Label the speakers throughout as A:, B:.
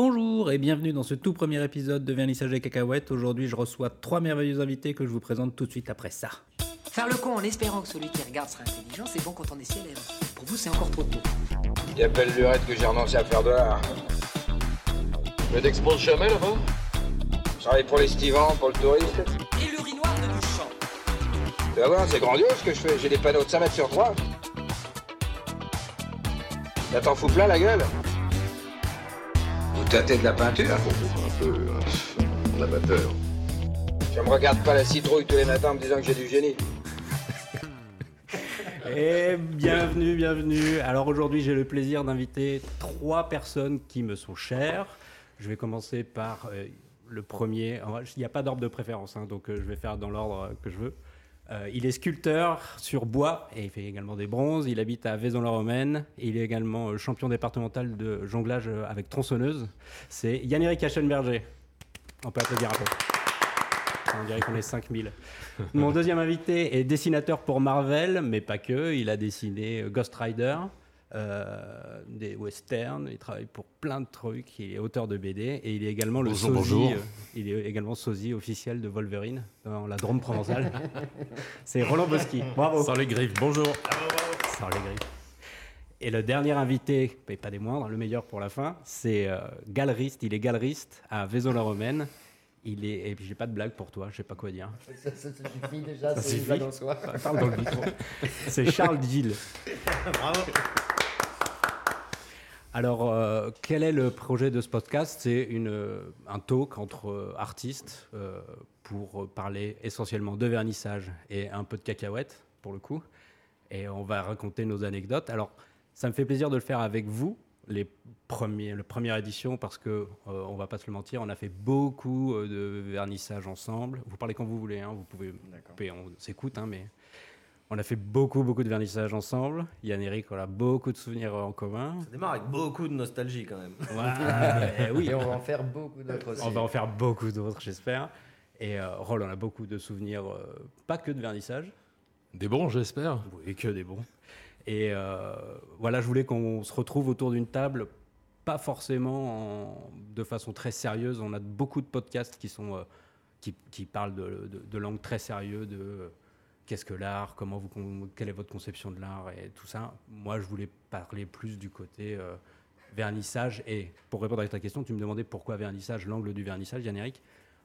A: Bonjour et bienvenue dans ce tout premier épisode de Vernissage et Cacahuètes. Aujourd'hui, je reçois trois merveilleux invités que je vous présente tout de suite après ça.
B: Faire le con en espérant que celui qui regarde sera intelligent, c'est bon quand on est célèbre. Pour vous, c'est encore trop tôt.
C: Il y a belle lurette que j'ai renoncé à faire dehors.
D: Mais t'exposes jamais là-bas
C: Je travaille pour l'estivant, pour le touriste.
B: Et le riz noir de Duchamp.
C: Tu vas voir, c'est grandiose ce que je fais. J'ai des panneaux de 5 mètres sur 3. Là, t'en fous plein la gueule Vous tâtez de la peinture
D: Un peu euh, un amateur.
C: Je me regarde pas la citrouille tous les matins en me disant que j'ai du génie.
A: Et Eh, bienvenue, bienvenue. Alors aujourd'hui, j'ai le plaisir d'inviter trois personnes qui me sont chères. Je vais commencer par euh, le premier. En vrai, Il n'y a pas d'ordre de préférence, hein, donc euh, je vais faire dans l'ordre que je veux. Euh, il est sculpteur sur bois et il fait également des bronzes. Il habite à Vaison-la-Romaine. Il est également euh, champion départemental de jonglage euh, avec tronçonneuse. C'est Yann-Éric Aschenberger. On peut applaudir un peu. On dirait qu'on est 5000. Mon deuxième invité est dessinateur pour Marvel, mais pas que. Il a dessiné Ghost Rider, euh, des westerns. Il travaille pour plein de trucs. Il est auteur de BD et il est également le
D: Bonjour,
A: sosie,
D: bonjour.
A: euh, il est également sosie officiel de Wolverine euh, dans la Drôme provençale. C'est Roland Boschi. Bravo.
E: Sans les griffes, bonjour.
A: Sans les griffes. Et le dernier invité, mais pas des moindres, le meilleur pour la fin, c'est euh, galeriste. Il est galeriste à Vaison-la-Romaine. Il est et puis j'ai pas de blague pour toi, je sais pas quoi dire.
F: Ça, ça- ça suffit déjà,
A: Ça
F: c'est une
A: suffit.
F: blague en soi.
A: Parle dans le micro. C'est Charles Gilles. Alors, euh, quel est le projet de ce podcast C'est une, euh, un talk entre euh, artistes euh, pour euh, parler essentiellement de vernissage et un peu de cacahuètes, pour le coup. Et on va raconter nos anecdotes. Alors, ça me fait plaisir de le faire avec vous, les premiers, la première édition, parce que euh, on va pas se le mentir, on a fait beaucoup euh, de vernissage ensemble. Vous parlez quand vous voulez, hein, vous pouvez couper, on s'écoute, hein, mais on a fait beaucoup, beaucoup de vernissage ensemble. Yann Eric, on a beaucoup de souvenirs euh, en commun.
E: Ça démarre avec beaucoup de nostalgie quand même.
A: Ouais, eh oui,
F: Et on va en faire beaucoup d'autres aussi.
A: on va en faire beaucoup d'autres, j'espère. Et euh, Roll, on a beaucoup de souvenirs, euh, pas que de vernissage,
E: Des bons, j'espère.
A: et que des bons. Et euh, voilà, je voulais qu'on se retrouve autour d'une table, pas forcément en- de façon très sérieuse. On a beaucoup de podcasts qui sont euh, qui, qui parlent de, de, de langues très sérieux, de euh, qu'est-ce que l'art, comment vous con- quelle est votre conception de l'art et tout ça. Moi, je voulais parler plus du côté euh, vernissage. Et pour répondre à ta question, tu me demandais pourquoi vernissage, l'angle du vernissage, Yann-Éric.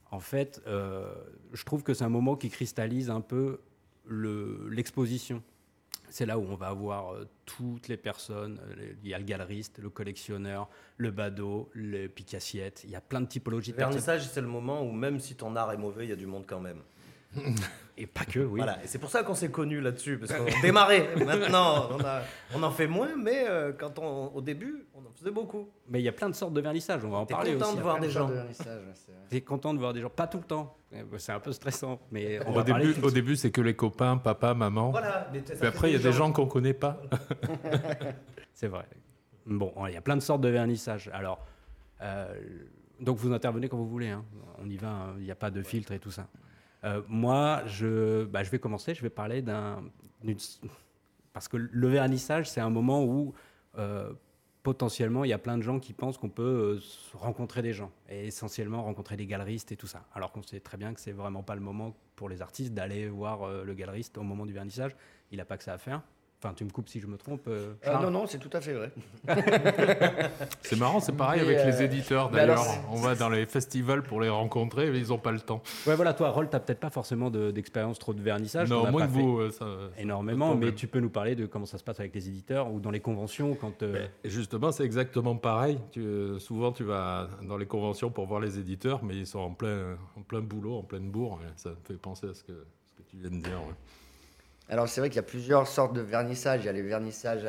A: En fait, euh, je trouve que c'est un moment qui cristallise un peu le- l'exposition. C'est là où on va avoir euh, toutes les personnes. Euh, les- Il y a le galeriste, le collectionneur, le badaud, le picassiette. Il y a plein de typologies de personnes.
G: Vernissage, c'est le moment où même si ton art est mauvais, il y a du monde quand même.
A: Et pas que, oui.
G: Voilà, et c'est pour ça qu'on s'est connus là-dessus, parce qu'on démarrait. Maintenant, on, a- on en fait moins, mais euh, quand on, au début, on en faisait beaucoup.
A: Mais il y a plein de sortes de vernissages, on va en
G: T'es
A: parler
G: content
A: aussi.
G: de voir
F: Plein
G: des
F: de sortes
G: gens.
F: de vernissages, ouais, c'est vrai.
A: T'es content de voir des gens, pas tout le temps, Eh ben, c'est un peu stressant, mais on
E: au,
A: va parler tout
E: début,
A: de
E: au
A: suite.
E: début, c'est que les copains, papa, maman.
G: Voilà, mais
E: Puis après, il y a des gens qu'on connaît pas.
A: C'est vrai. Bon, il y a plein de sortes de vernissages. Alors, euh, donc vous intervenez quand vous voulez, hein. on y va, hein. il n'y a pas de filtre et tout ça. Euh, moi, je, bah, je vais commencer, je vais parler d'un... d'une- Parce que le vernissage, c'est un moment où euh, potentiellement, il y a plein de gens qui pensent qu'on peut euh, se rencontrer des gens, et essentiellement rencontrer des galeristes et tout ça. Alors qu'on sait très bien que c'est vraiment pas le moment pour les artistes d'aller voir euh, le galeriste au moment du vernissage. Il n'a pas que ça à faire. Enfin, tu me coupes si je me trompe. euh,
F: Ah,
A: Charles
F: non, non, c'est tout à fait vrai.
E: C'est marrant, c'est pareil
F: Mais,
E: avec
F: euh,
E: les éditeurs
F: mais alors,
E: d'ailleurs. On va dans les festivals pour les rencontrer, mais ils n'ont pas le temps.
A: Ouais, voilà, toi, Roll, t'as peut-être pas forcément de- d'expérience trop de vernissage. t'en
E: non,
A: as
E: moins
A: pas
E: que
A: fait
E: vous. euh, ça-
A: Énormément,
E: Pas de
A: mais
E: problème.
A: tu peux nous parler de comment ça se passe avec les éditeurs ou dans les conventions quand. euh,
E: Mais justement, c'est exactement pareil. Tu- euh, souvent, tu vas dans les conventions pour voir les éditeurs, mais ils sont en plein, en plein boulot, en pleine bourre. ouais. Ça me fait penser à ce que, ce que tu viens de dire. ouais.
F: Alors, c'est vrai qu'il y a plusieurs sortes de vernissages. Il y a les vernissages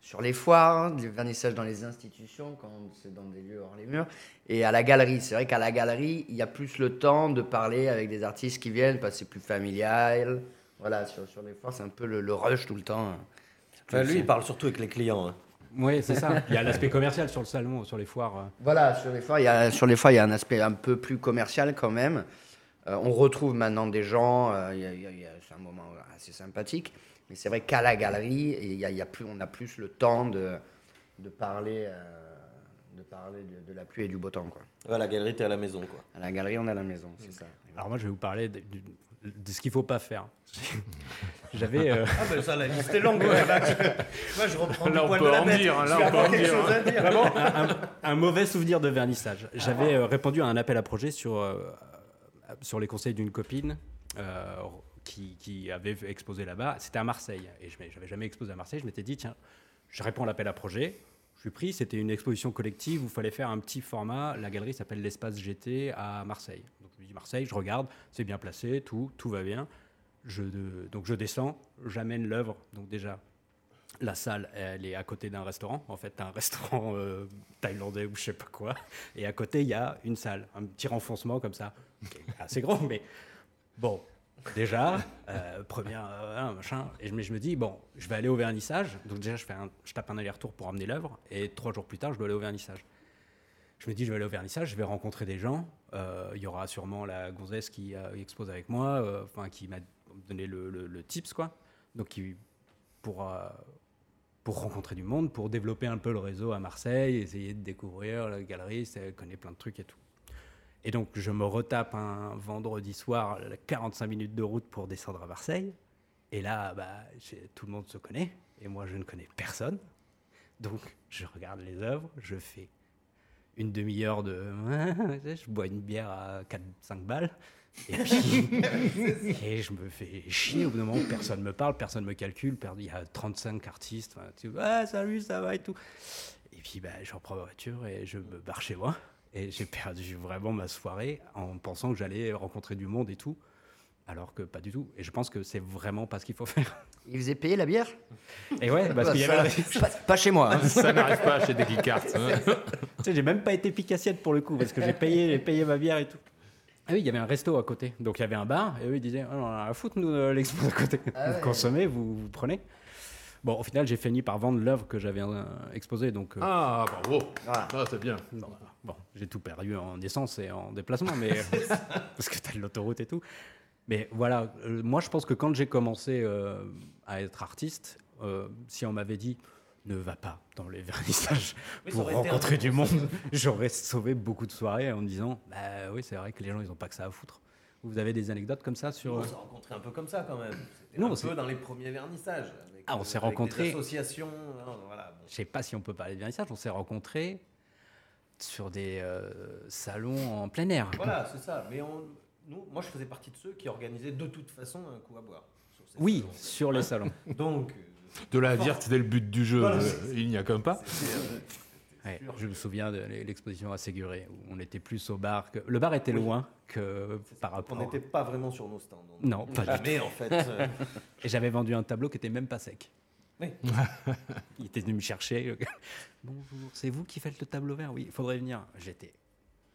F: sur les foires, hein, les vernissages dans les institutions, quand c'est dans des lieux hors les murs, et à la galerie. C'est vrai qu'à la galerie, il y a plus le temps de parler avec des artistes qui viennent, parce que c'est plus familial. Voilà, sur, sur les foires, c'est un peu le, le rush tout le temps.
G: lui, il parle surtout avec les clients. hein.
A: Ouais, c'est ça. Il y a l'aspect commercial sur le salon, sur les foires. euh.
F: Voilà, sur les foires, il y a, sur les foires, il y a un aspect un peu plus commercial quand même. Euh, on retrouve maintenant des gens, euh, il y a- il y a- il y a- c'est un moment assez sympathique, mais c'est vrai qu'à la galerie, il y a- il y a plus, on a plus le temps de, de parler, euh, de parler de, de la pluie et du beau temps. Quoi. Mm.
H: Ouais, la galerie, t'es à la maison, quoi.
F: À la galerie, on est à la maison, c'est ça.
A: Alors moi, je vais vous parler de, du- de ce qu'il faut pas faire. J'avais... euh,
G: Ah, ben ça, la liste est longue. ouais, là, je- là, je reprends
E: Là,
G: le
E: on
G: poil
E: peut
G: de la
E: en
G: bête.
E: dire, hein,
G: Je
E: là,
G: vais
E: on peut
G: avoir
E: en
G: quelque
E: dire,
G: chose à dire.
A: un, un- un mauvais souvenir de vernissage. J'avais euh, répondu à un appel à projet sur, euh, sur les conseils d'une copine euh, qui, qui avait exposé là-bas. C'était à Marseille. Et je n'avais jamais exposé à Marseille. Je m'étais dit, tiens, je réponds à l'appel à projet. Je suis pris. C'était une exposition collective où il fallait faire un petit format. La galerie s'appelle l'Espace GT à Marseille. Donc je me dis, Marseille, je regarde, c'est bien placé, tout, tout va bien. Je, de- donc je descends, j'amène l'œuvre. Donc déjà, la salle, elle est à côté d'un restaurant. En fait, un restaurant euh, thaïlandais ou je sais pas quoi. Et à côté, il y a une salle, un petit renfoncement comme ça, qui est assez grand, mais bon. Déjà, euh, première, euh, hein, machin. Et je, mais je me dis, bon, je vais aller au vernissage. Donc, déjà, je, fais un- je tape un aller-retour pour amener l'œuvre. Et trois jours plus tard, je dois aller au vernissage. Je me dis, je vais aller au vernissage, je vais rencontrer des gens. Euh, Il y aura sûrement la gonzesse qui euh, expose avec moi, euh, enfin, qui m'a donné le, le- le tips, quoi. Donc, qui, pour, euh, pour rencontrer du monde, pour développer un peu le réseau à Marseille, essayer de découvrir la galerie, c'est- connaître plein de trucs et tout. Et donc, je me retape un vendredi soir, 45 minutes de route pour descendre à Marseille. Et là, bah, j'ai- tout le monde se connaît, et moi, je ne connais personne. Donc, je regarde les œuvres, je fais une demi-heure de... Je bois une bière à 4-5 balles. Et puis, et je me fais chier. Au bout d'un moment, personne me parle, personne me calcule. per- Il y a 35 artistes. enfin, tu vois, ah, salut, ça va et tout. Et puis, bah, je reprends ma voiture et je me barre chez moi. Et j'ai perdu vraiment ma soirée en pensant que j'allais rencontrer du monde et tout. Alors que pas du tout. Et je pense que c'est vraiment pas ce qu'il faut faire.
F: Ils faisaient payer la bière
A: Et ouais, parce
F: Bah,
A: qu'il y
F: ça,
A: avait.
F: pas, pas chez moi. hein.
E: Ça n'arrive pas chez hein. des geekards.
A: Tu sais, j'ai même pas été pique assiette pour le coup, parce que j'ai payé, j'ai payé ma bière et tout. Ah oui, il y avait un resto à côté. Donc il y avait un bar, et eux ils disaient Ah, On en a à foutre, nous, de l'expo à côté. Vous consommez, vous, vous prenez. Bon, au final, j'ai fini par vendre l'œuvre que j'avais euh, exposée. Donc, euh,
E: Ah, bravo.
F: Ah.
E: Ah, c'est bien.
A: bon, bon, j'ai tout perdu en essence et en déplacement, mais parce que t'as de l'autoroute et tout. Mais voilà, euh, moi je pense que quand j'ai commencé euh, à être artiste, euh, si on m'avait dit ne va pas dans les vernissages
G: Oui, ça
A: pour
G: aurait été
A: rencontrer
G: un-
A: du monde, j'aurais sauvé beaucoup de soirées en me disant bah oui c'est vrai que les gens ils ont pas que ça à foutre. Vous avez des anecdotes comme ça sur euh,
G: On s'est rencontrés un peu comme ça quand même. C'était
A: Non,
G: un
A: c'est-
G: peu dans les premiers vernissages. avec,
A: Ah, on
G: euh,
A: s'est
G: avec Des
A: rencontrés-
G: associations. hein, voilà, bon.
A: je sais pas si on peut parler de vernissage, on s'est rencontrés sur des euh, salons en plein air.
G: Voilà, c'est ça. Mais on, nous, moi, je faisais partie de ceux qui organisaient de toute façon un coup à boire. sur ces
A: Oui,
G: salons.
A: sur les salons.
G: Donc, euh,
E: De la dire que c'était le but du jeu,
G: Voilà,
E: euh,
G: c'est-
E: il n'y a qu'un pas.
G: c'est, euh,
A: Ouais,
G: sûr.
A: je me souviens de l'e- l'exposition à Séguré, où on était plus au bar. Que... Le bar était
G: Oui.
A: loin que par
G: on
A: rapport.
G: n'était pas vraiment sur nos stands. on-
A: Non, pas du
G: Jamais, en fait. euh,
A: Et j'avais vendu un tableau qui était même pas sec.
G: Oui.
A: Il était venu me chercher. Bonjour, c'est vous qui faites le tableau vert Oui, il faudrait venir. J'étais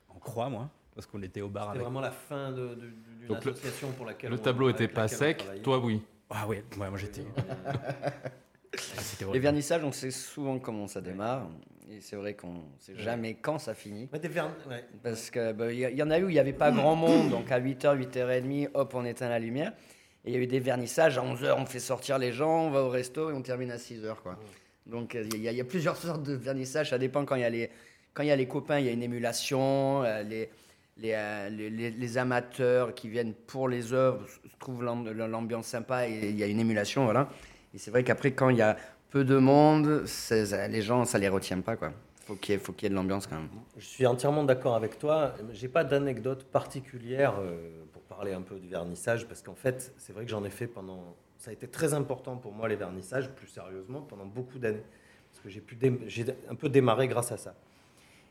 A: en croix, moi, parce qu'on était au bar
G: C'était
A: avec.
G: vraiment la fin de- de- d'une
E: Donc le-
G: association pour laquelle
E: Le
G: on-
E: tableau
G: avec
E: était pas
G: laquelle on
E: sec,
G: travaillait.
E: toi oui.
A: Ah oui, ouais, moi j'étais. Ah, c'était
F: Les
A: horrible.
F: vernissages, on sait souvent comment ça démarre. Et c'est vrai qu'on sait jamais quand ça finit.
G: Ouais, Bah, des vernis- ouais.
F: Parce qu'il y, a- y en a eu, il n'y avait pas grand monde, donc à 8h, 8h30, hop, on éteint la lumière. Et il y a eu des vernissages, à 11h, on fait sortir les gens, on va au resto et on termine à 6h. Quoi. Donc il y, a- y a plusieurs sortes de vernissages, ça dépend quand il y a les... Quand il y a les copains, il y a une émulation, euh, les, les, euh, les- les- les amateurs qui viennent pour les œuvres s- trouvent l'am- l'ambiance sympa et il y a une émulation, voilà. Et c'est vrai qu'après, quand il y a peu de monde, c'est- ça- les gens, ça les retient pas, quoi. Faut qu'il y, ait- faut qu'il y ait de l'ambiance quand même.
H: Je suis entièrement d'accord avec toi. J'ai pas d'anecdote particulière euh, pour parler un peu du vernissage parce qu'en fait, c'est vrai que j'en ai fait pendant. Ça a été très important pour moi les vernissages, plus sérieusement pendant beaucoup d'années parce que j'ai pu dé- j'ai un peu démarré grâce à ça.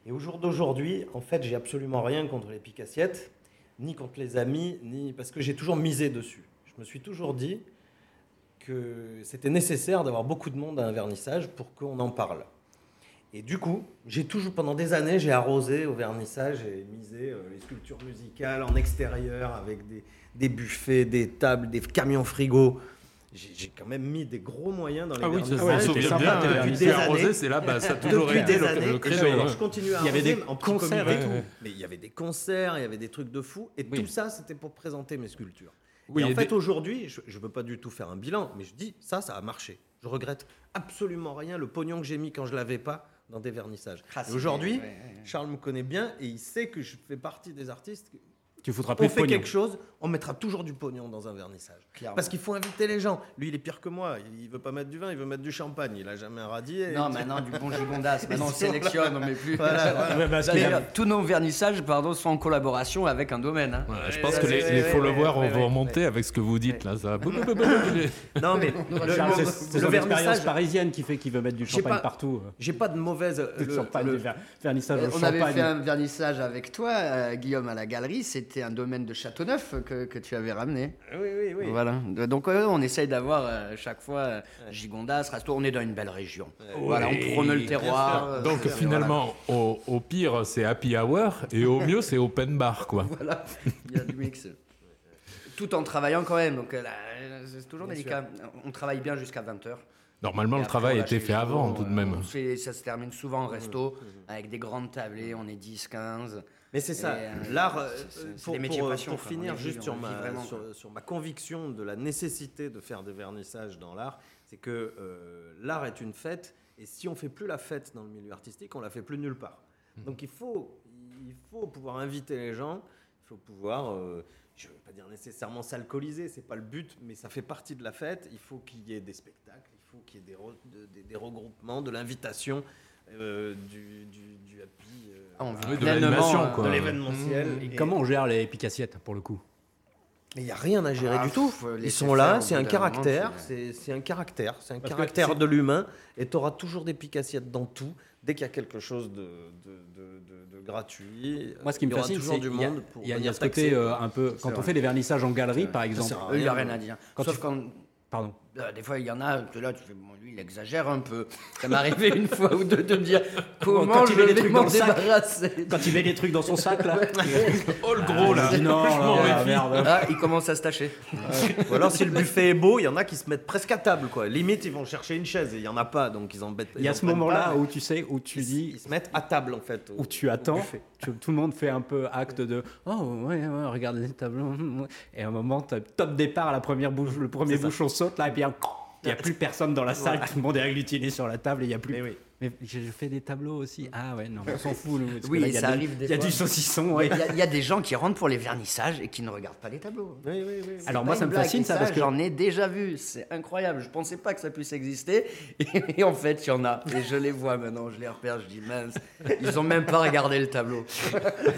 H: Et au jour d'aujourd'hui, en fait, j'ai absolument rien contre les piques assiettes, ni contre les amis, ni parce que j'ai toujours misé dessus. Je me suis toujours dit que c'était nécessaire d'avoir beaucoup de monde à un vernissage pour qu'on en parle. Et du coup, j'ai toujours, pendant des années, j'ai arrosé au vernissage et misé euh, les sculptures musicales en extérieur avec des, des buffets, des tables, des camions frigo. J'ai j'ai quand même mis des gros moyens
E: Ah
H: dans les vernissages. hein,
E: on
A: Ah c'était
E: souvient
A: sympa,
E: bien.
A: t'es
E: euh,
A: depuis
E: Piquet
A: des
E: arrosé,
G: années.
E: c'est là, bah, ça a toujours
G: Depuis
E: été
G: des
E: le,
G: années,
E: le
G: et
E: créneau.
G: je,
E: hein.
G: je continue à
A: Il y avait
G: arroser,
A: des
G: mais en petit
A: concerts
G: comité
A: et tout.
G: Mais il y avait des concerts, il y avait des trucs de fou, et
A: Oui.
G: tout ça, c'était pour présenter mes sculptures.
E: Oui,
G: et en
E: et
G: fait,
E: des-
G: aujourd'hui, je ne veux pas du tout faire un bilan, mais je dis, ça, ça a marché. Je regrette absolument rien, le pognon que j'ai mis quand je l'avais pas,
H: dans des vernissages.
F: Ah,
H: Et
F: c'est-
H: aujourd'hui,
F: ouais, ouais, ouais.
H: Charles me connaît bien et il sait que je fais partie des artistes.
A: Tu foutras plus
H: On
A: de
H: fait
A: pognon.
H: quelque chose, on mettra toujours du pognon dans un vernissage.
F: Clairement.
H: Parce qu'il faut inviter les gens. Lui, il est pire que moi. Il veut pas mettre du vin, il veut mettre du champagne. Il a jamais un radis. et-
F: Non, maintenant du bon gigondas, maintenant on
H: Ils sont
F: sélectionne, on met plus.
H: Voilà, voilà.
A: Ouais, bah, ça,
F: Mais,
A: j'avoue.
F: euh, tous nos vernissages pardon, sont en collaboration avec un domaine. hein.
E: Voilà, je pense
H: ouais,
E: que les,
H: ouais,
E: les
H: ouais,
E: followers
H: ouais, ouais,
E: vont
H: ouais.
E: remonter avec ce que vous dites là. Ça.
H: Non, mais le,
A: Charles,
H: le-
A: c'est- c'est
H: le
A: son expérience
H: vernissage,
A: parisienne qui fait qu'il veut mettre du
H: J'ai
A: champagne
H: pas-
A: partout.
H: j'ai pas de mauvaise.
A: Le,
H: le-
A: champagne,
H: le-
A: le ver- vernissage
F: Euh,
A: au
F: On avait
A: champagne.
F: fait un vernissage avec toi, euh, Guillaume, à la galerie. C'était un domaine de Châteauneuf que, que tu avais ramené.
H: Oui, oui, oui.
F: Voilà. De- Donc euh, on essaye d'avoir euh, chaque fois euh, Gigondas, Rasto. On est dans une belle région. Voilà, on prône le terroir. euh,
E: Donc
F: c'est-
E: finalement, au, au pire, c'est happy hour et au mieux, c'est open bar quoi.
F: Voilà, Voilà. il y a du mix. Tout en travaillant quand même, donc euh, là, euh, c'est toujours délicat. On travaille bien jusqu'à 20h.
E: Normalement, le travail a été fait avant tout de même.
F: euh, Ça se termine souvent en resto, avec des grandes tablées, on est 10, 15.
H: Mais c'est ça,
F: Et, euh,
H: l'art, euh,
F: c'est- c'est- c'est
H: pour,
F: des métiers
H: pour-
F: passion,
H: pour
F: quoi. On
H: finir
F: les
H: juste
F: vit,
H: sur
F: on les vit
H: ma,
F: vraiment,
H: sur,
F: quoi.
H: sur ma conviction de la nécessité de faire des vernissages dans l'art, c'est que euh, l'art est une fête, et si on fait plus la fête dans le milieu artistique, on la fait plus nulle part.
F: Mhm.
H: Donc il faut, il faut pouvoir inviter les gens, il faut pouvoir, euh, je ne veux pas dire nécessairement s'alcooliser, c'est pas le but, mais ça fait partie de la fête, il faut qu'il y ait des spectacles, il faut qu'il y ait des, re- de- des- des regroupements, de l'invitation, euh, du, du, du happy... euh,
F: Ah, on vit
E: Oui, de
F: pleinement,
E: l'animation,
F: euh,
E: quoi.
H: de l'événementiel.
A: Et
H: Et-
A: comment on gère les piques assiettes pour le coup
H: Mais il n'y a rien à gérer
F: Ah,
H: du tout.
F: faut laisser
H: Ils sont là,
F: faire au
H: c'est
F: bout
H: un,
F: d'un
H: caractère,
F: moment, c'est-
H: c'est c'est un caractère, c'est un
G: Parce que
H: caractère
G: c'est-
H: de l'humain. Et tu auras toujours des piques assiettes dans tout. Dès qu'il y a quelque chose de, de- de- de- de gratuit,
A: Moi, ce qui me
H: il y aura
A: fascine,
H: toujours
A: c'est
H: du
A: qu'il y a-
H: monde pour
A: il y a, il y a
H: venir
A: ce côté
H: taxer.
A: euh, un peu. Quand on
F: vrai.
A: fait des vernissages en galerie,
F: vrai.
A: par
H: c'est
A: exemple,
H: vrai.
F: Eux, il n'y a rien à dire.
A: Quand
F: Sauf
A: tu-
F: quand.
A: pardon.
F: euh, des fois, il y en a, là, tu fais, bon, lui, il exagère un peu. Ça m'est arrivé une fois ou deux de me dire comment
A: quand
F: je
A: il met les
F: vais
A: trucs
F: m'en
A: dans le sac.
F: débarrasser.
A: Quand il met des trucs dans son sac là,
E: Oh le gros là
A: Ah, non, là,
E: méfie.
A: merde.
F: Ah, il commence à se tâcher.
H: Ou alors, si le buffet est beau, il y en a qui se mettent presque à table. Quoi. Limite, ils vont chercher une chaise et il n'y en a pas, donc ils embêtent.
A: Il y a ce moment-là où tu sais, où tu dis,
H: Ils se mettent à table, en fait. au-
A: où tu
H: au
A: attends,
H: buffet.
A: tu- tout le monde fait un peu acte de oh ouais, ouais, regarde les tableaux et à un moment t'as- top départ à la première bouche, le premier bouchon saute là et puis un- il n'y a plus personne dans la salle, tout le monde est agglutiné sur la table et il n'y a plus.
H: Mais oui.
A: Mais j'ai j'ai fait des tableaux aussi. Ah ouais, non, on s'en fout. nous, parce que
F: Oui,
A: là, il y a
F: ça
A: des-
F: arrive des
A: Il y a du
F: fois.
A: saucisson, ouais.
F: Il y, a- il y a des gens qui rentrent pour les vernissages et qui ne regardent pas les tableaux.
H: Oui, oui, oui.
A: Alors
F: C'est
A: moi,
F: pas
A: ça
F: une
A: me
F: blague,
A: fascine
F: et
A: ça parce que
F: j'en ai déjà vu, c'est incroyable. Je pensais pas que ça puisse exister et, en fait il y en a et je les vois maintenant, je les repère, je dis mince, ils ont même pas regardé le tableau.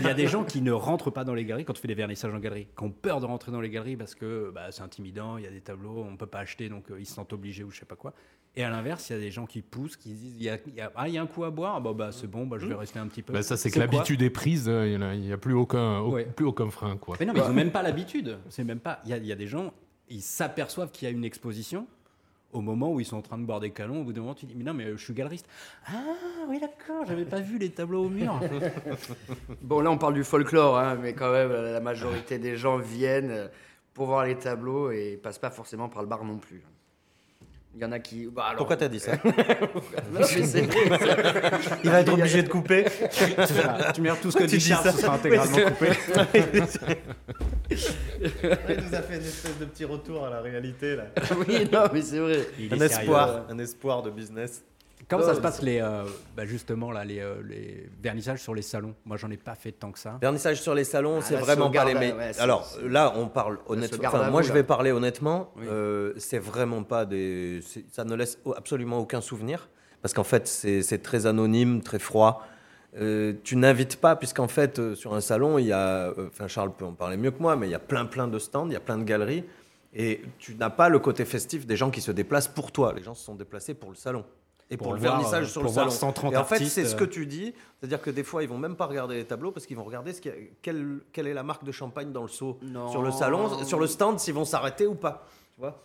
A: Il y a des gens qui ne rentrent pas dans les galeries quand tu fais des vernissages en galerie, qui ont peur de rentrer dans les galeries parce que bah, c'est intimidant, il y a des tableaux, on ne peut pas acheter, donc euh, ils se sentent obligés ou je sais pas quoi. Et à l'inverse, il y a des gens qui poussent, qui se disent il y a, il y a- ah, il y a un coup à boire, bah, bah, c'est bon, bah, je vais rester un petit peu.
E: Bah, ça, c'est que
A: quoi
E: l'habitude est prise, euh, il n'y a, il y a plus aucun, au-
A: Ouais.
E: plus aucun frein. Quoi.
A: Mais non, mais ils n'ont même pas l'habitude. C'est même pas. Il y, a- il y a des gens, ils s'aperçoivent qu'il y a une exposition au moment où ils sont en train de boire des canons. Au bout d'un moment, tu dis mais non, mais euh, je suis galeriste. Ah oui, d'accord, j'avais pas vu les tableaux au mur.
F: Bon là on parle du folklore, hein, mais quand même la majorité des gens viennent euh, pour voir les tableaux et passent pas forcément par le bar non plus. Il y en a qui. Bah, alors-
H: Pourquoi t'as dit ça
F: Non, mais c'est vrai,
H: Il va être obligé de couper.
A: Voilà. Tu me tout ce que dit
H: Tu dis
A: Charles,
H: ça.
A: ce sera intégralement coupé.
G: Il nous a fait une espèce de petit retour à la réalité là.
F: oui, non, mais c'est vrai.
A: Il
H: Un
A: est sérieux.
H: espoir, un espoir de business.
A: Comment ça
H: Oh,
A: se passe les, euh, bah, justement là, les, euh, les vernissages sur les salons Moi, j'en ai pas fait tant que ça.
H: Vernissage sur les salons,
F: Ah,
H: c'est
F: là,
H: vraiment
F: c'est
H: pas
F: au
H: les
F: garde-
H: meilleurs.
F: ouais, c'est-
H: Alors
F: c'est-
H: là, on parle honnêtement.
F: garde à
H: Enfin, moi,
F: vous,
H: je
F: là.
H: vais parler honnêtement.
F: Oui.
H: euh, c'est vraiment pas des. c'est- Ça ne laisse au- absolument aucun souvenir parce qu'en fait, c'est c'est très anonyme, très froid. Euh, tu n'invites pas, puisqu'en fait, euh, sur un salon, il y a. euh, Enfin, Charles peut en parler mieux que moi, mais il y a plein, plein de stands, il y a plein de galeries. Et tu n'as pas le côté festif des gens qui se déplacent pour toi. Les gens se sont déplacés pour le salon. Et pour,
A: Pour
H: le
A: voir,
H: vernissage
A: euh,
H: sur
A: pour
H: le
A: voir
H: salon.
A: 130
H: et en fait,
A: artistes,
H: c'est ce
A: euh.
H: que tu dis. C'est-à-dire que des fois, ils vont même pas regarder les tableaux parce qu'ils vont regarder ce qu'il y a- quelle, quelle est la marque de champagne dans le seau.
F: Non.
H: Sur le salon, sur le stand, s'ils vont s'arrêter ou pas. Tu vois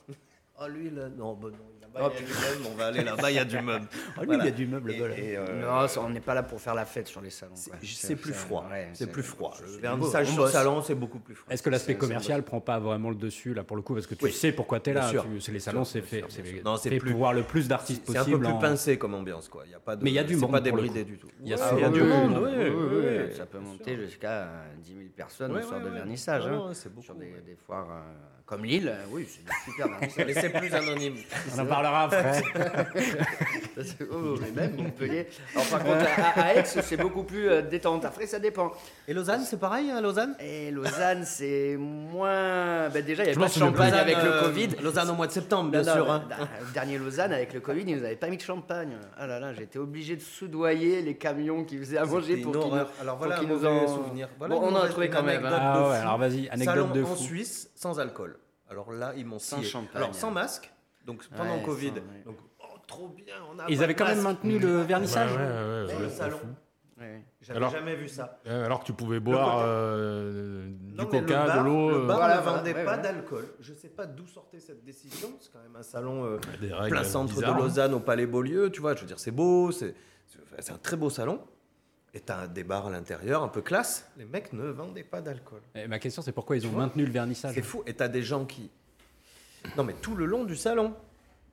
H: Oh, lui, là. Non, bah non, là-bas, il y a du meuble. On va aller là-bas, il y a du meuble.
A: Ah, lui,
H: Voilà.
A: il y a du meuble.
H: Et-
A: voilà.
H: et, euh,
F: Non, ça, on n'est pas là pour faire la fête sur les salons.
H: c'est-
F: quoi.
H: C'est plus froid.
F: ouais,
H: c'est plus froid. Le
F: c'est-
H: vernissage
F: on
H: sur le
F: bosse.
H: salon, c'est beaucoup plus froid.
A: Est-ce que l'aspect
H: C'est-
A: commercial prend pas vraiment le dessus là pour le coup Parce que tu
H: Oui.
A: sais pourquoi tu es
H: Bien
A: là.
H: sûr.
A: tu- c'est les salons, c'est fait. C'est
H: Non, c'est
A: fait
H: plus-
A: pour voir le plus d'artistes
H: C'est un peu
A: possible.
H: plus
A: en-
H: pincé comme ambiance, quoi. Il Y a pas de,
A: Mais il y a du
H: c'est
A: monde,
H: pas
A: pour le
H: débridé
A: coup.
H: du tout.
A: Il y a
H: Ah Ouais,
A: ça.
H: il y a
A: Oui,
H: du
A: oui,
H: monde,
A: oui,
H: oui, oui, oui, oui,
F: ça peut
H: bien
F: monter
H: sûr.
F: jusqu'à euh, 10 000 personnes
H: Ouais,
F: au soir
H: ouais,
F: de
H: ouais.
F: vernissage.
H: Ah
F: hein.
H: non, c'est beaucoup,
F: Sur des,
H: ouais.
F: des foires euh, comme Lille, euh, oui, c'est des super vernissage.
H: Mais c'est c'est plus anonyme.
A: On en parlera après.
F: Parce que, oh, mais même Montpellier. Alors, par contre, à, à Aix, c'est beaucoup plus euh, détente. Après, ça dépend.
G: Et Lausanne, c'est pareil, hein, Lausanne
F: Et Lausanne, c'est moins. Ben, déjà, il n'y
E: Je
F: avait
E: m'en
F: pas de
E: souviens plus.
F: champagne avec le
H: Euh,
F: Covid.
H: Lausanne au mois de septembre, bien
F: Non, non,
H: sûr.
F: le-
H: hein.
F: le dernier Lausanne, avec le Covid, ils nous avaient pas mis de champagne. Ah là là, j'étais obligé de soudoyer les camions qui faisaient à manger
H: C'était
F: Ah, pour
H: une
F: qu'ils nous,
H: horreur. Alors
F: pour
H: voilà
F: qu'ils
H: un
F: nous
H: mauvais
F: en
H: souvenir. Voilà
F: bon,
H: une
F: on en a
H: mauvaise-
F: trouvé
H: une
F: quand même. hein.
H: anecdote.
A: Ah
H: de
A: ouais,
H: fou.
A: alors vas-y, anecdote
H: Salon
A: de
H: en
A: fou.
H: Suisse sans alcool. Alors là, ils m'ont
F: Sans
H: scié.
F: champagne.
H: Alors sans masque, donc pendant
F: Ouais,
H: le Covid.
F: sans- ouais.
H: Donc oh, trop bien, on a
A: Ils
H: pas
A: avaient
H: de
A: quand
F: Ah,
A: même
H: masque.
A: maintenu le vernissage.
E: Ouais, ouais, ouais, ouais,
H: Dans le
E: ouais,
H: salon.
E: fou.
F: Ouais.
H: J'avais
E: Alors-
H: jamais vu ça.
E: Euh, Alors que tu pouvais boire
H: coca.
E: euh,
H: Non,
E: du
H: mais le
E: coca,
H: bar-
E: de l'eau,
H: Le
E: euh,
H: bar
F: Voilà,
H: ne
F: voilà,
H: vendait
F: ouais,
H: pas
F: ouais.
H: d'alcool. Je sais pas d'où sortait cette décision. C'est quand même un salon euh,
E: des règles
H: plein centre
E: bizarres.
A: hein.
H: de Lausanne au Palais Beaulieu. Tu vois, je veux dire, c'est beau, c'est c'est- c'est un très beau salon. Et t'as des bars à l'intérieur, un peu classe. Les mecs ne vendaient pas d'alcool.
A: Et ma question, c'est pourquoi ils ont maintenu le vernissage
H: C'est fou. Et t'as des gens qui. Non, mais tout le long du salon.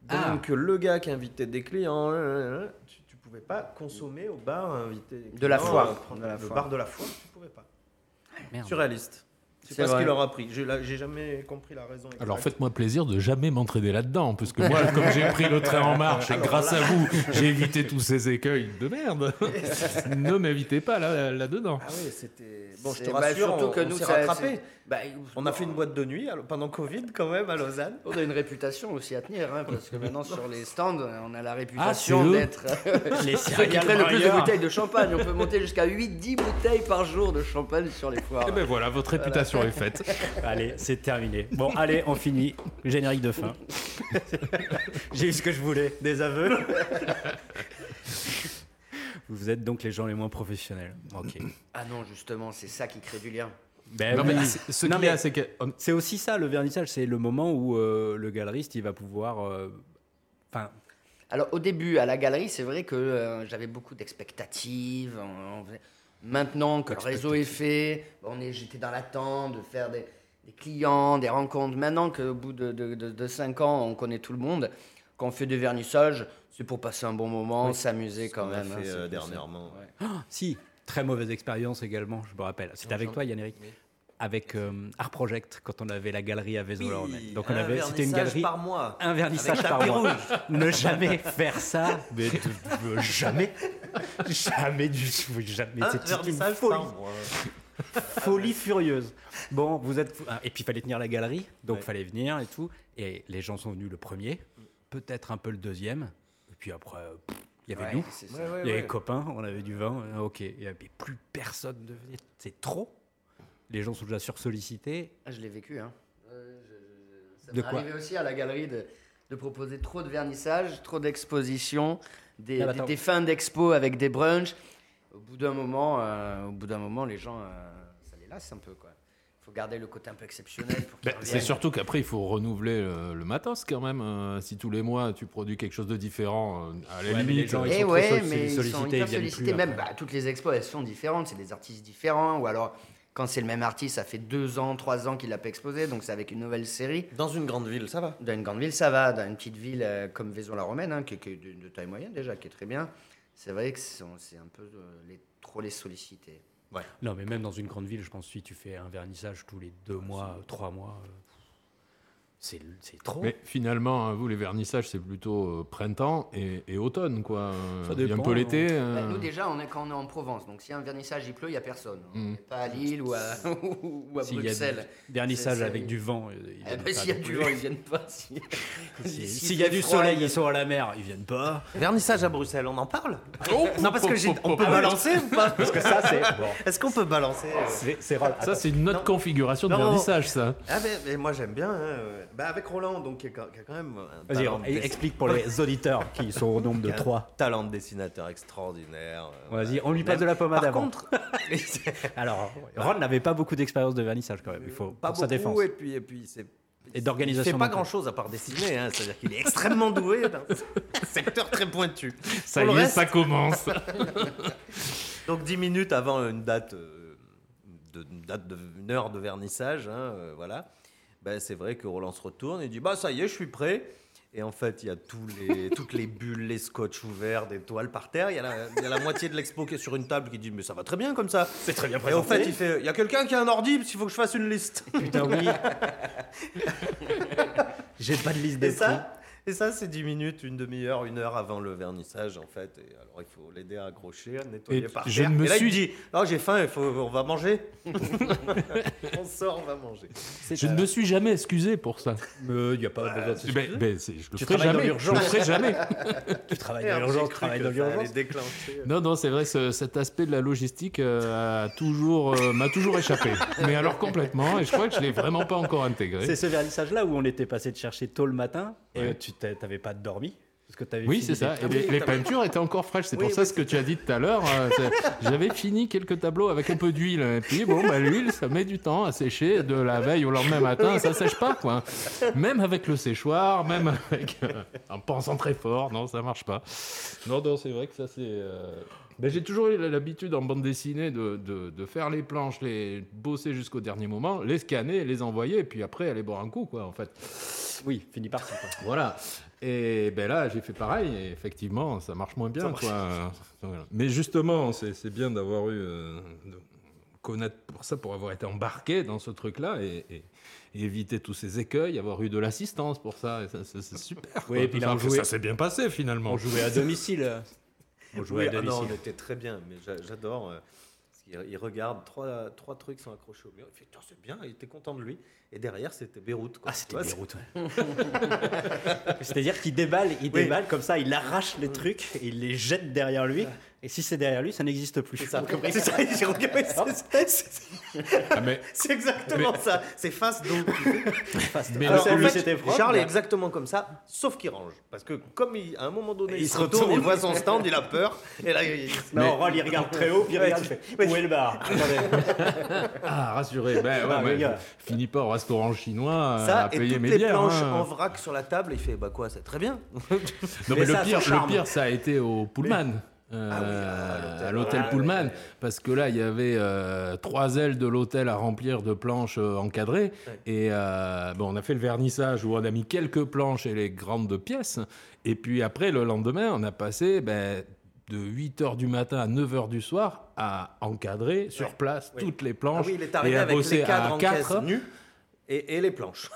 A: Ah.
H: Donc, le gars qui invitait des clients, euh, euh, tu, tu pouvais pas consommer au bar, euh, inviter. des
F: De la
H: clients,
F: foire.
H: euh, prendre
F: De la
H: le
F: foire. Ah,
H: bar de la foire, tu pouvais pas.
A: Merde.
H: Surréaliste. C'est
F: C'est
H: pas ce
F: vrai.
H: qu'il leur a pris. J'ai la- j'ai jamais compris la raison.
E: Alors
H: exacte.
E: faites-moi plaisir de jamais m'entraîner là-dedans, parce que moi, comme j'ai pris le train en marche, et grâce à vous, j'ai évité tous ces écueils de merde. ne m'invitez pas là- là-dedans.
H: Ah oui, c'était. Bon, je te
F: C'est- bah,
H: rassure,
F: surtout
H: on,
F: que
H: on
F: nous,
H: s'est
F: ça-
H: rattrapé.
F: Bah,
H: On a fait une boîte de nuit alors, pendant Covid quand même à Lausanne.
F: On a une réputation aussi à tenir, hein, parce que maintenant sur les stands, on a la
H: Ah,
A: c'est
F: réputation
A: eux.
F: d'être
A: Les
F: ceux qui
A: serial
F: prennent le plus de
A: warriors.
F: bouteilles de champagne. On peut monter jusqu'à 8-10 bouteilles par jour de champagne sur les foires.
E: Eh ben voilà, votre réputation est faite.
A: Allez, c'est terminé. Bon, allez, on finit. Générique de fin. J'ai eu ce que je voulais, des aveux. Vous êtes donc les gens les moins professionnels. Ok.
F: Ah non, justement, c'est ça qui crée du lien.
A: Ben
E: Non,
A: oui.
E: mais c'est- ce
A: Non,
E: qu'il y
A: mais
E: a, c'est que oh, ben, on-
A: c'est aussi ça le vernissage, c'est le moment où euh, le galeriste il va pouvoir. euh, Enfin,
F: Alors au début, à la galerie, c'est vrai que euh, j'avais beaucoup d'expectatives. on- on faisait- Maintenant que le réseau est fait, on est, j'étais dans l'attente de faire des, des clients, des rencontres. Maintenant qu'au bout de, de, 5 ans, on connaît tout le monde, quand on fait des vernissages, c'est pour passer un bon moment, s'amuser quand même. hein,
H: fait,
F: c'est
H: euh,
F: plus-
H: dernièrement.
F: ouais.
A: si, très mauvaise expérience également, je me rappelle. C'était avec toi, Yann-Éric Avec euh, Art Project, quand on avait la galerie à Vézelay. Donc on avait, c'était une galerie.
H: par mois.
A: un vernissage
H: Avec
A: par
H: tapis
A: mois. ne jamais faire ça, mais de- euh, jamais, jamais du tout, jamais.
H: Un
A: C'était une
H: vernissage
A: folie,
H: par mois.
A: folie furieuse. Bon, vous êtes fou- ah, et puis il fallait tenir la galerie, donc il fallait venir et tout. Et les gens sont venus le premier, peut-être un peu le deuxième, et puis après euh, pff, il y avait
F: Ouais,
A: nous,
F: c'est
H: Ouais,
F: ça.
H: ouais,
A: il y avait
H: ouais.
A: les copains, on avait du vin, euh, ok. Il n'y avait plus personne de venir, c'est trop. Les gens sont déjà sursollicités.
F: Ah, je l'ai vécu. Hein. Euh, je- je- Ça
A: De
F: m'est
A: quoi
F: arrivé aussi à la galerie de, de proposer trop de vernissages, trop d'expositions, des,
A: Ah bah
F: des-
A: attends.
F: des fins d'expo avec des brunchs. Au bout d'un moment, euh, au bout d'un moment, les gens, euh, ça les lasse un peu quoi. Faut garder le côté un peu exceptionnel pour
A: Bah,
F: qu'ils
E: Ben, c'est
F: reviennent.
E: surtout qu'après, il faut renouveler euh, le matos quand même. euh, si tous les mois, tu produis quelque chose de différent, euh, à la
A: Ouais, mais les
E: limite...
A: gens,
E: euh,
A: ils-
F: Eh
A: sont
F: ouais,
A: très sol-
F: mais ils sont
A: sollicités, ils viennent
F: hyper
A: plus hein.
F: sollicités. Même
A: après.
F: bah, toutes les expos, elles sont différentes. C'est des artistes différents. Ou alors, quand c'est le même artiste, ça fait deux ans, trois ans qu'il l'a pas exposé. Donc c'est avec une nouvelle série.
H: Dans une grande ville, ça va.
F: Dans une grande ville, ça va. Dans une petite ville euh, comme Vaison-la-Romaine, hein, qui, qui est de, de taille moyenne déjà, qui est très bien, c'est vrai que c'est c'est un peu euh, les- trop les solliciter.
A: Non, mais même dans une grande ville, je pense si tu fais un vernissage tous les deux mois, trois mois, euh, c'est c'est trop.
E: Mais finalement, hein, vous, les vernissages, c'est plutôt euh, printemps et, et automne, quoi. Euh,
A: Ça
E: Il y a un
A: dépend,
E: peu l'été.
A: Mmh.
F: Bah,
E: euh,
F: nous, déjà, on est quand on est en Provence. Donc, s'il y a un vernissage, il pleut, il n'y a personne. On
E: Mm.
F: n'est Pas à Lille ou à, ou à
A: Mmh. S'il y a
F: Bruxelles.
A: du vernissage
F: C'est- c'est-
A: avec du vent, euh, ils
F: Eh
A: viennent
F: ben,
A: pas
F: S'il y a
A: non
F: du
A: plus.
F: vent, ils viennent pas. Si-
A: S'il
F: s'il
A: s'il y a
F: fait
A: du
F: froid,
A: soleil,
F: ils
A: ils sont à la mer, ils viennent pas.
H: Vernissage à Bruxelles, on en parle
E: pou,
H: Non, parce que
E: pou,
H: j'ai.
E: pou,
H: On
E: pou,
H: peut
E: pou.
H: balancer ou pas
A: Oh. Ah Parce que ça, c'est bon,
H: Est-ce qu'on peut balancer euh
A: c'est c'est rare.
E: Ça, c'est une autre
H: Non.
E: configuration de
H: Non.
E: vernissage, ça.
H: Ah, mais, mais moi j'aime bien. hein, euh, Bah, avec Roland, donc, qui est quand qui a quand même. un
A: Vas-y,
H: talent de
A: et-
H: dessin-
A: explique pour les auditeurs qui sont au nombre de
H: qui a un
A: trois. Bah,
H: Talent de dessinateur extraordinaire. euh,
A: Vas-y,
H: voilà.
A: on lui
H: Même-
A: passe de la pommade
H: Par
A: avant.
H: contre,
A: Alors, Ron n'avait pas beaucoup d'expérience de vernissage quand même. Il faut
H: pas
A: pour sa
H: beaucoup,
A: défense.
H: et puis, et puis c'est.
A: Et d'organisation
H: Il fait pas
A: non plus.
H: grand chose à part dessiner, hein, c'est-à-dire qu'il est extrêmement doué dans un secteur très pointu.
E: Ça
H: Pour
E: y
H: le
E: est,
H: reste-
E: ça commence.
H: Donc 10 minutes avant une date, euh, de, une date de, une heure de vernissage, hein, euh, voilà. Ben, c'est vrai que Roland se retourne et dit bah ça y est, je suis prêt. Et en fait, il y a tous les, toutes les bulles, les scotch ouverts, des toiles par terre. Il y, a la- il y a la moitié de l'expo qui est sur une table qui dit Mais ça va très bien comme ça. C'est très bien présenté. Et en fait, il fait Il y a quelqu'un qui a un ordi, parce qu'il faut que je fasse une liste.
F: Putain, oui. J'ai pas de liste
H: Et
F: des prix.
H: ça, et ça c'est 10 minutes, une demi-heure, une heure avant le vernissage, en fait. Et alors, il faut l'aider à accrocher, à nettoyer
E: Et
H: par
E: je
H: terre.
E: me
H: et là,
E: suis-
H: il dit Non, j'ai faim, il faut, on va manger. on sort, on va manger.
E: Je ne me suis jamais excusé pour ça.
G: Il n'y a
A: Bah,
G: pas besoin de
E: Je- ben- ben, c'est- je le
G: Tu
E: ferai
G: travailles dans
E: jamais. Je
G: l'urgence.
E: le ferai jamais.
G: Tu travailles
H: Merde,
G: dans
H: j'ai
G: l'urgence, tu
H: cru
G: travailles
H: que
A: euh,
G: dans
H: ça allait
G: l'urgence.
H: déclencher.
E: Non, non, c'est vrai, ce- cet aspect de la logistique euh, a toujours, euh, m'a toujours échappé. Mais alors complètement, et je crois que je l'ai vraiment pas encore intégré.
G: C'est ce vernissage-là où on était passé te chercher tôt le matin
E: Ouais.
G: et euh, tu t'es- t'avais pas dormi parce que t'avais
E: Ah Oui,
G: fini
E: c'est ça.
G: des-
E: Et les, les peintures étaient encore fraîches. C'est pour ça ce que tu as dit tout à l'heure. euh, c'est- J'avais fini quelques tableaux avec un peu d'huile. Et puis, bon, bah, l'huile, ça met du temps à sécher de la veille au lendemain matin. Ça sèche pas, quoi. Même avec le séchoir, même avec. euh, en pensant très fort, non, ça marche pas. Non, non, c'est vrai que ça, c'est. euh, ben, J'ai toujours eu l'habitude en bande dessinée de, de- de faire les planches, les bosser jusqu'au dernier moment, les scanner, les envoyer, et puis après aller boire un coup, quoi, en fait.
G: Oui, fini par ça. quoi.
E: Voilà. Et ben là, j'ai fait pareil. Et effectivement, ça marche moins bien. quoi. Voilà. Mais justement, c'est c'est bien d'avoir eu. euh, de connaître pour ça, pour avoir été embarqué dans ce truc-là et, et- et éviter tous ces écueils, avoir eu de l'assistance pour ça. et ça, ça, c'est super. quoi.
G: et puis là,
E: ça,
G: on jouait-
E: ça s'est bien passé finalement.
G: On jouait à domicile. On jouait
H: Oui,
G: à
H: ah non,
G: domicile.
H: on était très bien, mais j'a- j'adore. euh, parce qu'il- il regarde trois, trois trucs sont accrochés au mur. Il fait Putain, c'est bien, il était content de lui. Et derrière, c'était Beyrouth. quoi.
G: Ah, c'était
H: Tu vois, c'est-
G: Beyrouth. ouais. C'est-à-dire qu'il déballe, il déballe comme ça, il arrache les trucs, et il les jette derrière lui. Et si c'est derrière lui, ça n'existe plus.
H: C'est ça.
G: C'est ça, j'ai regardé ça.
H: C'est- c'est-
E: Ah, mais,
H: C'est exactement ça. C'est face donc.
E: mais
H: Alors,
E: le-
H: en
G: lui,
H: fait,
G: c'était propre,
H: Charles
G: mais-
H: est exactement comme ça, sauf qu'il range. Parce que comme il- à un moment donné,
G: Et
H: il, se retourne, il voit son stand, il a peur. Et là, il-
G: Non, Roll, Oh, il regarde très haut, puis il
H: Ouais,
G: regarde,
H: tu-
G: il fait, Où est le bar Attendez.
E: ah, rassuré. Ben, ouais,
G: Ah,
E: ouais,
G: les gars.
E: je finis pas au restaurant chinois euh,
H: ça,
E: à
H: et
E: payer
H: toutes
E: mes
H: les
E: bières,
H: planches
E: hein.
H: en vrac sur la table, il fait bah quoi, c'est très bien.
E: Non,
G: Mais
E: mais,
G: ça a son
E: le, pire,
G: charme.
E: le pire, ça a été au Pullman.
H: Ah
E: euh, à l'hôtel Pullman, parce que là il y avait euh, trois ailes de l'hôtel à remplir de planches euh, encadrées, et euh, bon, on a fait le vernissage où on a mis quelques planches et les grandes pièces, et puis après le lendemain on a passé ben, de 8h du matin à 9h du soir à encadrer sur place
H: oui.
E: toutes les
H: Ah
E: planches
H: oui, il est
E: et
H: arrivé
E: à
H: avec
E: bosser
H: les cadres
E: à
H: en caisse
E: 4
H: nus et, et les planches.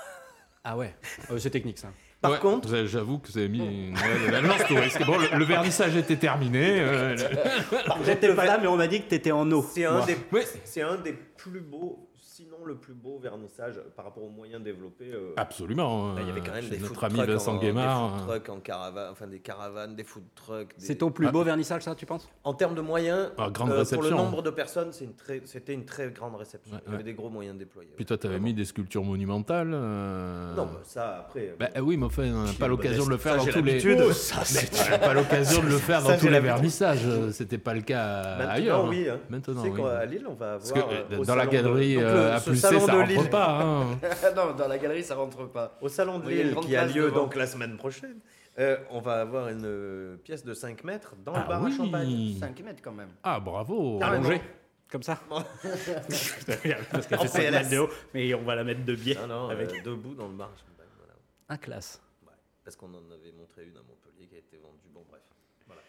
G: Ah ouais, Euh, c'est technique ça.
H: Par
E: Ouais,
H: contre,
E: j'a- j'avoue que vous avez mis une- ouais, de la lance touristique. Bon, le, le vernissage était terminé. euh, le-
G: J'étais pas là, mais on m'a dit que t'étais en eau.
H: C'est un,
G: Moi.
H: des,
E: Oui.
H: c'est un des plus beaux, sinon le plus beau vernissage euh, par rapport aux moyens développés. euh.
E: Absolument. euh,
H: Là, il y avait quand même
E: chez
H: des food
E: Ah, notre ami
H: trucks
E: Vincent
H: en, des food
E: Guémard. euh,
H: trucks en caravane, enfin des caravanes, des food trucks. des-
G: C'est ton
A: Ah.
G: plus beau vernissage, ça, tu penses
H: En termes de moyens, euh,
E: Ah, grande
H: pour le
E: réception,
H: nombre de personnes, c'est une très, c'était une très grande réception.
E: Ouais,
H: Il y avait
E: ouais.
H: des gros moyens déployés.
E: Puis toi, t'avais mis des sculptures monumentales. euh,
H: Non, bah, ça après.
E: Bah, euh, oui, mais enfin, on n'a pas l'occasion de le faire
H: Ça,
E: dans
H: j'ai
E: tous les.
H: l'habitude. Ah,
E: Oh, ça, c'est- on n'a pas l'occasion de le faire
H: Ça,
E: dans
H: j'ai
E: tous les
H: l'habitude.
E: vernissages. euh, C'était pas le cas euh,
H: Maintenant,
E: ailleurs.
H: oui. hein.
E: Maintenant,
H: tu sais
E: oui.
H: qu'à Lille, on va
E: Parce
H: avoir.
E: que
H: euh,
E: euh,
H: au
E: dans la
H: salon de-
E: galerie
H: donc, le-
E: euh, à
H: ce
E: Pulsé, ça
H: salon de
E: rentre
H: Lille-
E: pas. hein.
F: non, dans la galerie, ça rentre pas.
H: Au salon de
F: Oui, il y a une
H: Lille
F: grande
H: qui a
F: place
H: lieu
F: devant.
H: donc la semaine prochaine, euh, on va avoir une euh, pièce de 5 mètres dans le
E: Ah
H: bar à champagne.
A: Mmh.
E: oui.
F: 5 mètres quand même.
E: Ah bravo.
H: Carrément.
G: Allongé Comme ça Parce qu'elle
H: En
G: fait 5
H: PLS.
G: mètres de haut, mais on va la mettre de biais.
H: Non, non,
G: avec...
H: euh, debout dans le bar à champagne. voilà.
G: Un classe.
H: Ouais. Parce qu'on en avait montré une à Montpellier qui a été vendue. Bon, bref.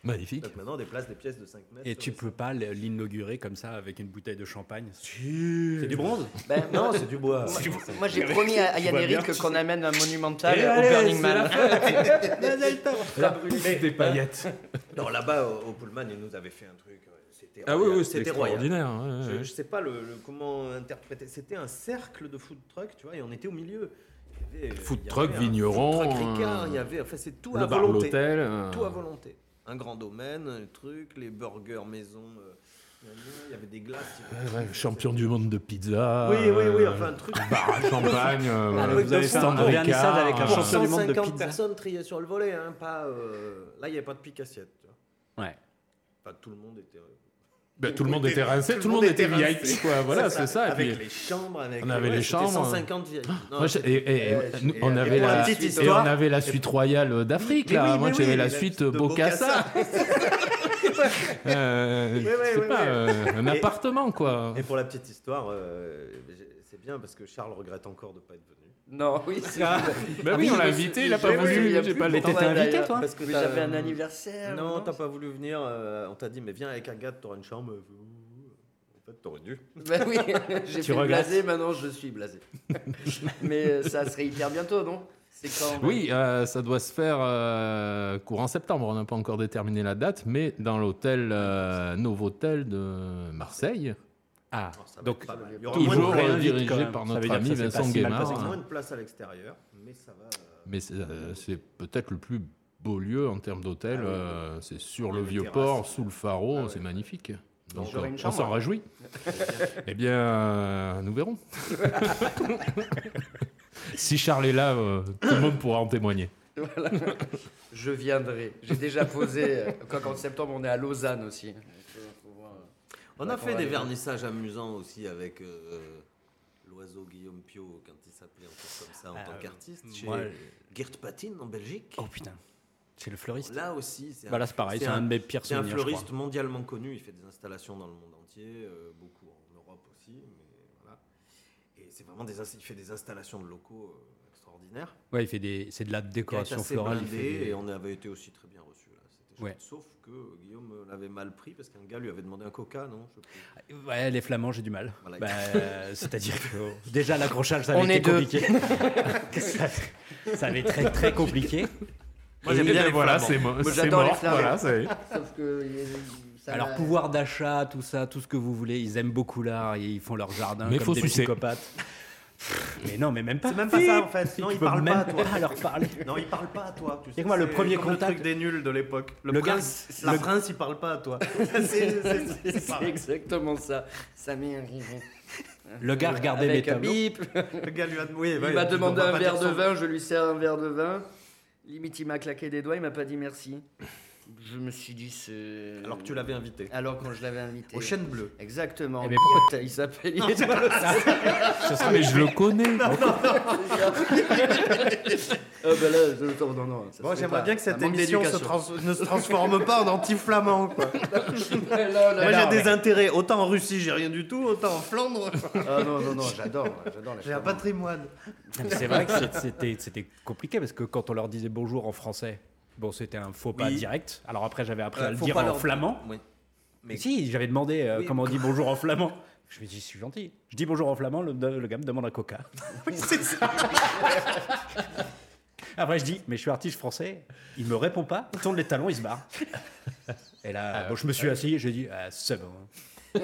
E: Magnifique.
H: Donc maintenant, on déplace des pièces de 5 mètres.
A: Et
H: sur
A: tu
H: les
A: peux pas l'inaugurer comme ça avec une bouteille de champagne
G: C'est du bronze
F: Ben,
H: salons. Non, c'est du bois.
F: moi, moi, j'ai promis à, à Yann
G: vois bien,
F: Eric qu'on amène un monumental
E: Et
F: au
E: allez,
F: Burning
E: c'est
F: Man.
E: La pousse des paillettes.
H: Non, là-bas, au, au Pullman, ils nous avaient fait un truc. euh, C'était
E: Ah oui,
H: royal.
E: oui, c'était
H: royal.
E: extraordinaire. hein, ouais, ouais.
H: Je, je sais pas le, le- comment interpréter. C'était un cercle de food truck, tu vois, et on était au milieu. Il y avait, euh,
E: Food
H: il y
E: truck,
H: avait un
E: vigneron,
H: food truck Ricard,
E: euh,
H: il y avait, enfin, c'est tout à
E: Le bar,
H: volonté.
E: l'hôtel. euh,
H: Tout à volonté. Un grand domaine, un truc, les burgers maison. euh, il y avait des glaces. il y avait-
E: ouais, Champion du monde de pizza.
H: Oui, oui, oui,
E: euh,
H: enfin, un truc.
E: Bar à champagne. euh,
H: Ah,
E: voilà.
H: oui, vous avez fait un
E: stand Ricard,
G: vernissage avec un
E: euh,
H: Pour
G: champion du monde de
H: 150
G: pizza.
H: personnes triées sur le volet, hein, pas. euh, Là, il n'y avait pas de pique-assiette. tu vois.
G: Ouais.
H: Pas tout le monde était. euh,
E: Ben, tout le monde était rincé, tout le monde était VIP, quoi. Voilà, c'est ça. Et
H: Avec
E: puis,
H: les chambres, avec
E: on avait les
H: c'était
E: chambres. hein.
H: 150 VIP. Non,
E: moi, je- et, et- et-
F: Euh,
E: nous,
F: et-
E: on
F: et
E: avait
F: pour
E: la
F: la petite
E: et
F: histoire-
E: on avait la suite royale d'Afrique là.
H: oui,
E: Moi
H: mais
E: j'avais
H: oui,
E: la
H: la
E: suite
H: suite de
E: Bokassa. Euh, je
H: oui,
E: sais
H: oui,
E: pas,
H: oui.
E: euh, un
H: Et-
E: appartement quoi.
H: Et pour la petite histoire, euh, j'ai- c'est bien parce que Charles regrette encore de ne pas être venu.
F: Non, oui, c'est
A: Ah.
F: ah
E: Bah oui, on l'a invité, il a pas
F: j'ai- oui, il y
E: voulu,
F: a
E: j'ai
F: plus
E: pas
F: de
E: le temps.
F: problème,
G: invité,
F: d'ailleurs,
G: toi
H: Parce que
F: Mais
H: t'as-
F: j'avais un anniversaire.
H: Non, t'as pas voulu venir. euh, on t'a dit, mais viens avec un gars, t'auras une chambre. euh, En fait, t'aurais dû.
F: Bah oui, j'ai fait le
G: regrettes.
F: blasé, maintenant je suis blasé. Mais euh, ça serait hyper bientôt, non C'est quand
E: Oui, euh, ça doit se faire euh, courant septembre. On n'a pas encore déterminé la date, mais dans l'hôtel euh, Novotel de Marseille,
A: Ah,
H: Alors, ça va
A: donc
H: être pas mal. Il y aura moins de
E: toujours
H: place.
E: euh,
A: réinvite, quand
E: dirigé
A: même.
E: par
A: Ça veut
E: notre
A: dire que
E: ami
A: ça s'est pas
E: Vincent
A: si mal passé
E: Guémard.
A: que
H: Il y
E: hein.
H: aura moins de place à l'extérieur, mais ça va. euh,
E: Mais c'est euh, c'est peut-être le plus beau lieu en termes d'hôtel.
H: Ah oui.
E: euh, c'est
H: Il
E: sur
H: y
E: le
H: a une
E: vieux
H: terrasse.
E: port, sous le pharo,
H: Ah ouais.
E: c'est magnifique. Donc
F: J'aurai
E: euh,
F: une
E: on
F: chambre,
E: s'en
F: alors.
E: réjouit. eh bien, euh, nous verrons. si Charles est là, euh, tout le monde pourra en témoigner.
F: Voilà. Je viendrai. J'ai déjà posé. euh, Quoi qu'en septembre, on est à Lausanne aussi. Donc, euh, faut voir.
H: On
F: Bah,
H: a
F: qu'on
H: fait
F: va
H: des
F: aller.
H: vernissages amusants aussi avec euh, l'oiseau Guillaume Pio quand il s'appelait encore comme ça en
A: Ah,
H: tant
A: euh,
H: qu'artiste chez
A: moi,
H: Geert Patine en Belgique.
A: Oh putain, c'est le fleuriste.
H: Là aussi, c'est
A: Bah là, c'est pareil, c'est un de mes pires
H: c'est un
A: souvenirs, je
H: fleuriste mondialement connu. Il fait des installations dans le monde entier, euh, beaucoup en Europe aussi, mais voilà. Et c'est vraiment des, ins- il fait des installations de locaux euh, extraordinaires.
A: Ouais, il fait des, c'est de la
H: qui a été
A: décoration
H: assez
A: florale. il
H: blindé,
A: fait des-
H: et on avait été aussi très bien reçus là. C'était chouette.
A: Ouais.
H: Sauf que Guillaume l'avait mal pris parce qu'un gars lui avait demandé un coca, non Je sais plus.
E: Ah,
A: Ouais, les Flamands, j'ai du mal.
H: Voilà.
A: Bah, euh, c'est-à-dire que oh, déjà l'accrochage, ça
F: On
A: avait
F: est
A: été
F: deux.
A: compliqué. ça, ça avait été très très compliqué.
H: Moi, j'aime bien
E: Eh bien,
H: les
E: voilà,
H: Flamands.
E: c'est mo-
F: Moi,
E: c'est
F: j'adore les
E: mort.
F: Flamands.
E: Voilà, c'est-
F: Sauf que. il y a- ça
A: Alors
F: m'a-
A: pouvoir d'achat, tout ça, tout ce que vous voulez, ils aiment beaucoup l'art, et ils font leur jardin
E: Mais
A: comme
E: faut
A: des
E: sucer.
A: psychopathes. Mais non, mais même pas.
H: C'est même pas ça en fait. Non,
A: Tu
H: il
A: peux
H: parle
A: même
H: pas à toi.
A: pas leur parler.
H: Non, il parle pas à toi. Tu
A: Et moi, le
H: c'est
A: premier
H: comme
A: contact-
H: le truc des nuls de l'époque. Le,
A: Le
H: prince,
A: gars-
H: la
A: le-
H: prince, il parle pas à toi. C'est- c'est- c'est- c'est
F: C'est
H: pareil.
F: exactement ça. Ça m'est arrivé.
A: Le gars regardait
F: Avec
A: mes
F: un
A: tableaux.
F: bip.
H: Le gars lui a demandé.
F: Il m'a demandé un verre de vin, je lui sers un verre de vin. Limite, il m'a claqué des doigts, il m'a pas dit merci. Je me suis dit, c'est.
H: Alors que tu l'avais invité.
F: Alors quand je l'avais invité.
H: Aux chaînes bleues.
F: Exactement.
A: Eh ben, pourquoi
F: Il s'appelle.
E: Ah, mais je le connais.
F: Ah bah là, je- non, non, non, ça
H: Bon,
F: se fait
H: j'aimerais
F: pas.
H: bien que cette
F: Ça manque
H: émission se
F: d'éducation.
H: trans- ne se transforme pas en anti-flamand. quoi.
F: Là, là,
H: Moi,
F: là,
H: j'ai des
F: ouais.
H: intérêts. Autant en Russie, j'ai rien du tout. Autant en Flandre,
F: Ah non, non, non, j'adore, j'adore la
H: j'ai un
F: Flandre.
H: patrimoine.
A: Non, mais C'est vrai que c'est- c'était, c'était compliqué parce que quand on leur disait bonjour en français, bon, c'était un faux pas
H: Oui.
A: direct. Alors après, j'avais appris à
H: Euh,
A: le
H: faut
A: dire
H: pas
A: en
H: leur-
A: flamand.
H: Oui.
A: Mais si, j'avais demandé euh,
H: Oui,
A: comment on dit bonjour en flamand. Je me dis, je suis gentil. Je dis bonjour en flamand, le, le gars me demande un coca.
H: Oui, c'est ça.
A: Après, je dis, mais je suis artiste français. Il me répond pas, il tourne les talons, il se barre. Et
H: Euh,
A: là, bon, je me suis assis et j'ai dit, ah, c'est bon.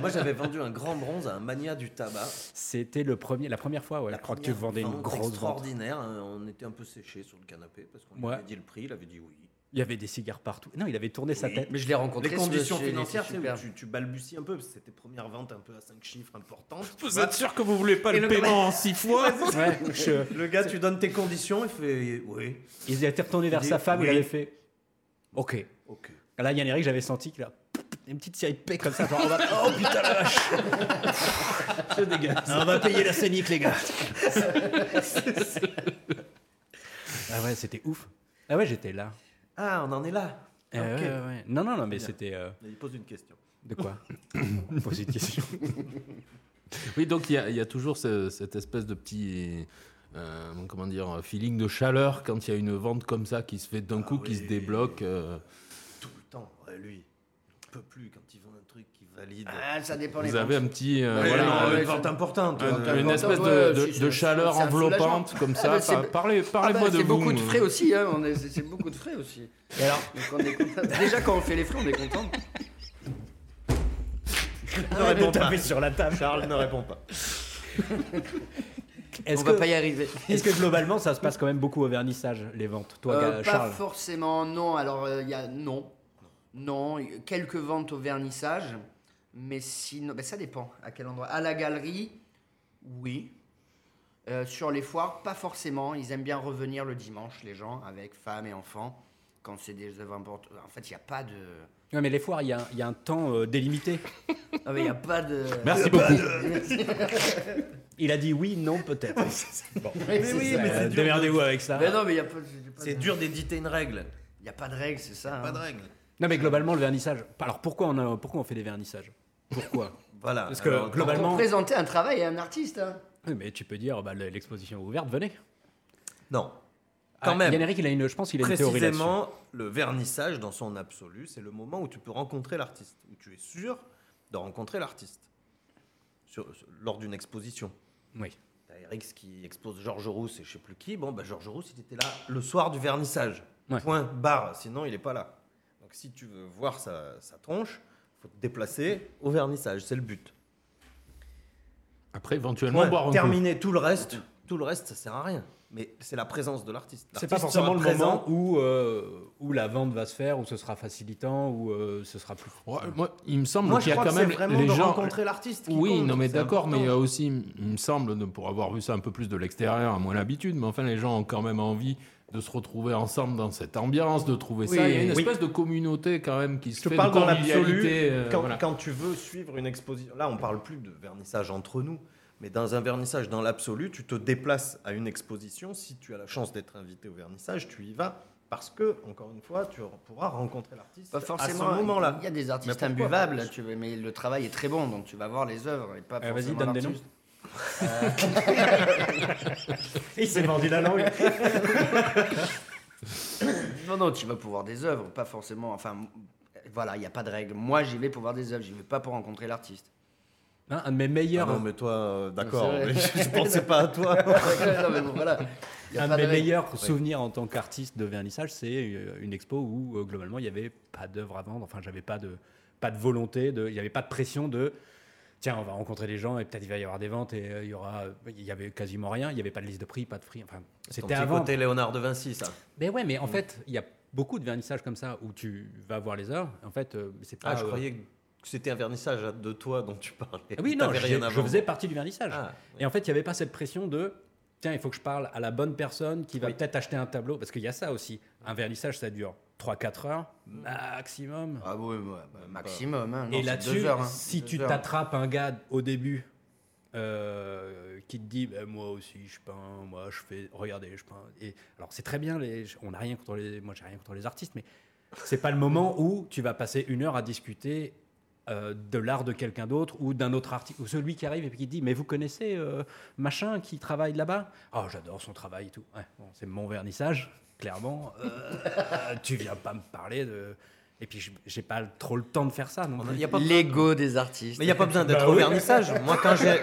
H: Moi, j'avais vendu un grand bronze à un mania du tabac.
A: C'était le premier, la première fois, ouais. je crois que tu
H: première
A: vendais une
H: vente
A: grosse vente.
H: extraordinaire. hein. On était un peu séchés sur le canapé parce qu'on
A: Ouais.
H: lui avait dit le prix. Il avait dit oui.
A: Il y avait des cigares partout. Non, il avait tourné sa
H: Oui.
A: tête.
F: Mais je l'ai rencontré.
H: Les conditions
F: ce monsieur, il était
H: financières, tu, sais,
F: super.
H: où tu, tu balbuties un peu, parce que c'était première vente un peu à 5 chiffres importantes. Bah,
E: Vous êtes sûr que vous voulez pas
H: Et le-
E: le paiement en six fois
A: Ouais, je-
H: Le gars, tu donnes tes conditions, il fait oui,
A: euh, Il était retourné vers
H: dit,
A: sa femme,
H: oui.
A: il avait fait Ok.
H: ok.
A: Là, Yann Eric, j'avais senti qu'il a une petite série de paix comme ça. Genre, on va- oh putain la vache Je dégage. On va payer la scénique, les gars. ah ouais, c'était ouf. Ah ouais, j'étais là.
H: Ah, on en est là.
A: Euh,
H: Ok.
A: ouais, ouais. Non, non, non, mais
H: Bien.
A: c'était. euh,
H: Il pose une question.
A: de quoi Poser une question.
E: Oui, donc il y, a- il y a toujours ce- cette espèce de petit. euh, comment dire, feeling de chaleur quand il y a une vente comme ça qui se fait d'un
H: Ah
E: coup, qui
H: oui.
E: se débloque. euh.
H: Tout le temps, ouais, lui, il peut plus quand il vend un truc qui valide.
F: Ah, ça dépend les
E: Vous avez un petit. euh,
H: Ouais,
E: voilà,
H: non,
E: euh,
H: une vente importante.
E: un-
H: euh,
E: une
F: vente,
E: espèce de,
F: ouais,
E: de-
F: si, c'est-
E: de
F: c'est-
E: chaleur
F: c'est un
E: enveloppante
F: soulagement.
E: comme
F: Ah
E: ça.
F: bah, c'est-
E: Par- parlez,
F: Ah
E: parlez-moi
F: bah,
E: de
F: c'est
E: vous. euh,
F: beaucoup de frais aussi, hein. on est- c'est c'est beaucoup de frais aussi.
A: Et alors
F: Donc, on est content. Déjà quand on fait les frais, on est content.
H: Ne réponds pas.
A: sur la table.
H: Charles ne répond pas.
A: Est-ce
F: on va
A: que,
F: pas y arriver.
A: est-ce que globalement, ça se passe quand même beaucoup au vernissage, les ventes Toi,
F: Euh,
A: gars,
F: pas
A: Charles
F: forcément, non. Alors, euh, il y a non. Non, y- quelques ventes au vernissage. Mais sinon, ben, ça dépend à quel endroit. À la galerie, oui. Euh, sur les foires, pas forcément. Ils aiment bien revenir le dimanche, les gens, avec femmes et enfants, quand c'est des œuvres importantes. En fait, il n'y a pas de.
A: Ouais, mais les foires, il y a, il y a un temps euh, délimité.
F: Ah, mais il n'y a pas de.
E: Merci beaucoup.
A: Il a dit oui, non, peut-être.
F: Mais oui, mais
A: Euh,
H: c'est dur
A: Démerdez-vous avec ça.
F: Mais non, mais il n'y a pas, j'ai pas
H: C'est
F: de-
H: dur d'éditer une règle.
F: y a pas de règles, c'est ça.
H: Pas
F: hein.
H: de règle.
A: Non, mais globalement, le vernissage. Alors pourquoi on, a- pourquoi on fait des vernissages Pourquoi
H: Voilà.
A: Parce que
H: alors,
A: globalement.
F: Pour présenter un travail à un artiste. hein.
A: Oui, Mais tu peux dire, bah, le- l'exposition est ouverte, venez.
H: Non. Quand même.
A: Yann-Eric, il a une, je pense qu'il a une théorie là-dessus.
H: Précisément, le vernissage, dans son absolu, c'est le moment où tu peux rencontrer l'artiste, où tu es sûr de rencontrer l'artiste Sur- sur- lors d'une exposition.
A: Oui.
H: T'as Erix qui expose Georges Rousse et je sais plus qui. Bon, bah, Georges Rousse, il était là le soir du vernissage.
A: Ouais.
H: Point barre. Sinon, il n'est pas là. Donc, si tu veux voir sa, sa tronche, faut te déplacer au vernissage. C'est le but.
E: Après, éventuellement,
H: Point.
E: boire un coup.
H: Terminer tout le reste. Tout le reste, ça sert à rien. Mais c'est la présence de l'artiste.
A: C'est pas
H: L'artiste
A: forcément le
H: sera présent.
A: moment où, euh, où la vente va se faire, où ce sera facilitant, où euh, ce sera plus.
E: Ouais, moi, il me semble
H: Moi, je
E: qu'il y a
H: crois
E: quand
H: que c'est
E: même
H: vraiment
E: les
H: de
E: gens.
H: rencontrer l'artiste. qui
E: Oui,
H: compte,
E: non, mais
H: c'est
E: d'accord, mais euh, il y
H: important.
E: a aussi, il me semble, de- pour avoir vu ça un peu plus de l'extérieur, à moins l'habitude, mais enfin, les gens ont quand même envie de se retrouver ensemble dans cette ambiance, de trouver
H: Oui,
E: ça. Il y a une
H: oui.
E: espèce de communauté quand même qui se
H: Je te
E: fait
H: parle
E: de
H: dans l'absolu.
E: convivialité, euh,
H: quand,
E: voilà.
H: quand tu veux suivre une exposition, là, on parle plus de vernissage entre nous, mais dans un vernissage dans l'absolu, tu te déplaces à une exposition. Si tu as la chance d'être invité au vernissage, tu y vas parce que, encore une fois, tu pourras rencontrer l'artiste
F: Pas forcément. hein.
H: à ce moment-là.
F: Il y a des artistes
H: Mais pourquoi
F: imbuvables, tu veux, mais le travail est très bon, donc tu vas voir les œuvres et pas
A: Eh, vas-y,
F: forcément
A: donne des noms.
F: l'artiste.
G: Il s'est vendu la langue.
F: Non, non, tu vas pour voir des œuvres, pas forcément. Enfin, voilà, il n'y a pas de règle. Moi, j'y vais pour voir des œuvres, j'y vais pas pour rencontrer l'artiste.
A: Hein, un de mes meilleurs,
H: Ah non, mais toi, euh, d'accord,
F: C'est vrai.
H: mais je ne pensais pas à toi.
F: non, mais bon, voilà. Y a
A: un
F: pas
H: Ah,
A: de mes
F: règle.
A: meilleurs souvenirs en tant qu'artiste de vernissage, c'est euh, une expo où euh, globalement il n'y avait pas d'œuvre à vendre. Enfin, j'avais pas de pas de volonté, de- il n'y avait pas de pression de. Tiens, on va rencontrer les gens et peut-être il va y avoir des ventes et euh, il y aura, il y avait quasiment rien. Il n'y avait pas de liste de prix, pas de prix. Enfin, c'était Mm.
H: Ton petit
A: avant.
H: côté Léonard de Vinci, ça.
A: Mais ouais, mais en fait, il y a beaucoup de vernissages comme ça où tu vas voir les œuvres. En fait, euh, c'est pas.
H: Ah, je
A: euh,
H: croyais que c'était un vernissage de toi dont tu parlais.
A: Ah oui, non,
H: T'avais
A: je,
H: rien
A: je
H: à vendre.
A: faisais partie du vernissage.
H: Ah,
A: Et en fait, il n'y avait pas cette pression de tiens, il faut que je parle à la bonne personne qui va peut-être acheter un tableau. Parce qu'il y a ça aussi. Un vernissage, ça dure 3-4 heures maximum.
F: Ah oui, ouais, bah, maximum. Hein. Non,
A: Et
F: c'est
A: là-dessus,
F: deux heures, hein.
A: si
F: Deux
A: tu
F: heures.
A: t'attrapes un gars au début euh, qui te dit Ben, moi aussi je peins, moi je fais, regardez je peins. Et alors c'est très bien, les, on n'a rien contre les, moi j'ai rien contre les artistes, mais c'est pas le moment où tu vas passer une heure à discuter euh, de l'art de quelqu'un d'autre ou d'un autre artiste ou celui qui arrive et puis qui te dit mais vous connaissez euh, machin qui travaille là-bas oh j'adore son travail et tout Ouais, bon, c'est mon vernissage clairement Euh, tu viens pas me parler de et puis je- j'ai pas trop le temps de faire ça non
H: On a-
A: plus.
H: y a pas
F: L'ego des artistes.
H: Mais il n'y a pas besoin d'être
A: Bah
H: au
A: oui.
H: vernissage. Moi, quand j'ai.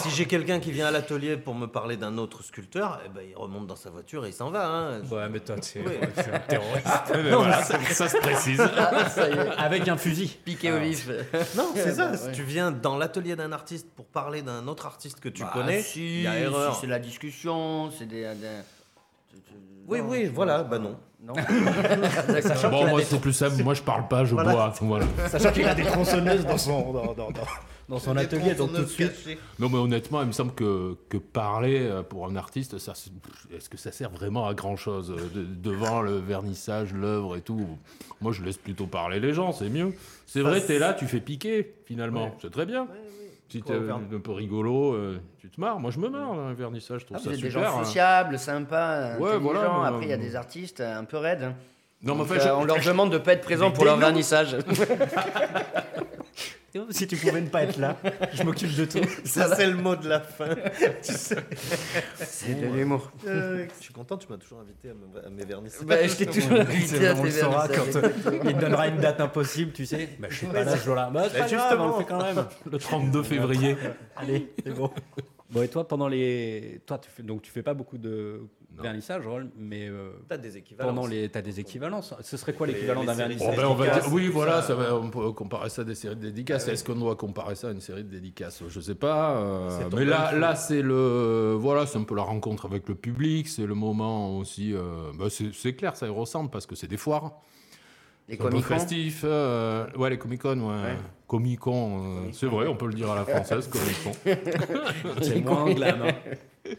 H: si j'ai quelqu'un qui vient à l'atelier pour me parler d'un autre sculpteur, eh ben, il remonte dans sa voiture et il s'en va. hein.
A: Ouais, mais toi, t'es
H: Oui.
A: t'es un terroriste.
E: Ouais, mais voilà, ça, ça se précise.
F: Ah, ça y est,
A: Avec un fusil.
F: piqué au vif.
H: Non, c'est ça.
F: bah,
H: Si
F: ouais.
H: tu viens dans l'atelier d'un artiste pour parler d'un autre artiste que tu
F: Bah,
H: connais,
F: si,
H: il y a erreur.
F: si, c'est la discussion, c'est des. des-
H: Oui,
F: Non,
H: oui,
F: non.
H: voilà, bah non.
F: Non.
A: Sachant
E: Bon,
A: qu'il
E: moi,
A: avait-
E: c'est plus simple. Moi, je parle pas, je bois. Voilà.
G: Sachant qu'il a des tronçonneuses dans son, dans,
A: dans son atelier, donc tout de suite.
E: Non, mais honnêtement, il me semble que, que parler euh, pour un artiste, ça, c'est- pff, est-ce que ça sert vraiment à grand chose euh, de- devant le vernissage, l'œuvre et tout Moi, je laisse plutôt parler les gens, c'est mieux. C'est vrai,
F: Bah,
E: t'es là, tu fais piquer, finalement. C'est très bien. Si t'es
H: Quoi, au vern-
E: un peu rigolo, euh, tu te marres. Moi, je me marre, dans un vernissage, je trouve
F: Ah, vous
E: ça
F: êtes des
E: super.
F: gens
E: hein.
F: sociables, sympas,
E: Ouais,
F: intelligents.
E: voilà, mais,
F: Après, il y a
E: euh,
F: des artistes euh, un peu raides.
E: Non, mais en
F: Donc,
E: fait,
F: euh,
E: je-
F: on leur demande de ne pas être présent pour leur vernissage.
G: Si tu pouvais ne pas être là, je m'occupe de tout.
H: Ça, c'est le mot de la fin. tu sais.
F: C'est de l'humour.
H: Euh, je suis content, tu m'as toujours invité à, me- à mes vernissages.
F: Bah, je t'ai toujours invité à
A: On
F: tes
A: le saura quand
F: vernissages.
A: euh, il te donnera une date impossible, tu sais. Bah, je suis pas là ce jour-là. Bah, c'est
H: Bah,
A: pas grave, on
H: justement.
A: le fait quand même.
E: le 32 février.
A: Allez, c'est bon. Bon, et toi, pendant les. Toi, tu fais... donc tu fais pas beaucoup de
E: Non.
A: vernissage, Roll, mais euh,
H: T'as des équivalences.
A: pendant les. T'as des équivalences. Ce serait quoi l'équivalent
H: Les-
A: d'un
H: les séries
E: Bon,
A: vernissage
E: ben, on va
H: dédicaces,
E: dire- oui,
H: tout
E: voilà,
H: ça.
E: ça va, on peut comparer ça à des séries de
A: Ah
E: dédicaces. Est-ce qu'on doit comparer ça à une série de dédicaces Je sais pas. euh,
H: C'est ton
E: mais là,
H: bonne
E: là c'est le, voilà, c'est un peu la rencontre avec le public. C'est le moment aussi. euh, bah, c'est c'est clair, ça y ressemble parce que c'est des foires.
F: Les
E: C'est un peu
F: comics.
E: festif. euh, ouais, les Comic Con, ouais. Comic Con, euh, c'est vrai, on peut le dire à la française, Comic Con.
A: C'est moins glam. hein.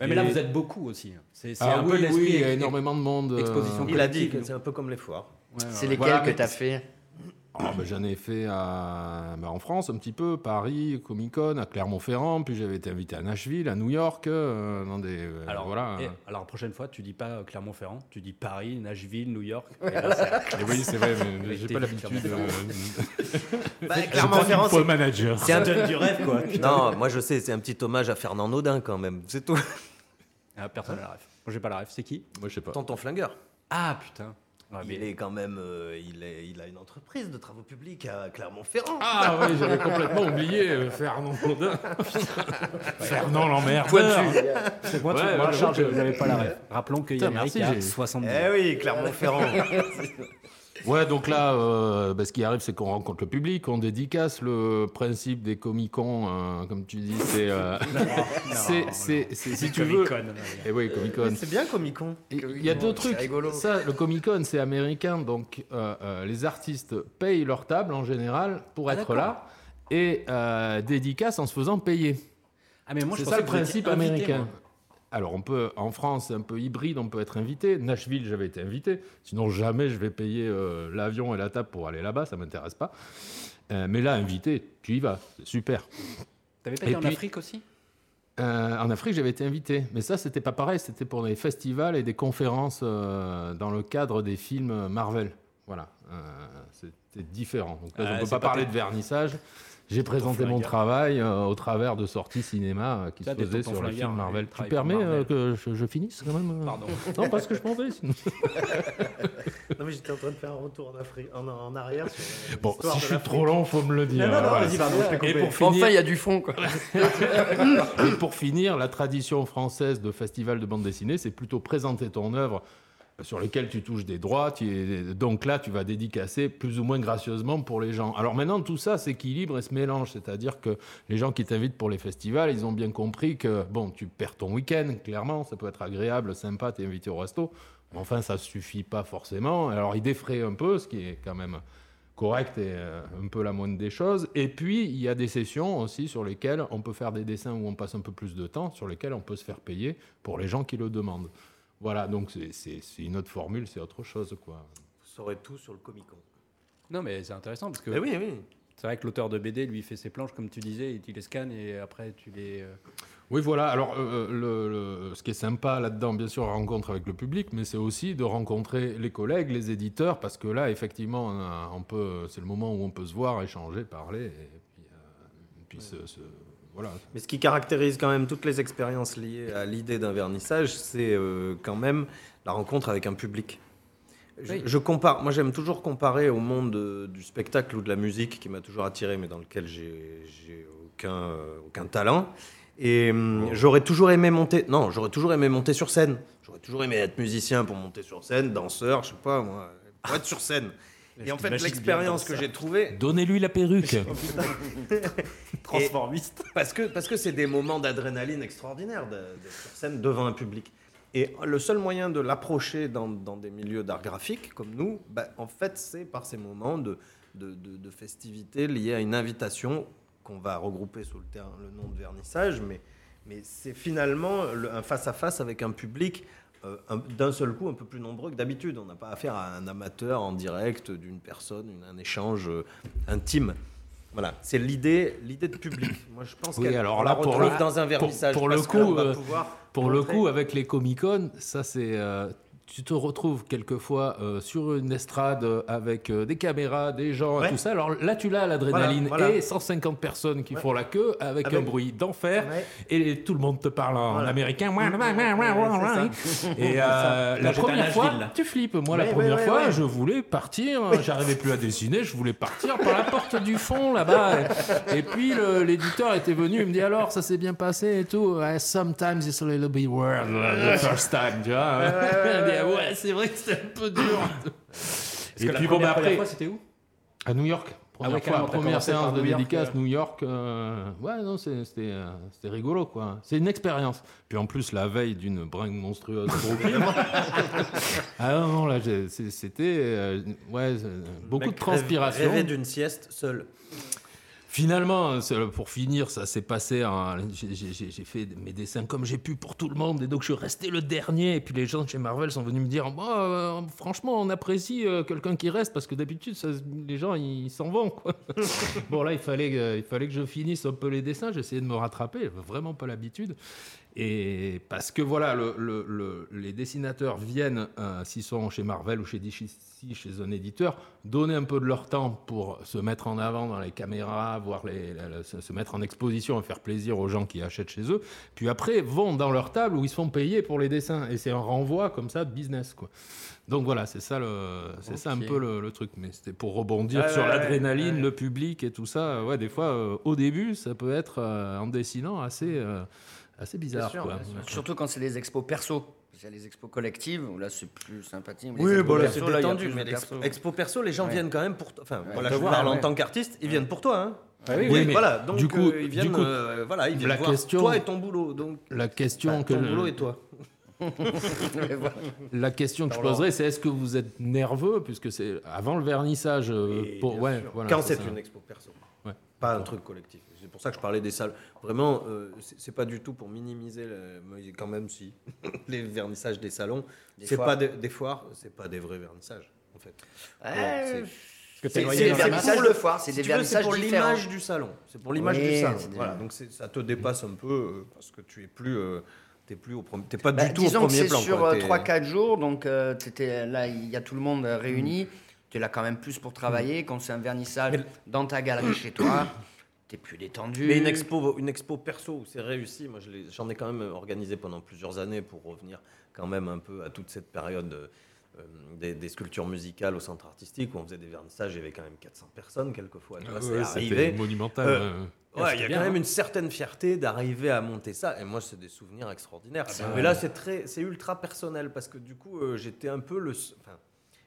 A: Ouais, Mais là, vous êtes beaucoup aussi. C'est c'est
E: Ah
A: un peu
E: oui,
A: l'esprit
E: oui, il y a
A: ex-
E: énormément de monde. euh,
A: exposition.
H: Il a dit
A: collective,
H: que
A: nous.
H: c'est un peu comme les foires.
A: Ouais, ouais.
F: C'est lesquels
E: Voilà,
F: que
E: mais
F: t'as fait
E: Ah, bah, J'en ai fait à- bah, en France un petit peu, Paris, Comic Con, à Clermont-Ferrand, puis j'avais été invité à Nashville, à New York, euh, dans des. euh,
A: Alors
E: voilà.
A: voilà. alors prochaine fois, tu dis pas euh, Clermont-Ferrand, tu dis Paris, Nashville, New York.
E: Et Eh oui, c'est vrai, mais
A: Ouais,
E: j'ai
A: t'es
E: pas
A: vite,
E: l'habitude.
A: Clermont-Ferrand.
E: euh,
H: Bah,
E: Clermont-Ferrand,
H: Clermont-Ferrand,
E: c'est manager.
H: c'est un
G: Donne du rêve, quoi.
H: Non, moi je sais, c'est un petit hommage à Fernand Audin quand même. C'est tout.
A: Ah, personne n'a la ref. Moi, j'ai pas la ref. C'est qui
E: Moi, je sais pas.
H: Tonton Flingueur.
A: Ah putain. Ouais, mais-
H: Il est quand même. euh, il, est- il a une entreprise de travaux publics à Clermont-Ferrand.
E: Ah oui, j'avais complètement oublié euh, Fernand Audin. Fernand l'emmerde.
A: C'est moi, tu-
E: Ouais,
A: moi,
E: ouais,
A: Charles,
E: j'avoue que-
A: vous avez pas la ref. Rappelons qu'il y a
E: Putain, merci,
A: Erika,
E: j'ai-
A: 70.
H: Eh oui, Clermont-Ferrand.
E: Ouais, donc là, euh, bah, ce qui arrive, c'est qu'on rencontre le public, on dédicace. Le principe des comicons, euh, comme tu dis, c'est. euh, c'est- c'est- c'est- si tu veux.
A: Comic-Con.
E: Eh oui, Comic-Con.
H: C'est bien Comic-Con.
E: Il il y a deux
F: C'est
E: trucs.
F: rigolo.
E: Ça, le Comic Con, c'est américain, donc euh, euh, les artistes payent leur table en général
A: Ah,
E: pour être là et euh, dédicacent en se faisant payer.
A: Ah mais moi, je
E: c'est
A: pensais
E: ça le
A: que vous étiez
E: principe
A: invité,
E: américain.
A: moi.
E: Alors on peut, en France, c'est un peu hybride, on peut être invité. Nashville, j'avais été invité. Sinon, jamais je vais payer euh, l'avion et la table pour aller là-bas, ça m'intéresse pas. Euh, mais là, invité, tu y vas, c'est super.
A: T'avais pas
E: Et
A: été en
E: puis-
A: Afrique aussi
E: Euh, en Afrique, j'avais été invité, mais ça, c'était pas pareil. C'était pour des festivals et des conférences euh, dans le cadre des films Marvel. Voilà, Euh, c'était différent. Donc là,
A: Ouais,
E: on peut
A: Euh, c'est
E: pas,
A: pas
E: parler
A: ton-
E: de vernissage. J'ai présenté mon
A: flingueur.
E: travail euh, au travers de sorties cinéma euh, qui
A: Ça,
E: se
A: des
E: faisaient
A: tontons
E: sur les
A: flingueurs,
E: films
A: hein,
E: Marvel.
A: ils
E: Tu
A: travaillent pour
E: permets euh,
A: Marvel.
E: que je, je finisse quand même euh
A: Pardon.
E: Non, pas ce que je pensais. sinon.
H: Non, mais j'étais en train de faire un retour en, arrière.
E: Bon, si je suis trop lent, faut me le dire.
H: Non, non, non,
E: Voilà.
H: vas-y, pardon, je t'ai
E: Et
H: coupé.
E: pour
F: Enfin,
E: finir,
F: il y a du fond, quoi.
E: Et pour finir, la tradition française de festival de bande dessinée, c'est plutôt présenter ton œuvre sur lequel tu touches des droits. tu es- donc là, tu vas dédicacer plus ou moins gracieusement pour les gens. Alors maintenant, tout ça s'équilibre et se mélange. C'est-à-dire que les gens qui t'invitent pour les festivals, ils ont bien compris que, bon, tu perds ton week-end, clairement. Ça peut être agréable, sympa, t'es invité au resto. Mais enfin, ça suffit pas forcément. Alors, ils défraient un peu, ce qui est quand même correct et euh, un peu la moindre des choses. Et puis, il y a des sessions aussi sur lesquelles on peut faire des dessins où on passe un peu plus de temps, sur lesquelles on peut se faire payer pour les gens qui le demandent. Voilà, donc c'est- c'est c'est une autre formule, c'est autre chose, quoi.
H: Vous saurez tout sur le Comic-Con.
A: Non mais c'est intéressant parce que
H: oui, oui.
A: c'est vrai que l'auteur de BD lui il fait ses planches comme tu disais, il- il les scanne et après tu les. euh,
E: Oui, voilà. Alors, euh, le- le- ce qui est sympa là-dedans, bien sûr, la rencontre avec le public, mais c'est aussi de rencontrer les collègues, les éditeurs, parce que là, effectivement, on a- on peut, c'est le moment où on peut se voir, échanger, parler, et puis, euh, et puis se- se- voilà.
H: Mais ce qui caractérise quand même toutes les expériences liées à l'idée d'un vernissage, c'est euh, quand même la rencontre avec un public. Je,
A: Oui.
H: je compare, moi j'aime toujours comparer au monde euh, du spectacle ou de la musique qui m'a toujours attiré, mais dans lequel j'ai j'ai aucun, euh, aucun talent. Et hum, j'aurais toujours aimé monter. Non, j'aurais toujours aimé monter sur scène. J'aurais toujours aimé être musicien pour monter sur scène, danseur, je sais pas moi, pour être sur scène. Et en
A: t'imagine
H: fait,
A: bien
H: l'expérience que
A: danseur.
H: j'ai trouvée,
E: Donnez-lui la perruque.
H: transformiste. parce que parce que c'est des moments d'adrénaline extraordinaire de- d'être sur scène devant un public. Et le seul moyen de l'approcher dans, dans des milieux d'art graphique comme nous, bah, en fait, c'est par ces moments de, de, de- de festivité liés à une invitation qu'on va regrouper sous le, terme- le nom de vernissage, mais, mais c'est finalement le- un face-à-face avec un public euh, un- d'un seul coup un peu plus nombreux que d'habitude. On n'a pas affaire à un amateur en direct d'une personne, une- un échange euh, intime. Voilà, c'est l'idée, l'idée de public. Moi, je pense
E: Oui,
H: qu'elle-
E: alors
H: on
E: là,
H: la
E: pour
H: retrouve
E: le-
H: dans un vernissage.
E: pour le
H: parce que
E: coup,
H: là, on va
E: euh,
H: pouvoir
E: Pour le
H: montrer-
E: coup, euh, avec les Comic-Con, ça c'est. euh, tu te retrouves quelquefois euh, sur une estrade euh, avec euh, des caméras, des gens et
H: Ouais.
E: tout ça. Alors là, tu l'as l'adrénaline
H: Voilà, voilà.
E: et 150 personnes qui
H: Ouais.
E: font la queue avec,
H: Avec-
E: un bruit d'enfer
H: Ouais.
E: et tout le monde te parle en
H: Voilà.
E: américain.
H: Ouais,
E: Et euh, la
G: j'étais à
E: première fois,
G: Nashville.
E: tu flippes. Moi, la
H: Ouais,
E: première
H: ouais, ouais,
E: fois,
H: ouais.
E: je voulais partir. euh, J'arrivais plus à dessiner. Je voulais partir par la porte du fond là-bas. Et puis le- l'éditeur était venu. Il me dit alors, ça s'est bien passé et tout. Ouais, Sometimes it's a little bit weird uh, the first time, tu vois. hein. Il me dit, ouais, c'est vrai que c'est un peu dur.
A: Parce
E: Et
A: que la
E: puis bon, bah,
A: première- première
E: après,
A: fois, c'était où
E: à New York. Première,
A: Ah ouais,
E: fois,
A: carrément, t'as
E: première
A: commencé
E: séance
A: par
E: de
A: New York,
E: dédicace,
A: euh.
E: New York. euh, Ouais, non, c'est- c'était euh, c'était rigolo, quoi. C'est une expérience. Puis en plus, la veille d'une bringue monstrueuse. pour Brooklyn. ah non, non, là, j'ai- c'est- c'était. euh, ouais, c'est- beaucoup
H: Mec
E: de transpiration.
H: rêvait d'une sieste seule.
E: Finalement, c'est- euh, pour finir, ça s'est passé. en- j'ai- J'ai j'ai- j'ai fait mes dessins comme j'ai pu pour tout le monde, et donc je suis resté le dernier. Et puis les gens de chez Marvel sont venus me dire Bah, euh, Franchement, on apprécie euh, quelqu'un qui reste, parce que d'habitude, ça se- les gens, ils s'en vont. Quoi. bon, là, il fallait, que- il fallait que je finisse un peu les dessins. J'essayais de me rattraper, j'avais vraiment pas l'habitude. Et parce que voilà, le- le- le- les dessinateurs viennent, euh, s'ils sont chez Marvel ou chez DC, chez un éditeur, donner un peu de leur temps pour se mettre en avant dans les caméras, voir les, la- la- se se mettre en exposition et faire plaisir aux gens qui achètent chez eux. Puis après, vont dans leur table où ils se font payer pour les dessins. Et c'est un renvoi comme ça de business. Quoi. Donc voilà, c'est ça, le, c'est ça un
F: Ok.
E: peu le, le truc. Mais c'était pour rebondir
H: Ouais,
E: sur
H: ouais,
E: l'adrénaline,
H: ouais.
E: le public et tout ça. Euh, Ouais, des fois, euh, au début, ça peut être euh, en dessinant assez. euh, assez bizarre.
F: sûr,
E: quoi.
F: bien sûr.
E: Ouais.
F: Surtout quand c'est des expos perso. Parce qu'il y a les expos collectives, où là c'est plus sympathique. mais les
H: Oui,
F: expos
H: bon, là,
F: perso,
H: c'est
F: là, il y a
H: détendu.
F: plus
H: Mais
F: de
H: l'expo
F: perso.
H: expo perso, les gens
F: Ouais.
H: viennent quand même pour. t- Enfin, voilà,
F: te
H: je
F: voir,
H: parle en
F: ouais.
H: tant qu'artiste, ils viennent pour toi. Hein.
E: oui,
H: Donc,
E: mais
H: voilà, donc
E: du coup-
H: euh, ils
E: du
H: viennent,
E: coup,
H: euh, voilà, ils viennent
E: la
H: voir
E: question-
H: toi et ton boulot. Donc,
E: La
H: enfin,
E: question que
H: bah, ton
E: je-
H: boulot et toi.
E: La question que je
H: Alors,
E: poserais, c'est est-ce que vous êtes nerveux puisque c'est avant le vernissage euh,
H: Et
E: pour
H: bien
E: ouais,
H: sûr,
E: voilà,
H: quand
E: c'est
H: c'est
E: ça.
H: une expo perso.
E: Ouais.
H: Pas un truc collectif. C'est pour ça que je parlais des salles. Vraiment, euh, c'est c'est pas du tout pour minimiser, le- mais quand même, si. les vernissages des salons,
F: Des
H: c'est
F: foires.
H: pas des, des foires, c'est pas des vrais vernissages, en fait. Bon,
F: Ouais,
G: que
F: C'est
G: t'es
F: c'est
G: noyé
F: des
G: dans la
F: vernissages
G: masse.
F: de foire, c'est
H: Si
F: des
H: tu veux, c'est
F: vernissages
H: pour
F: différents.
H: l'image du salon. C'est pour l'image
F: Oui,
H: du salon.
F: c'est des-
H: Voilà. Donc c'est- ça te dépasse un peu euh, parce que tu es plus, euh, t'es plus au premier, t'es pas
F: Bah,
H: du tout au
F: disons que
H: premier
F: c'est
H: plan.
F: sur
H: quoi.
F: euh,
H: T'es-
F: 3-4 jours, donc euh, t'étais là, il y a tout le monde euh, réuni. Tu es là quand même plus pour travailler. Quand c'est un vernissage
H: Mais-
F: dans ta galerie chez toi, tu es plus détendu.
H: Mais une
E: Euh,
H: expo, une expo perso où c'est réussi, moi je l'ai- j'en ai quand même organisé pendant plusieurs années pour revenir quand même un peu à toute cette période euh, euh, des, des sculptures musicales au centre artistique où on faisait des vernissages, il y avait quand même 400 personnes quelquefois. tu vois, c'est
E: Ah Ouais,
H: arrivé.
E: c'était monumental.
H: Euh,
E: ouais.
H: Ouais, il y a
E: C'était bien,
H: quand même
E: hein.
H: une certaine fierté d'arriver à monter ça. Et moi, c'est des souvenirs extraordinaires.
E: Ah bah
H: Mais là, c'est très, c'est ultra personnel parce que du coup, euh, j'étais un peu le, s- enfin,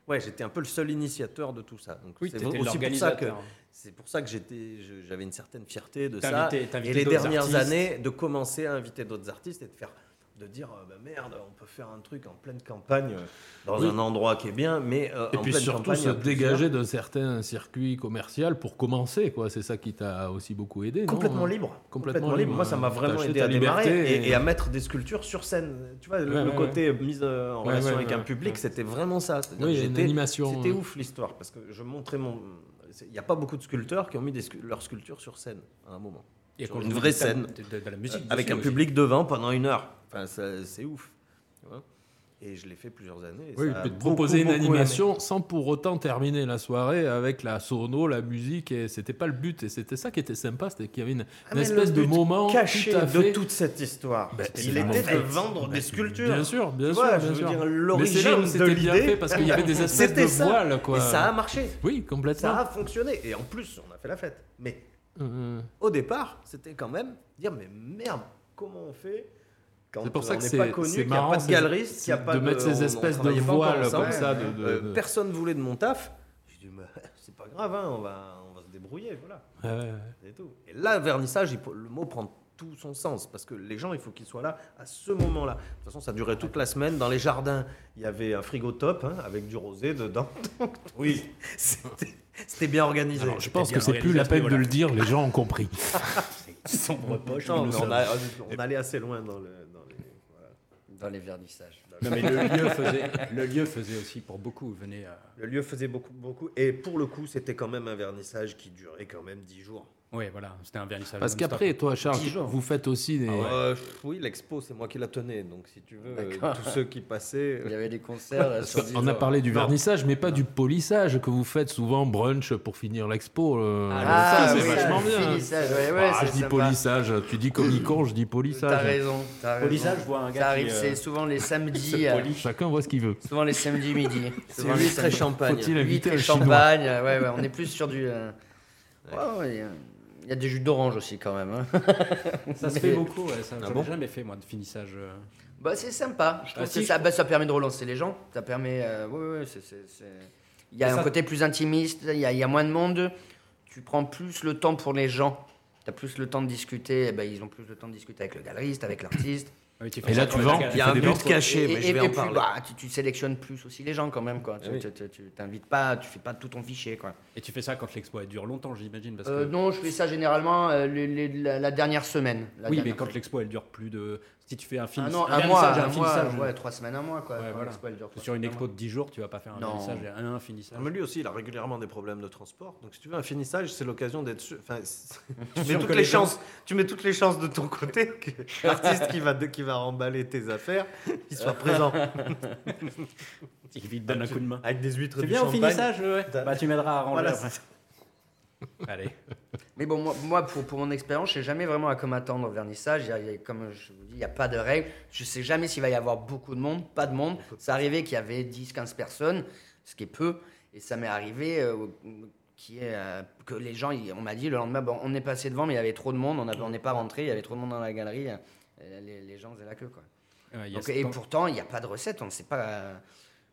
H: ouais, j'étais un peu le seul initiateur de tout ça. Donc
G: Oui,
H: c'est
G: t'étais
H: aussi pour ça que
G: l'organisateur.
H: c'est pour ça que j'étais, je- j'avais une certaine fierté de ça.
G: T'invitais- t'invitais
H: Et les
G: d'autres
H: dernières
G: artistes.
H: années, de commencer à inviter d'autres artistes et de faire, de dire, euh, bah merde, on peut faire un truc en pleine campagne, euh, dans
E: Oui.
H: un endroit qui est bien, mais euh,
E: Et
H: en
E: puis
H: pleine
E: surtout
H: campagne,
E: se
H: à plusieurs.
E: dégager d'un certain circuit commercial pour commencer quoi. C'est ça qui t'a aussi beaucoup aidé. non
H: Complètement libre.
E: hein. Complètement
H: Complètement, libre.
E: libre. hein.
H: Moi, ça m'a vraiment
E: T'as
H: aidé
E: acheté
H: à
E: ta
H: démarrer
E: liberté
H: et,
E: et-
H: et à mettre des sculptures sur scène. Tu vois, le,
E: Ouais,
H: le
E: ouais,
H: côté mise euh, en
E: Ouais,
H: relation
E: ouais,
H: avec un
E: ouais,
H: public,
E: ouais.
H: c'était vraiment ça. C'est-à-dire
E: Oui,
H: que
E: il y a une
H: j'étais-
E: animation, euh,
H: C'était
E: ouais.
H: ouf l'histoire parce que je montrais mon. c'est- Il n'y a pas beaucoup de sculpteurs qui ont mis des scu- leurs sculptures sur scène à un moment.
G: Et
H: Sur
G: quand
H: une
G: je vous
H: vraie
G: dis ça,
H: scène.
G: de- de- de la musique
H: avec
G: dessus
H: un
G: aussi.
H: public devant pendant une heure. Enfin, ça- c'est ouf. tu vois. et je l'ai fait plusieurs années. et
E: Oui,
H: ça a
E: puis de
H: beaucoup,
E: proposer une
H: beaucoup aimé.
E: animation sans pour autant terminer la soirée avec la sono, la musique, et c'était pas le but. Et c'était ça qui était sympa, c'était qu'il y avait une,
H: Ah,
E: une
H: mais
E: espèce
H: le
E: de
H: but
E: moment
H: caché
E: tout à
H: de
E: fait-
H: toute cette histoire.
E: Ben,
H: il
E: évidemment.
H: était de
E: Fait.
H: vendre des sculptures.
E: Bah, Bien sûr, bien
H: Tu
E: sûr.
H: vois, je
E: bien
H: veux
E: sûr.
H: dire,
E: Mais c'est là où
H: l'origine de
E: c'était bien
H: l'idée-
E: fait parce qu'il y avait des espèces
H: C'était
E: de
H: ça.
E: voiles quoi.
H: Et ça a marché.
E: Oui,
H: Ça
E: complètement.
H: a fonctionné. Et en plus, on a fait la fête. Mais
E: Euh,
H: au départ, c'était quand même dire mais merde, comment on fait quand
E: C'est pour ça
H: on
E: que
H: n'est
E: c'est-
H: pas connu,
E: c'est
H: qu'il n'y a
E: marrant,
H: pas de
E: c'est-
H: galeriste,
E: c'est
H: qu'il n'y a pas
E: de mettre ces
H: on- on
E: espèces de
H: travaillait pas encore
E: voiles
H: ensemble.
E: comme ça, de- de-
H: Euh,
E: de-
H: Personne voulait de mon taf. J'ai dit bah, c'est pas grave, hein, on va on va se débrouiller, voilà.
E: ouais.
H: Et, tout. Et là, vernissage, il faut- le mot prend tout son sens parce que les gens, il faut qu'ils soient là à ce moment-là. De toute façon, ça durait toute la semaine. Dans les jardins, il y avait un frigo top hein, avec du rosé dedans. oui, c'était c'était bien organisé.
E: Alors, je pense
G: bien
E: que c'est plus
G: organisé à
E: la
G: ce
E: peine de
G: niveau-là.
E: le dire, les gens ont compris.
H: sombre poche. Non, mais on, a- on allait assez loin dans, le- dans les. voilà.
F: Dans les vernissages.
A: Non, mais le lieu, faisait, le lieu faisait aussi pour beaucoup. euh, Venez à...
H: Le lieu faisait beaucoup, beaucoup. Et pour le coup, c'était quand même un vernissage qui durait quand même 10 jours.
A: Oui, voilà, c'était un vernissage.
E: Parce
A: non-stop.
E: qu'après, toi, Charles,
H: Petit genre.
E: vous faites aussi des.
H: Euh, oui, l'expo, c'est moi qui la tenais. Donc, si tu veux, euh, tous ceux qui passaient. euh,
F: Il y avait des concerts là, sur dix
E: On a
F: jours.
E: parlé du
H: Non.
E: vernissage, mais pas du polissage que vous faites souvent brunch pour finir l'expo. euh,
F: Ah,
E: ça,
F: oui,
E: c'est vachement
F: le
E: bien.
F: finissage, ouais, ouais,
E: Ah,
F: c'est
E: je dis
F: sympa.
E: polissage. Tu dis comicon, je dis
F: T'as
E: polissage.
F: raison. t'as raison.
G: Polissage, je vois un
F: Ça
G: gars qui,
F: arrive,
G: euh,
F: c'est souvent les samedis. euh,
E: Chacun voit ce qu'il veut.
F: Souvent les samedis midi. Souvent les
H: huîtres et
F: samedis.
H: champagne.
E: Faut-il
F: Huîtres
E: inviter
F: et
E: un chinois
F: champagne. euh, Ouais, ouais, on est plus sur du. euh, ouais, ouais, il y a- il y a des jus d'orange aussi quand même. hein.
A: Ça se fait beaucoup, ouais,
E: ah
A: ça, j'en ai
H: bon
A: jamais fait moi de finissage. euh.
F: Bah, c'est sympa. Je trouve
A: Ah,
F: que
A: si,
F: ça,
A: je-
F: bah, ça permet de relancer les gens. Ça permet. euh, ouais, ouais, c'est- c'est- c'est- Il y a
A: Et
F: un
A: ça-
F: côté plus intimiste, il y, a- il y a moins de monde. Tu prends plus le temps pour les gens. Tu as plus le temps de discuter. eh ben, ils ont plus le temps de discuter avec le galeriste, avec l'artiste.
E: Et là, tu vends.
H: Il y a un
E: des
H: but caché,
F: et,
H: mais
F: et-
H: je vais
F: et
H: en
F: puis,
H: parler.
F: bah, tu, tu sélectionnes plus aussi les gens quand même, quoi. Tu-
H: Oui.
F: tu- tu- Tu t'invites pas, tu fais pas tout ton fichier, quoi.
A: Et tu fais ça quand l'expo elle dure longtemps, j'imagine. Parce que...
F: Euh, non, je fais ça généralement euh, les- les- la, la dernière semaine. la
A: oui, mais
F: dernière
A: quand
F: semaine.
A: l'expo elle dure plus de. Si tu fais un film.
F: Ah non,
A: un
F: un mois,
A: vernissage,
F: un mois,
A: finissage.
F: ouais, trois semaines, un mois, quoi.
A: Ouais,
F: Quand
A: voilà.
F: l'expo, elle dure trois
A: Sur une
F: semaines, un
A: expo de 10 jours, tu vas pas faire un
F: Non.
A: finissage et un finissage.
H: Non, mais lui aussi, il a régulièrement des problèmes de transport. Donc, si tu veux un finissage, c'est l'occasion d'être sûr. Enfin, c'est- tu, mets
A: Sûr
H: toutes
A: que
H: les
A: les gens-
H: chances, tu mets toutes les chances de ton côté que l'artiste qui va, qui va remballer tes affaires, il soit présent.
A: Il te donne un coup de main.
H: Avec des huîtres
A: C'est
H: du
A: bien au
H: champagne.
A: finissage, ouais.
H: Ah, T'as-
A: Bah, tu m'aideras à ranger
H: Voilà,
A: après. Allez.
F: Mais bon, moi, moi, pour, pour mon expérience, je sais jamais vraiment à quoi m'attendre au vernissage. Il y a- il y a- comme je vous dis, il n'y a pas de règle. Je sais jamais s'il va y avoir beaucoup de monde, pas de monde. Ça arrivait qu'il y avait 10, 15 personnes, ce qui est peu. Et ça m'est arrivé euh, qui est, euh, que les gens, ils- on m'a dit le lendemain, bon, on est passé devant, mais il y avait trop de monde, on avait- on n'est pas rentré, il y avait trop de monde dans la galerie. euh, Les, les gens faisaient la queue, quoi.
A: Ouais, il y a
F: Donc,
A: ce
F: et
A: temps-
F: pourtant, il n'y a pas de recette, on ne sait pas. euh,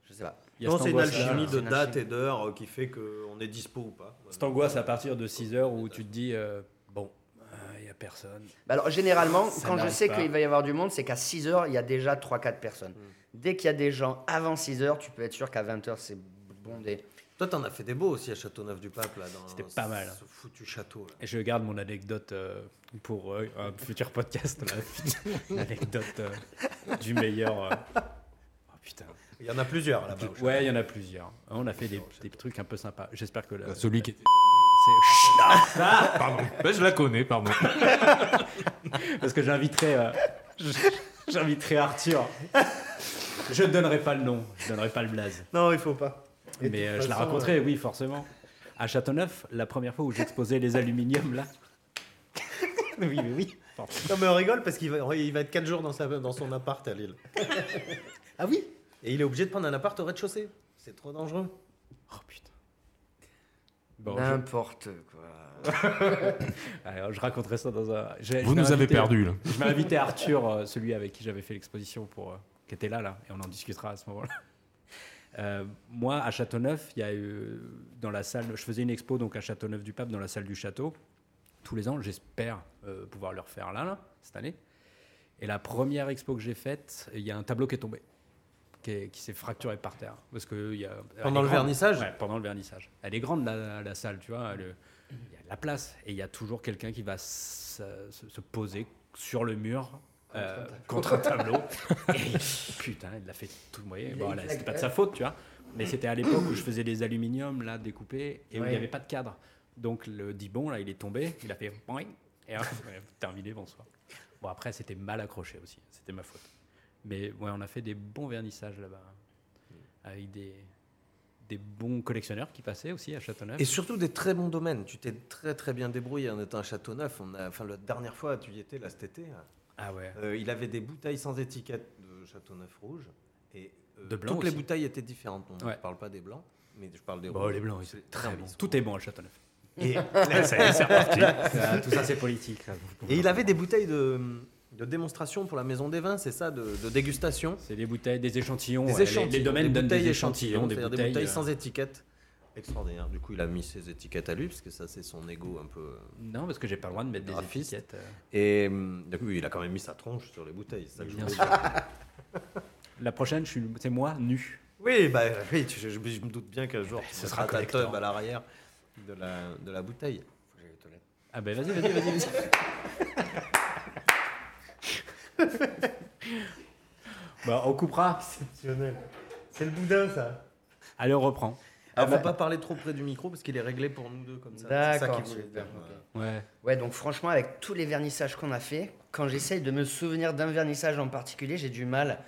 F: je sais pas.
A: il y a
H: Non,
A: cette
H: c'est une
A: angoisse-là.
H: alchimie
F: là.
H: de
F: C'est une
H: date
F: alchimie.
H: et d'heure euh, qui fait qu'on est dispo ou pas.
A: Cette angoisse à partir de 6 heures où tu te dis, euh, bon, euh, il n'y a personne.
F: Bah alors, généralement,
A: Ça
F: quand je
A: n'arrive
F: sais
A: pas.
F: qu'il va y avoir du monde, c'est qu'à 6 h il y a déjà 3-4 personnes. Dès qu'il y a des gens avant 6 h tu peux être sûr qu'à 20 h c'est bondé.
H: Toi, t'en as fait des beaux aussi à Châteauneuf-du-Pape. là. dans
A: C'était pas mal.
H: Ce foutu château. Là.
A: Et je garde mon anecdote euh, pour euh, un futur podcast. L'anecdote du meilleur. euh. Oh, putain.
H: Il y en a plusieurs là-bas. au
A: Ouais, il y en a plusieurs. On a fait des, des trucs un peu sympas. J'espère que la-
E: Bah, Celui qui était.
A: c'est-
E: Pardon. Ben, je la connais, pardon.
A: Parce que j'inviterai. euh, j- J'inviterai Arthur. Je ne donnerai pas le nom, je ne donnerai pas le blaze.
H: Non, il faut pas. Et de
A: Mais euh,
H: toute
A: je la
H: façon,
A: raconterai, oui, forcément. À Châteauneuf, la première fois où j'exposais les aluminiums, là. Oui, mais oui. Pardon.
H: Non, mais on rigole parce qu'il va, il va être 4 jours dans, sa, dans son appart à Lille. ah oui Et il est obligé de prendre un appart au rez-de-chaussée. C'est trop dangereux.
A: Oh putain. Bon,
H: Ah.
A: je,
F: N'importe quoi.
A: alors, je raconterai ça dans un. j'ai-
E: Vous
A: je
E: nous
A: m'ai
E: avez
A: invité-
E: perdu, là.
A: Je vais inviter Arthur, euh, celui avec qui j'avais fait l'exposition, pour, euh, qui était là, là, et on en discutera à ce moment-là. Euh, moi, à Châteauneuf, il y a eu dans la salle, je faisais une expo donc à Châteauneuf du Pape dans la salle du château tous les ans. J'espère euh, pouvoir le refaire là, là, cette année. Et la première expo que j'ai faite, il y a un tableau qui est tombé, qui, est- qui s'est fracturé par terre parce que il y a elle est
H: Pendant le
A: grande.
H: vernissage
A: Ouais, pendant le vernissage. Elle est grande la, la salle, tu vois. elle- il y a de la place et il y a toujours quelqu'un qui va se, se- se poser sur le mur euh, contre un tableau. Et putain, elle l'a fait tout moyen. Bon, là, c'était pas de sa faute, tu vois. Mais c'était à l'époque où je faisais des aluminiums là découpés et où il n'y
F: Ouais.
A: avait pas de cadre. Donc le dibon là, il est tombé, il a fait boing et hop, ouais, terminé, bonsoir. Bon après, c'était mal accroché aussi, c'était ma faute. Mais ouais, on a fait des bons vernissages là-bas hein.
E: Hmm.
A: avec des des bons collectionneurs qui passaient aussi à Châteauneuf.
H: Et surtout des très bons domaines. Tu t'es très très bien débrouillé en étant à Châteauneuf. On a, enfin, la dernière fois, tu y étais là cet été. là.
A: Ah ouais.
H: Euh, il avait des bouteilles sans étiquette de Châteauneuf rouge. Et euh,
A: De blanc
H: Toutes les
A: aussi.
H: bouteilles étaient différentes. On ne
A: Ouais.
H: parle pas des blancs, mais je parle des
A: Bon,
H: rouges.
A: les blancs, ils sont
H: C'est-
A: très
H: ah,
A: bons.
H: ils sont
A: Tout est bon à Châteauneuf.
H: Et, là, ça y est, c'est reparti.
A: Ça, tout ça, c'est politique. là.
H: Et il avait des bouteilles de, de démonstration pour la maison des vins, c'est ça, de, de dégustation.
A: C'est des bouteilles, des échantillons.
H: Des
A: ouais, les-
H: échantillons,
A: Les, domaines
H: des
A: donnent
H: bouteilles
A: des échantillons, des
H: c'est-à-dire
A: bouteilles,
H: des bouteilles
A: euh,
H: sans étiquette. Extraordinaire. Du coup, il a mis ses étiquettes à lui, parce que ça, c'est son ego un peu.
A: euh. Non, parce que j'ai pas le droit de mettre des
H: Graphiste.
A: étiquettes. euh.
H: Et hum, du coup, il a quand même mis sa tronche sur les bouteilles. C'est ça que je
A: Bien
H: voulais
A: sûr.
H: dire.
A: La prochaine, je suis- c'est moi, nu.
H: Oui, bah, oui tu- je, je me doute bien qu'un
F: Eh ben,
H: jour,
A: ce
H: ce
A: sera
H: sera ta
A: collector.
F: hein.
H: tub à l'arrière de la, de la bouteille.
A: Ah ben vas-y, vas-y, vas-y. vas-y. Bah, on coupera.
H: C'est le boudin, ça.
A: Allez, on reprend.
H: Ah, faut pas parler trop près du micro, parce qu'il est réglé pour nous deux, comme ça. C'est ça
F: bah. D'accord.
H: qu'il voulait dire. euh,
F: Ok.
A: Ouais.
F: Ouais, donc franchement, avec tous les vernissages qu'on a fait, quand j'essaye de me souvenir d'un vernissage en particulier, j'ai du mal.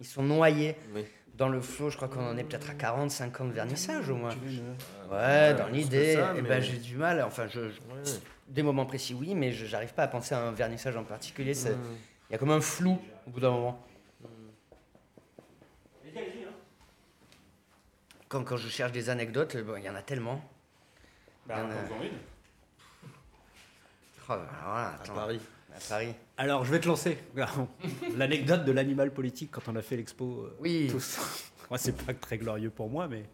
F: Ils sont noyés
H: Oui.
F: dans le flot. Je crois qu'on en est peut-être à 40, 50 vernissages au moins.
H: euh,
F: Ouais, dans
H: plus que
F: l'idée.
H: ça,
F: eh
H: mais-
F: ben, j'ai du mal. Enfin, je, je-
H: Ouais.
F: des moments précis, oui, mais je j'arrive pas à penser à un vernissage en particulier. c'est- Il y a comme un flou au bout d'un moment. Quand, quand je cherche des anecdotes, bon, il y en a tellement. Il y en a- Oh, alors là,
H: À
F: attends,
H: Paris.
F: à Paris.
A: Alors, je vais te lancer. L'anecdote de l'animal politique quand on a fait l'expo. euh,
F: Oui.
A: Tous. Moi, c'est pas très glorieux pour moi, mais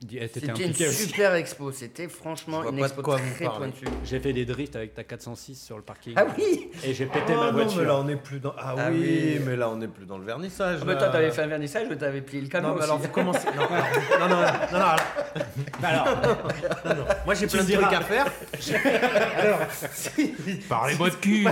I: Dis, eh, t'étais
F: C'était une
I: impliqué aussi.
F: super expo. C'était
H: Je
F: franchement
H: vois
F: une
H: pas de
F: expo
H: quoi vous
F: très
H: parlez.
F: pointue.
I: J'ai fait des drifts avec ta 406 sur le parking.
F: Ah oui
I: Et j'ai pété ma
H: Oh, non, mais là
I: voiture.
H: on est plus dans. Ah,
F: Ah
H: oui,
F: oui.
H: mais là on est plus dans le vernissage.
F: Ah bah
H: là.
F: toi, t'avais fait un vernissage ou t'avais plié le camion
H: Non, mais
F: aussi
H: alors vous commencez. Non, alors, non, non, non, non, non, alors- non, non. Moi j'ai plein de
A: diras.
H: trucs à faire.
E: Parlez-moi de cul
H: Non,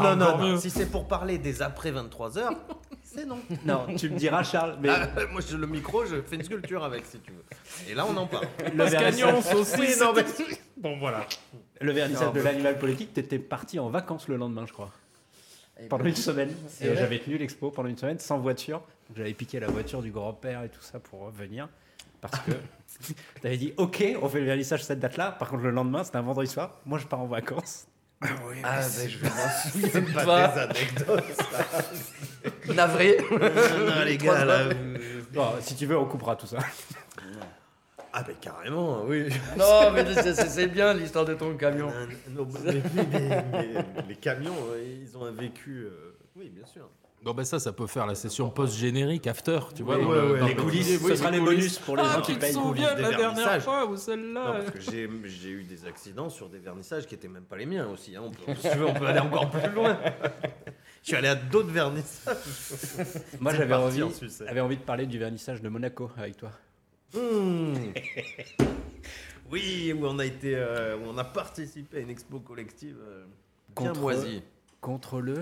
H: non, non, non. Si c'est pour parler des après 23h, c'est non.
A: Non, tu me diras, Charles, mais
H: Ah, moi, je- le micro, je fais une sculpture avec si tu veux. Et là on en parle.
A: le vernissage,
E: Cagnon, saucisse.
H: Oui, non, mais-
E: Bon, voilà.
A: le vernissage
F: Non,
A: de
F: mais-
A: l'animal politique, t'étais parti en vacances le lendemain, je crois.
F: Eh
A: Pendant
F: ben,
A: une semaine.
F: C'est
A: Et euh,
F: vrai.
A: j'avais tenu l'expo pendant une semaine sans voiture. Donc, J'avais piqué la voiture du grand-père et tout ça pour revenir. Parce que t'avais dit, OK, on fait le vernissage cette date-là. Par contre, le lendemain, c'était un vendredi soir. Moi, je pars en vacances.
F: Ah ben, je vais m'en souviens
H: Pas
F: pas.
H: des anecdotes.
F: Navré.
H: Non, les gars, là. euh,
A: Bon, si tu veux, on coupera tout ça.
H: Ah, ben carrément, oui.
F: Non, mais c'est- c'est c'est bien l'histoire de ton camion.
H: Un- non, mais- mais- mais- mais les camions, euh, ils ont un vécu. euh, Oui, bien sûr.
E: Bon, ben ça, ça peut faire la session post-générique, after, tu vois. dans
H: ouais,
E: le-
H: ouais,
E: dans
H: les
E: le-
H: coulisses,
E: oui,
A: ce sera les
E: coulisses.
A: bonus pour les gens qui payent.
H: des vernissages.
E: fois ou
H: Non,
E: celle-là
H: parce que j'ai j'ai eu des accidents sur des vernissages qui étaient même pas les miens aussi. hein. On peut, si tu veux, on peut aller encore plus loin. Je suis allé à d'autres vernissages.
A: Moi,
H: C'est
A: j'avais
H: parti
A: envie,
H: en sucette.
A: j'avais envie de parler du vernissage de Monaco avec toi.
H: Hmm. oui, où on a été, euh, où on a participé à une expo collective euh, bien
A: Contre-
H: moisie.
A: Contre le.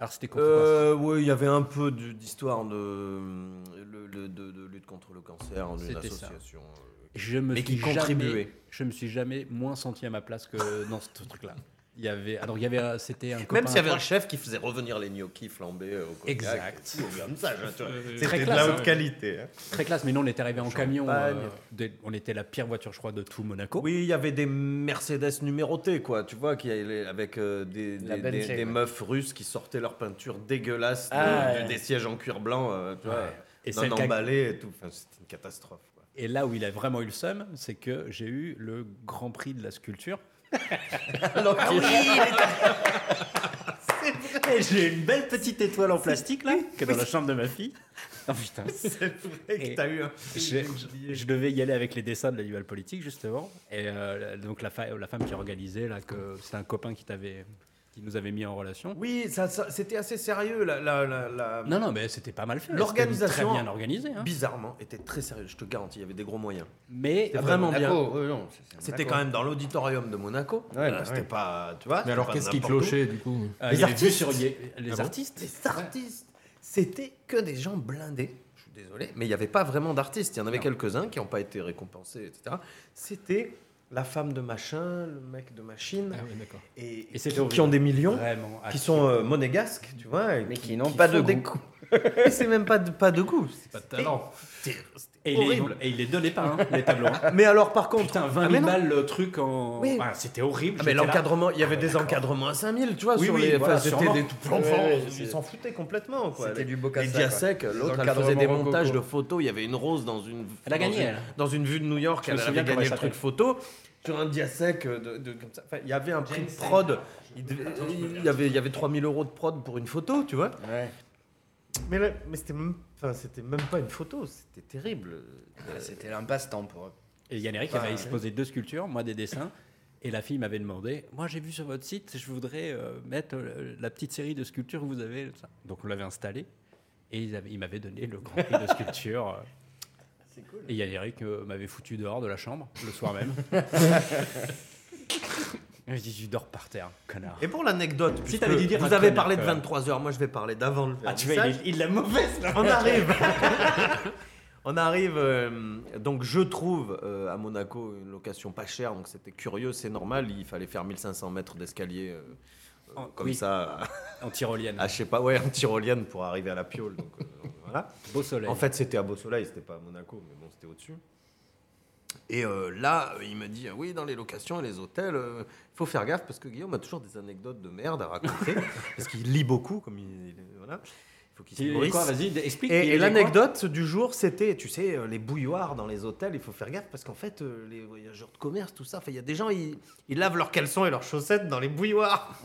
A: Alors, c'était contre quoi
H: Euh, oui, il y avait un peu de- d'histoire de, le- le- de- de lutte contre le cancer, une
A: C'était ça.
H: association. euh,
A: Je me
H: mais
A: suis
H: qui contribuait.
A: Jamais, je me suis jamais moins senti à ma place que dans ce truc-là. Il y avait. Alors, il y avait. euh, C'était un.
H: Même
A: copain-
H: s'il y avait un chef qui faisait revenir les gnocchis flambés euh, au cognac.
A: Exact.
H: et tout, Comme ça, je- tu vois,
A: Très
H: C'était de
A: classe,
H: la
A: hein.
H: haute qualité. hein.
A: Très classe, mais non, on était arrivé en camion.
H: Champagne.
A: euh, des- on était la pire voiture, je crois, de tout Monaco.
H: Oui, il y avait des Mercedes numérotées, quoi. Tu vois, qui allaient avec euh, des,
F: La
H: des-
F: Bentley,
H: des- des
F: ouais.
H: meufs russes qui sortaient leur peinture dégueulasse de-
A: Ah,
H: de-
A: ouais.
H: des sièges en cuir blanc, euh, tu vois,
A: Et
H: non
A: celle qui a-
H: emballés et tout. Enfin, c'était une catastrophe. quoi.
A: Et là où il a vraiment eu le seum, c'est que j'ai eu le grand prix de la sculpture. Ah
F: Alors que-
A: Et j'ai une belle petite étoile en plastique là, qui est dans la chambre de ma fille. Oh putain.
H: Et
A: Et-
H: que t'as eu un.
A: Je, je- je devais y aller avec les dessins de l'animal politique justement. Et euh, donc la, fa- la femme qui organisait là, que c'était un copain qui t'avait, qui nous avait mis en relation.
H: Oui, ça- ça- c'était assez sérieux. La, la- la- la-
A: Non non, mais c'était pas mal fait. c'était
H: L'organisation-
A: très bien organisé. hein.
H: Bizarrement, était très sérieux. Je te garantis, il y avait des gros moyens.
A: Mais
H: C'était Ah, vraiment bien.
F: Monaco, euh, non, c'est- c'est
H: C'était
F: Monaco.
H: quand même dans l'auditorium de Monaco.
F: Ouais,
H: Euh,
F: bah
H: c'était
F: ouais.
H: pas, tu vois.
E: Mais
H: c'était
E: alors,
H: pas
E: qu'est-ce qui
H: n'importe où.
E: clochait, du coup
A: euh,
H: les
A: il y avait vu
H: artistes.
A: sur il y a- les
E: Ah bon
A: artistes.
H: Les artistes, c'était que des gens blindés. Je suis désolé, mais il n'y avait pas vraiment d'artistes. Il y en avait quelques-uns qui n'ont pas été récompensés, etc. C'était la femme de machin, le mec de machine,
E: Ah oui, d'accord.
H: et,
A: Et
H: qui,
A: c'était horrible. bah, ah,
H: qui ont des millions,
A: Vraiment.
H: qui sont euh, monégasques, tu vois, et
F: Mais qui n'ont pas de
H: font des
F: goût.
H: coups. Et c'est même pas de, pas de goût.
E: Pas de talent.
H: C'était- c'était
A: et, il
H: horrible.
A: les, et il les donnait pas hein, les tableaux. hein.
H: Mais alors, par contre,
A: Putain 20
H: Ah, mais
A: 000
H: non.
A: balles le truc en.
H: Oui.
A: Ah, c'était horrible.
H: Ah, mais
A: j'étais là.
H: l'encadrement, il y avait des encadrements à 5000, tu vois,
A: Oui,
H: sur
A: oui,
H: les.
A: voilà,
H: enfin, c'était
A: sûrement.
H: des tout plans
F: Ouais,
H: forts,
F: ouais,
H: ils
F: c'est-
H: s'en foutaient complètement, quoi.
F: C'était
H: Les-
F: du Bocassa,
H: Les
F: quoi.
H: Diasec, l'autre, elle faisait
F: encadrements
H: des montages
F: rococo.
H: de photos, il y avait une rose dans une.
A: Elle a
H: dans
A: gagné,
H: une-
A: elle.
H: Dans une vue de New York,
A: Je me
H: elle
A: souviens
H: avait
A: comment
H: gagné
A: elle
H: le truc
A: s'appelle.
H: photo. Sur un Diasec, euh, de, de- comme ça. Enfin, il y avait un prix de prod. Il, devait- il y avait, il y avait 3000 euros de prod pour une photo, tu vois.
F: Ouais.
H: Mais, là- mais c'était même, enfin, c'était même pas une photo, c'était terrible. Euh,
F: Ah, C'était l'impasse-temps pour eux.
A: Et Yann Eric avait exposé deux sculptures, moi des dessins. Et la fille m'avait demandé Moi, j'ai vu sur votre site, je voudrais euh, mettre euh, la petite série de sculptures que vous avez. tout ça. Donc, on l'avait installé. Et ils avaient- il m'avait donné le grand prix de sculpture. euh. Et Yann Eric euh, m'avait foutu dehors de la chambre le soir même. Je dis Tu dors par terre, connard.
H: Et pour l'anecdote,
A: Si
H: puisque
A: t'avais dû dire
H: vous
A: un
H: avez
A: connard,
H: parlé de
A: quand même.
H: 23h, moi je vais parler d'avant le
A: Ah, tu vois, il,
H: vernissage.
A: est- il l'a mauvaise là
H: On arrive. On arrive. euh, donc, je trouve euh, à Monaco une location pas chère. Donc, c'était curieux, c'est normal. Il fallait faire 1500 mètres d'escalier euh, euh,
A: Oh,
H: comme
A: oui.
H: ça,
A: En tyrolienne.
H: à, je sais pas, ouais, en tyrolienne pour arriver à la piole. Donc, euh, voilà.
A: Beau soleil.
H: En fait, c'était à Beau Soleil, c'était pas à Monaco, mais bon, c'était au-dessus. Et euh, là, euh, il me dit euh, oui, dans les locations et les hôtels, euh, il faut faire gaffe parce que Guillaume a toujours des anecdotes de merde à raconter parce qu'il lit beaucoup, comme il, il- voilà. Il faut qu'il se
A: Il est
H: nourrisse.
A: quoi Vas-y, explique. il
H: Et,
A: est
H: et
A: quoi
H: l'anecdote du jour, c'était, tu sais, euh, les bouilloires dans les hôtels, il faut faire gaffe parce qu'en fait, euh, les voyageurs de commerce, tout ça, enfin, il y a des gens, ils, ils lavent leurs caleçons et leurs chaussettes dans les bouilloires.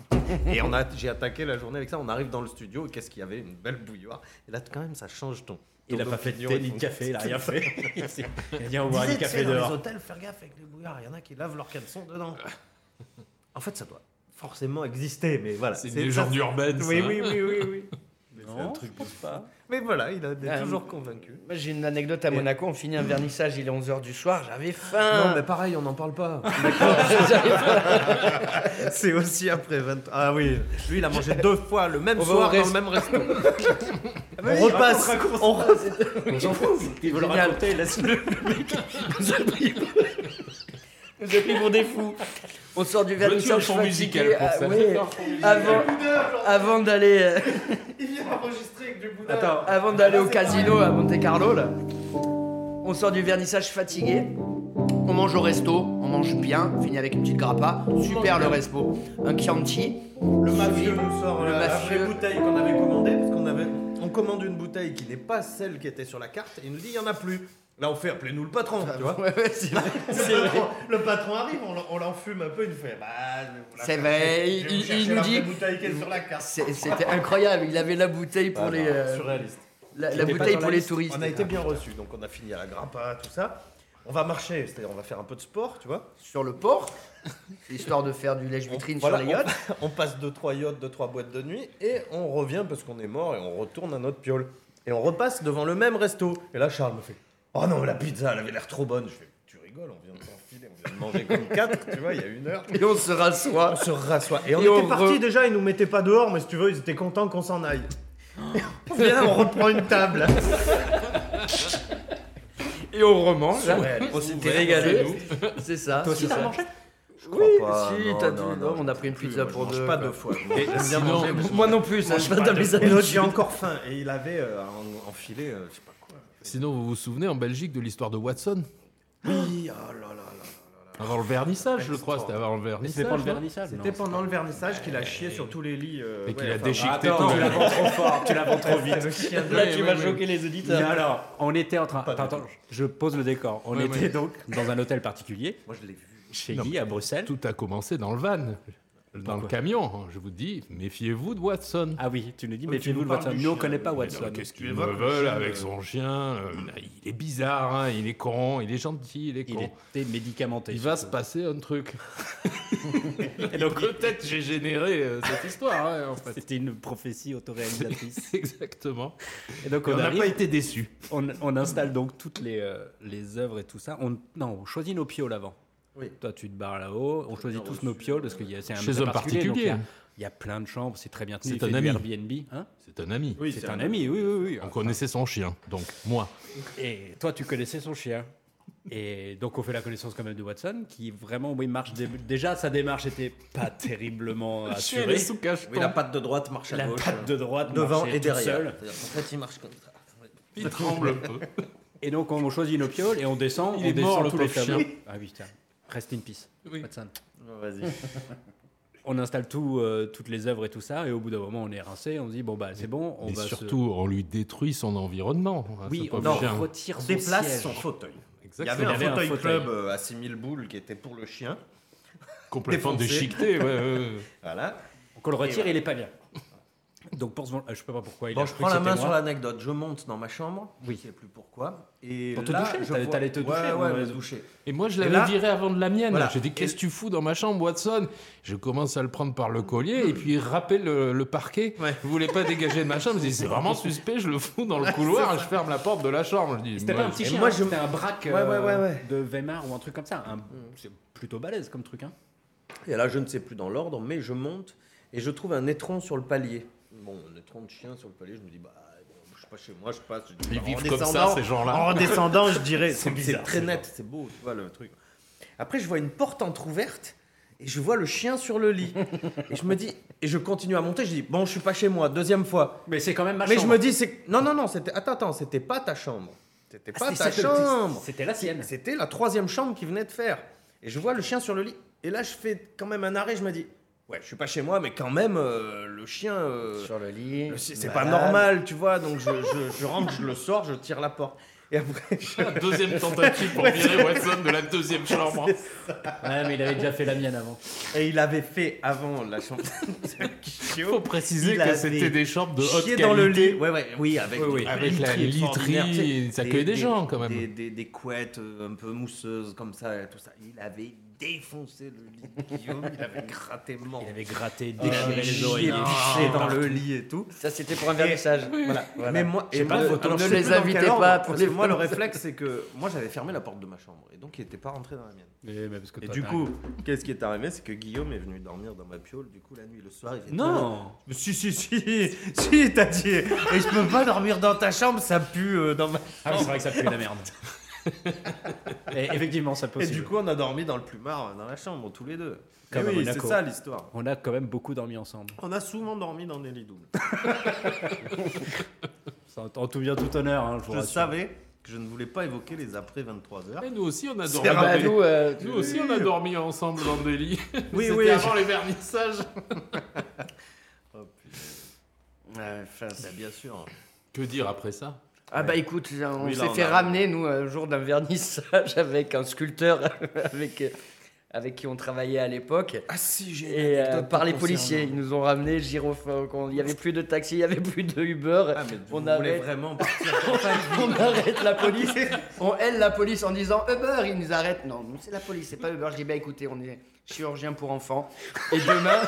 H: et on a, j'ai attaqué la journée avec ça, on arrive dans le studio, et qu'est-ce qu'il y avait Une belle bouilloire. Et là, quand même, ça change ton.
G: Il n'a
H: Ton
G: pas fait de
H: opinion
G: thé
H: est
G: ni de
H: fausse.
G: café, il n'a rien fait. Il s'est- il a dit on boit
H: Disais,
G: un
H: tu sais,
G: café
H: dans
G: dehors.
H: les hôtels, faire gaffe avec les bouillards, il y en a qui lavent leurs caleçons dedans. En fait, ça doit forcément exister, mais voilà.
E: C'est une légende urbaine,
H: Oui,
E: ça.
H: oui, oui, oui, oui.
G: Non, je pense pas.
H: Mais voilà, il a- il est
F: Euh,
H: toujours convaincu.
F: Moi, j'ai une anecdote à
H: Et-
F: Monaco. On finit un vernissage, il est 11h du soir, j'avais
H: Non, mais
F: faim.
H: pareil, on n'en parle pas. C'est aussi après 20 Ah oui, lui, il a mangé deux fois le même
F: On va
H: soir
F: au
H: dans
F: reste-
H: le même resto. Ah on repasse. on repasse.
F: On s'en fout.
G: Il veut le
F: Génial.
G: raconter, laisse-le.
F: Nous a pris pour des fous. On sort du
E: Veux-tu un
F: vernissage.
E: fond
F: fatigué,
E: musical pour
F: ah,
E: ça
F: ouais, avant, avant d'aller. euh,
H: Attends.
F: Avant d'aller au casino à Monte Carlo, là, on sort du vernissage fatigué. On mange au resto, on mange bien, on finit avec une petite grappa. Super le resto. Un Chianti.
H: Le mafieux nous sort
F: Le
H: la, la
F: mafieux.
H: vraie bouteille qu'on avait commandée, parce qu'on avait, on commande une bouteille qui n'est pas celle qui était sur la carte, et il nous dit il n'y en a plus. Là, on fait appelez-nous le patron, tu vois.
F: Ah, Ouais, ouais, c'est vrai.
H: Le patron, le patron arrive, on l'en- on l'enfume un peu, il nous fait bah. je vais vous la
F: C'est
H: chercher,
F: vrai,
H: je vais
F: il-
H: vous chercher
F: il nous
H: la
F: dit-
H: vraie bouteille qui est sur la carte.
F: C'est- C'était incroyable. Il avait la bouteille pour
H: Ah,
F: les,
H: non,
F: euh,
H: surréaliste.
F: la, la
G: C'était pas
F: bouteille
G: dans
F: pour
G: la
F: les
G: liste.
F: touristes.
H: On a été bien reçus, donc on a fini à la grappa, tout ça. On va marcher, c'est-à-dire on va faire un peu de sport, tu vois.
F: sur le port, histoire de faire du lèche vitrine
H: Voilà,
F: sur les yachts.
H: On, on passe 2-3 yachts, 2-3 boîtes de nuit et on revient parce qu'on est mort et on retourne à notre piole. Et on repasse devant le même resto. Et là, Charles me fait Oh non, la pizza, elle avait l'air trop bonne. Je fais Tu rigoles, on vient de s'enfiler, on vient de manger comme 4, tu vois, il y a une heure.
F: Et on se rassoit.
H: On se rassoit. Et on
F: Et
H: était
F: on re-
H: partis déjà, ils nous mettaient pas dehors, mais si tu veux, ils étaient contents qu'on s'en aille. on vient, on reprend une table.
F: Et on remange. là.
H: on s'était
F: C'est ça.
H: Toi aussi,
F: c'est
H: t'as
F: ça.
H: mangé
F: Oui, si, t'as dit. Non, on a pris une pizza pour deux.
H: pas
F: quoi.
H: deux fois.
E: Et sinon,
F: Moi non plus, ça, je
H: Mange
F: vais
H: pas
F: dans
H: de-
F: mes
H: Et l'autre, j'ai
F: habitudes.
H: encore faim. Et il avait euh, en- enfilé, euh, je sais pas quoi.
E: sinon, vous vous souvenez en Belgique de l'histoire de Watson
H: Oui, oh là là là là là.
E: Avant le vernissage, je crois, c'était avant le
G: Mais
E: vernissage.
G: c'était pas le
E: non
G: vernissage.
H: C'était pendant le vernissage qu'il a chié sur tous les lits. euh,
E: Et qu'il
H: ouais,
E: a
H: enfin,
E: déchiqueté
G: Ah, attends,
E: tout
G: tu
E: le-
G: l'as- trop fort, tu l'avais trop vite.
H: le chien de-
F: Là, tu vas choquer les
G: Mais
F: auditeurs.
G: alors, on était en train.
H: Pas du
G: Attends,
H: tout.
G: je pose le décor. On
E: Ouais,
G: était
E: ouais.
G: donc dans un hôtel particulier,
H: Moi, je l'ai vu.
G: chez
E: Non,
G: Guy à Bruxelles.
E: Tout a commencé dans le van, dans le camion. hein. Je vous dis, méfiez-vous de Watson.
G: Ah oui, tu nous dis,
H: Donc,
G: mais
H: tu
G: tu vous
H: nous
G: le
H: parles
G: Watson.
H: du
G: Nous, on
H: chien,
G: connaît pas
E: Mais
G: Watson.
E: alors, Qu'est-ce
H: Tu
E: qu'il
H: évoques
E: me
H: le
E: veulent
H: chien,
E: avec
H: euh,
E: son chien euh, Il est bizarre, hein, il est con, il est gentil, il est
G: Il
E: con.
G: était médicamenté.
E: Il va se
G: surtout.
E: passer un truc. Et donc peut-être j'ai généré euh, cette histoire, hein, en fait.
G: C'était une prophétie autoréalisatrice.
E: Exactement.
G: Et donc,
E: Et
G: on,
E: on n'a
G: arrive,
E: pas été déçus.
G: on, on installe donc toutes les, euh, les œuvres et tout ça. On, non, on choisit nos pioles avant.
H: Oui.
G: Toi, tu te barres là-haut. On choisit tous nos pioles
H: euh,
G: parce que y a- c'est un
E: Chez
G: hôtel
E: un
G: donc il y a-
E: particulier.
G: Il y, a plein de chambres, c'est très bien tenu.
E: C'est
G: il
E: un
G: fait du
E: ami.
G: Airbnb. hein
E: C'est un ami.
H: Oui,
G: c'est un ami, oui, oui, oui.
E: On connaissait son chien, donc moi.
G: Et toi, tu connaissais son chien. Et donc, on fait la connaissance quand même de Watson, qui vraiment, oui, marche. dé- Déjà, sa démarche était pas terriblement assurée.
E: cache
H: Oui, la patte de droite marche à
G: La
H: gauche.
G: patte de droite,
H: Devant
G: marchait
H: et
G: toute
H: derrière.
G: seule.
H: C'est-à-dire, En fait, il marche comme ça.
E: Il tremble un peu.
G: Et donc, on choisit nos pioles et on descend.
E: Il
G: on
E: est
G: descend
E: mort, le
G: tous les
E: pauvre
G: tableaux.
E: chien.
G: Ah oui, putain. Rest in peace,
E: Oui.
G: Watson.
H: Vas-y.
G: On installe tout, euh, toutes les œuvres et tout ça, et au bout d'un moment, on est rincé. On se dit, bon, bah, c'est bon, on
E: Et
G: va se-
E: surtout, on lui détruit son environnement. hein, ce
G: Oui, on
E: pauvre chien.
G: retire son
H: Déplace son
G: siège.
H: fauteuil. Il y
E: Exactement.
G: Il
H: avait
G: y
H: un
G: avait un
H: fauteuil
G: fauteuil.
H: club euh, à 6000 boules qui était pour le chien.
E: Complètement
H: défoncé.
E: déchiqueté. ouais, ouais, ouais.
H: Voilà.
G: Donc, on le retire et, il est pas bien. Donc, pour ce... euh, je sais pas pourquoi il
H: Bon,
G: a
H: je
G: cru
H: prends
G: que
H: la
G: c'était
H: main
G: moi.
H: sur l'anecdote. Je monte dans ma chambre.
G: Oui.
H: Je sais plus pourquoi. Et
G: Pour te
H: là,
G: doucher,
H: je
G: t'allais-
H: vois-
G: t'allais te doucher,
H: Ouais,
G: ou
H: ouais, me
G: raison.
H: doucher.
E: Et moi, je
H: Et
E: l'avais
H: là-
E: viré avant de la mienne.
H: Voilà.
E: J'ai dit
H: Et-
E: Qu'est-ce que tu fous dans ma chambre, Watson Je commence à le prendre par le collier et puis rappeler le, le parquet.
H: Ouais.
E: Je voulais pas dégager de ma chambre. Je dis C'est vraiment suspect, je le fous dans le couloir et je ferme la porte de la chambre. Je dis,
G: C'était
E: ouais.
G: pas un petit
H: Et
G: chien,
H: moi,
G: hein,
H: je-
G: c'était un braque euh,
H: Ouais, ouais, ouais, ouais.
G: de Weimar ou un truc comme ça. Un- C'est plutôt balèze comme truc. Hein.
H: Et là, je ne sais plus dans l'ordre, mais je monte et je trouve un étron sur le palier. Bon, un étron de chien sur le palier, je me dis, bah, bon, je suis pas chez moi, je passe. je dis,
E: Ils
H: bah, en
E: vivent comme ça,
H: descendant-
E: ces gens-là.
H: En descendant, je dirais, c'est
G: bizarre,
H: c'est très
G: ces
H: net, c'est beau, tu vois le truc. Après, je vois une porte entrouverte et je vois le chien sur le lit. et je me dis, et je continue à monter, je dis, bon, je suis pas chez moi, deuxième fois.
G: Mais c'est quand même ma
H: mais je me dis, c'est. Non, non, non, c'était. Attends, attends, c'était pas ta chambre. C'était pas ta chambre.
G: Ah, C'était la sienne.
H: C'était la troisième chambre qu'il venait de faire. Et je vois le chien sur le lit. Et là, je fais quand même un arrêt. Je me dis, ouais, je suis pas chez moi, mais quand même, euh, le chien. euh,
F: Sur le lit.
H: le chien, c'est pas
F: malade.
H: normal, tu vois. Donc je, je- je rentre, je le sors, je tire la porte. Et après, je...
E: Deuxième tentative pour virer Watson de la deuxième chambre.
G: Ouais, mais il avait déjà fait la mienne avant.
H: Et il avait fait avant la chambre de
E: Il
H: Kyo.
E: faut préciser
H: Il
E: que
H: avait
E: c'était des chambres de haute
H: chier
E: qualité.
H: dans le lit. Ouais, ouais, oui, avec,
G: Oui, oui.
H: des-
E: Avec la
H: literie extraordinaire,
E: literie,
H: tu sais,
E: ça accueille des gens, quand même.
H: Des, des- des couettes euh, un peu mousseuses comme ça, et tout ça. Il avait défoncé le lit de Guillaume, il avait gratté mort.
G: Oh, Il avait gratté,
H: Il
G: déchiré
H: avait
G: les
H: chié,
G: oreillers.
H: pissé dans le lit et tout.
F: Ça, c'était pour un vernissage. Voilà. voilà.
H: Mais moi,
F: Je
H: et
F: sais pas,
H: moi,
F: faut-
H: alors,
F: ne
H: je sais
F: les
H: plus dans
F: invitez
H: quel ordre,
F: pas pour
H: parce
F: les
H: que moi, le
F: photos.
H: réflexe, c'est que moi, j'avais fermé la porte de ma chambre. Et donc, il n'était pas rentré dans la mienne.
G: Eh, Mais- mais parce que
H: Et
G: toi,
H: du
G: t'as-
H: coup, qu'est-ce qui est arrivé C'est que Guillaume est venu dormir dans ma piole, du coup, la nuit, le soir, il fait
G: Non
H: Mais Si, si, si Si, t'as dit Et je peux pas dormir dans ta chambre, ça pue euh, dans ma...
G: Ah, oui, c'est vrai que ça pue la merde. Et effectivement, ça peut
H: Et du coup, on a dormi dans le plumard, euh, dans la chambre, tous les deux.
G: Comme
H: Eh
G: à
H: oui, c'est
G: Monaco.
H: ça l'histoire.
G: On a quand même beaucoup dormi ensemble.
H: On a souvent dormi dans des lits doubles.
G: Ça, En en tout bien, tout honneur, hein, je vous
H: Je
G: rassure.
H: savais que je ne voulais pas évoquer les après 23h.
E: Et nous aussi, on a
H: C'est
E: dormi. dans
F: Bah,
E: des-
F: nous, euh, tu-
E: Nous aussi, on a dormi ensemble dans des lits.
H: Oui,
E: C'était
H: oui.
E: avant les vernissages.
F: Ouais, enfin, c'est-
H: Bien sûr.
E: Que dire après ça
F: Ah bah écoute, on
H: Oui, là,
F: s'est
H: on
F: fait
H: a-
F: ramener, nous, un jour d'un vernissage avec un sculpteur avec, euh, avec qui on travaillait à l'époque.
H: Ah si, j'ai...
F: Et euh, par les policiers, ils nous ont ramené gyrophone. Il n'y avait plus de taxi, il n'y avait plus de Uber.
H: Ah, mais on vous
F: on,
H: voulez
F: arrête,
H: vraiment partir en famille.
F: on arrête la police. on aide la police en disant Uber. Ils nous arrêtent. Non, nous, c'est la police, c'est pas Uber. Je dis bah écoutez, on est chirurgien pour enfants. Et demain,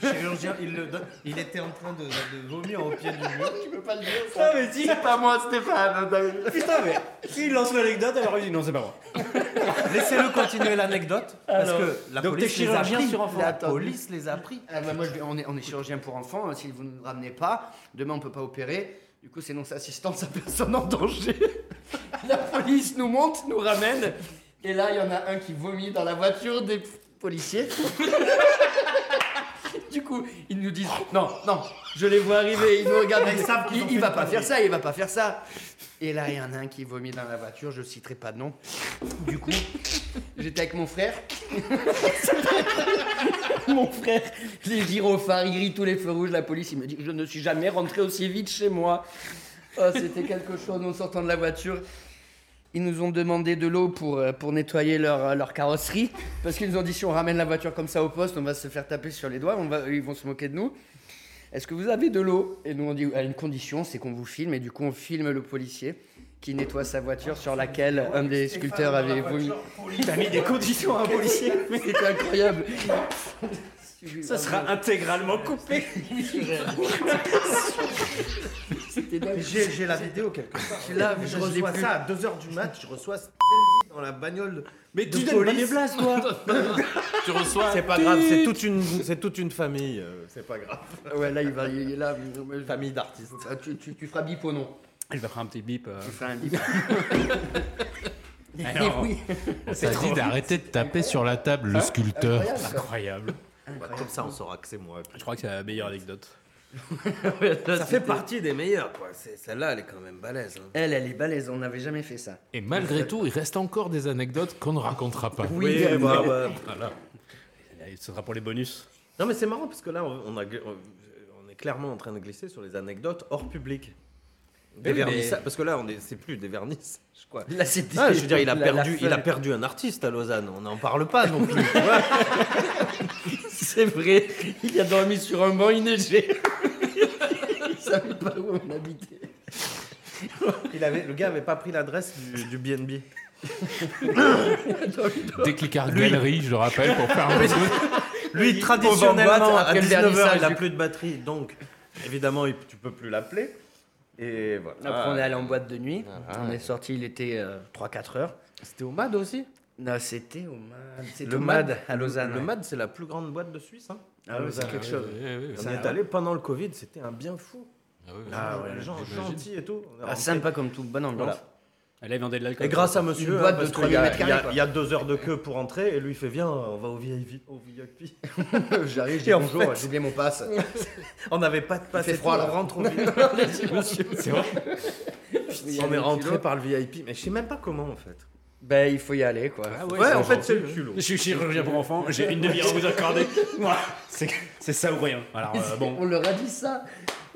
H: Chirurgien, il le donne. Il était en train de, de vomir au pied du mur.
F: tu peux pas le dire. Ça, mais dis, c'est pas moi, Stéphane. hein,
G: Putain, mais s'il lance l'anecdote, alors il dit non, c'est pas moi.
H: Laissez-le continuer l'anecdote. Parce que la
G: donc
H: police
G: t'es
H: les a
G: chirurgien
H: pris.
G: sur enfant.
H: La
F: Attends.
H: police les a pris.
F: Ah bah moi, je vais- on, est, on est chirurgien pour enfants, hein, si vous ne nous ramenez pas, demain on peut pas opérer. Du coup, c'est non-assistance à personne en danger. la police nous monte, nous ramène. Et là, il y en a un qui vomit dans la voiture des policiers. du coup, ils nous disent Non, non, je les vois arriver, ils nous regardent. Ils savent
H: qu'ils ont
F: il, il
H: fait
F: va
H: une
F: pas
H: connerie.
F: faire ça, il va pas faire ça. Et là, il y en a un qui vomit dans la voiture, je citerai pas de nom. Du coup, j'étais avec mon frère. Mon frère, les gyrophares, il grille tous les feux rouges, la police, il me dit Je ne suis jamais rentré aussi vite chez moi. Oh, c'était quelque chose, nous sortant de la voiture. Ils nous ont demandé de l'eau pour, euh, pour nettoyer leur, euh, leur carrosserie. Parce qu'ils nous ont dit si on ramène la voiture comme ça au poste, on va se faire taper sur les doigts, on va, ils vont se moquer de nous. Est-ce que vous avez de l'eau Et nous on dit à une condition, c'est qu'on vous filme. Et du coup on filme le policier qui nettoie sa voiture sur laquelle un des sculpteurs avait vomi.
G: T'as mis des conditions à un policier.
F: C'était incroyable.
G: Ça sera intégralement coupé.
F: C'était dingue.
H: J'ai j'ai la vidéo quelque part.
F: Je l'ai, mais
H: je
F: je l'ai
H: reçois
F: plus.
H: ça à 2h du match. Je reçois ce dans la bagnole.
G: Mais
H: De
G: tu donnes pas
H: police.
G: des blagues, toi.
E: Tu reçois.
H: C'est pas grave, c'est toute une, c'est toute une famille. euh, C'est pas grave.
F: Ouais, là, il va. Il est là. mais-
H: Famille d'artistes.
F: Ah, Tu, tu, tu feras bip au nom.
G: Je vais faire un petit bip. euh.
F: Tu feras un bip. Eh
G: Alors,
F: oui,
E: On t'a dit d'arrêter de taper sur la table, le sculpteur.
F: incroyable. ça.
G: Incroyable.
H: Bah, comme ça, on saura que c'est moi.
G: Je crois que c'est la meilleure anecdote.
H: Ça fait partie des meilleurs, quoi. C'est- Celle-là, elle est quand même balèze. hein.
F: Elle, elle est balèze. On n'avait jamais fait ça.
E: Et malgré tout, il reste encore des anecdotes qu'on ne racontera pas.
F: Oui, mais-
H: bah, bah.
G: Allez, Ce sera pour les bonus.
H: Non, mais c'est marrant parce que là, on, on a gl- on- on est clairement en train de glisser sur les anecdotes hors public. Des
G: Oui, mais-
H: vernissages- Parce que là, on est- c'est plus des vernissages, quoi.
F: Là, c'est.
H: Ah, je veux dire, il a,
F: la- la
H: perdu, il a
F: feuille.
H: perdu un artiste à Lausanne. On n'en parle pas non plus.
F: C'est vrai. Il a dormi sur un banc, il neigeait. il savait pas où on habitait.
H: Il avait, le gars avait pas pris l'adresse du, du BNB.
E: Déclicard Galerie, je le rappelle, pour faire un
H: Lui,
F: vendant
H: traditionnellement, à
F: après
H: 19h,
F: le
H: il
F: vernissage,
H: a
F: du
H: plus de batterie. Donc, évidemment, il- tu peux plus l'appeler. Et
F: Après, on est
H: voilà.
F: allé en boîte de nuit.
H: Ah,
F: on est sorti, il était euh, 3-4 heures.
H: C'était au MAD aussi
F: Non, c'était au MAD. C'était
H: Le
F: au
H: MAD
F: à Lausanne.
H: Le
F: ouais.
H: MAD, c'est la plus grande boîte de Suisse. hein.
F: Ah oui, c'est quelque chose.
H: On y est allé pendant le Covid, c'était un bien fou.
F: Ah ouais,
H: les gens
E: j'imagine.
H: gentils et tout. On est
F: Ah,
H: rentré.
F: sympa comme tout, bonne ambiance.
H: Voilà.
G: Allez, vendez de l'alcool.
H: Et grâce à monsieur, hein,
F: Une boîte
H: parce
F: de
H: qu'il y, a-
F: 3000 mètres
H: il y a-
F: carrés, quoi.
H: il y a deux heures de queue pour entrer, et lui il fait Viens, on va au VIP. Au VIP.
F: J'arrive, je
H: Et
F: dis
H: en
F: bonjour,
H: fait-
F: j'ai oublié mon passe.
H: On n'avait pas de passe.
F: fait
H: et
F: froid,
H: tout,
F: là.
H: On rentre au VIP. On est rentré par le VIP, mais je sais même pas comment en fait.
F: Ben, il faut y aller, quoi.
G: Ah ouais,
H: Ouais,
G: c'est
H: en fait,
G: gentil.
H: c'est hein. le culot.
G: Je suis chirurgien pour enfants,
H: bah
G: j'ai une demi-heure à vous accorder. Moi, c'est c'est ça ou rien. Alors, euh, bon,
F: On leur a dit ça.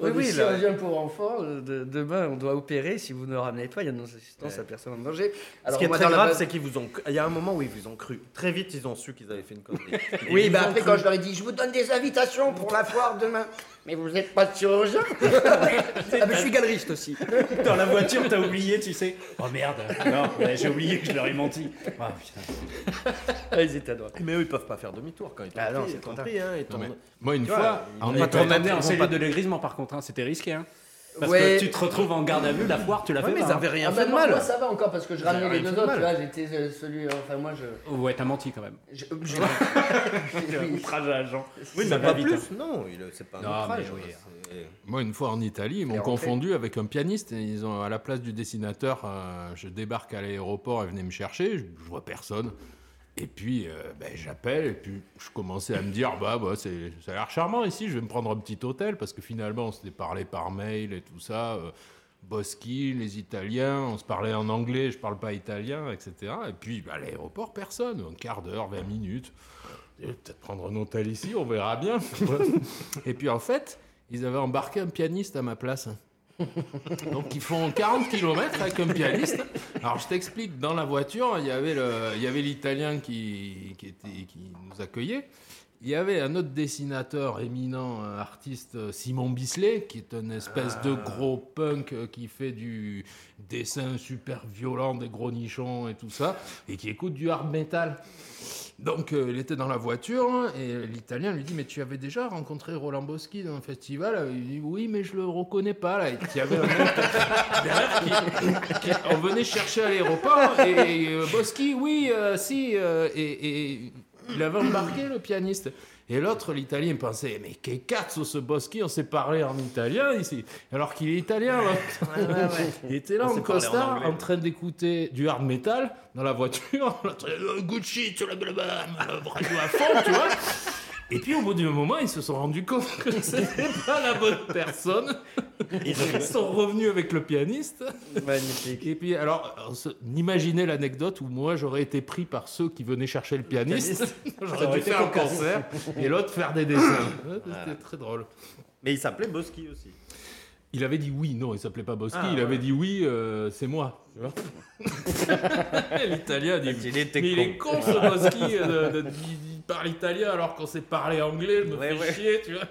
F: Oui, oui, si
H: là.
F: on vient pour enfant, euh, de- demain on doit opérer. Si vous ne ramenez pas, il y a non assistance à personne en danger.
H: Ce qui est
F: moi,
H: très
F: dans la
H: grave,
F: base-
H: c'est qu'ils vous ont. Il y a un moment où ils vous ont cru. Très vite, ils ont su qu'ils avaient fait une connerie. Ils
F: Oui,
H: vous
F: bah
H: ont
F: après,
H: cru.
F: quand je leur ai dit, je vous donne des invitations pour la foire demain. Mais vous n'êtes pas chirurgien Ah, mais je suis galeriste aussi.
J: Dans la voiture, t'as oublié, tu sais. Oh merde, non, mais j'ai oublié que je leur ai menti. Ah, putain.
F: Ah, ils étaient à droite.
H: Mais eux, ils peuvent pas faire demi-tour quand ils t'ont
F: Ah non,
H: pris,
F: c'est
H: ils t'ont
F: trop tard.
H: pris, hein, ils t'ont-
E: mais- Moi, une
H: Tu
E: fois,
H: vois,
E: en
H: ils-
E: fait,
H: Attends,
G: Attends,
H: attends,
G: en
H: on
G: cellule
H: va-
G: de l'égrisement, par contre, hein, c'était risqué. Hein. Parce
F: Ouais.
G: que tu te retrouves en garde à vue, la foire, tu l'as
H: Ouais,
G: fait. hein.
H: mais ils
G: par-
H: avaient rien
F: Ah,
H: fait
F: bah,
H: de
F: moi,
H: mal.
F: moi, ça va encore parce que je ramenais les
H: rien
F: deux
H: fait de
F: autres.
H: mal.
F: tu vois, J'étais euh, celui. Enfin, moi, je.
G: Ouais, t'as menti quand même.
F: je, je- oui.
G: Ça
H: Oui, mais
G: va
H: pas
G: vite,
H: plus. hein. Non, il- c'est pas un
G: Non,
H: outrage.
G: mais oui.
H: voilà, c'est-
E: Moi, une fois en Italie, ils m'ont
F: Et rentré.
E: confondu avec un pianiste. Et Ils ont, à la place du dessinateur, euh, je débarque à l'aéroport et venez me chercher. Je, je vois personne. Et puis, euh, ben, j'appelle. Et puis, je commençais à me dire, bah, bah, c'est, ça a l'air charmant ici. Je vais me prendre un petit hôtel parce que finalement, on s'était parlé par mail et tout ça. euh, Boschi, les Italiens, on se parlait en anglais, je parle pas italien, etc. Et puis bah, à l'aéroport, personne, un quart d'heure, 20 minutes. Je vais Peut-être prendre un hôtel ici, on verra bien. Et puis en fait, ils avaient embarqué un pianiste à ma place. Donc ils font 40 km avec un pianiste. Alors je t'explique, dans la voiture, il y avait le- il y avait l'Italien qui, qui, était- qui nous accueillait. Il y avait un autre dessinateur éminent, euh, artiste euh, Simon Bisley, qui est une espèce de gros punk euh, qui fait du dessin super violent, des gros nichons et tout ça, et qui écoute du hard metal. Donc euh, il était dans la voiture hein, et l'Italien lui dit mais tu avais déjà rencontré Roland Boschi dans un festival Il dit oui mais je le reconnais pas là. Et puis, il y avait un mec derrière qui- qui- on venait chercher à l'aéroport et euh, Boschi oui euh, si euh, et, et il avait embarqué le pianiste. Et l'autre, l'Italien, pensait, mais que cazzo ce Boschi, on s'est parlé en italien ici, alors qu'il est italien. là. Il était là en costard, en, train d'écouter du hard metal dans la voiture. L'autre, euh, Gucci, tu la euh, blablabla, la radio à fond, tu vois. Et puis au bout d'un moment, ils se sont rendus compte que c'était pas la bonne personne. Ils sont revenus avec le pianiste.
F: Magnifique.
E: Et puis alors, on se- imaginez l'anecdote où moi j'aurais été pris par ceux qui venaient chercher le pianiste. J'aurais dû faire un concert et l'autre faire des dessins. Ouais, C'était très drôle.
H: Mais il s'appelait Bosky aussi.
E: Il avait dit oui, non, il s'appelait pas Boschi,
H: Ah,
E: il
H: ouais.
E: avait dit oui, euh, c'est moi. tu vois. L'Italien a dit
H: Ah, Il était
E: mais il est
H: con.
E: con ce Boschi, euh, de- de- il il parle italien alors qu'on sait parler anglais, je me
H: Ouais,
E: fais
H: ouais.
E: chier, tu vois.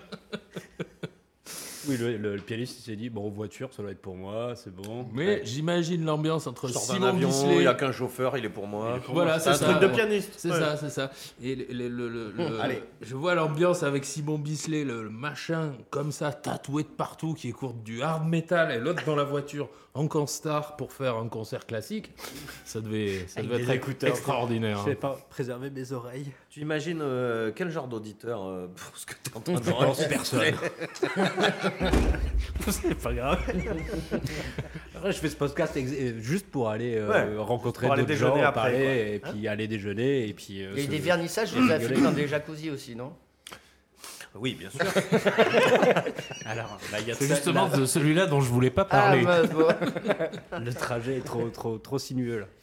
G: Oui, le, le- le pianiste il s'est dit bon, voiture, ça doit être pour moi, c'est bon.
E: Mais j'imagine l'ambiance entre
H: Je sors d'un
E: Simon
H: avion,
E: Bisley.
H: il n'y a qu'un chauffeur, il est pour moi.
E: Voilà,
H: c'est un
E: c'est ça,
H: truc de
E: ouais.
H: pianiste.
E: C'est
H: Ouais.
E: ça, c'est ça. Et le, le- le- le- le-
H: Allez.
E: je vois l'ambiance avec Simon Bisley, le, le machin comme ça, tatoué de partout, qui écoute du hard metal, et l'autre dans la voiture en constar pour faire un concert classique. Ça devait, ça devait être extraordinaire. hein.
G: pas préserver mes oreilles.
H: Tu imagines euh, quel genre d'auditeur euh, pour ce que tu es en train de faire
G: personne. c'est pas grave. Après, je fais ce podcast ex- euh, juste pour aller euh, rencontrer
H: Pour aller
G: d'autres gens,
H: déjeuner après,
G: parler, et puis aller déjeuner, et puis. euh,
F: Il y a eu
G: se-
F: des vernissages, je les ai affichés dans des jacuzzis aussi, non
H: Oui, bien sûr.
G: Alors, là, il y a
E: C'est
G: ça,
E: justement
G: là,
E: de celui-là dont je voulais pas parler.
F: mince, bon.
G: le trajet est trop, trop, trop sinueux là.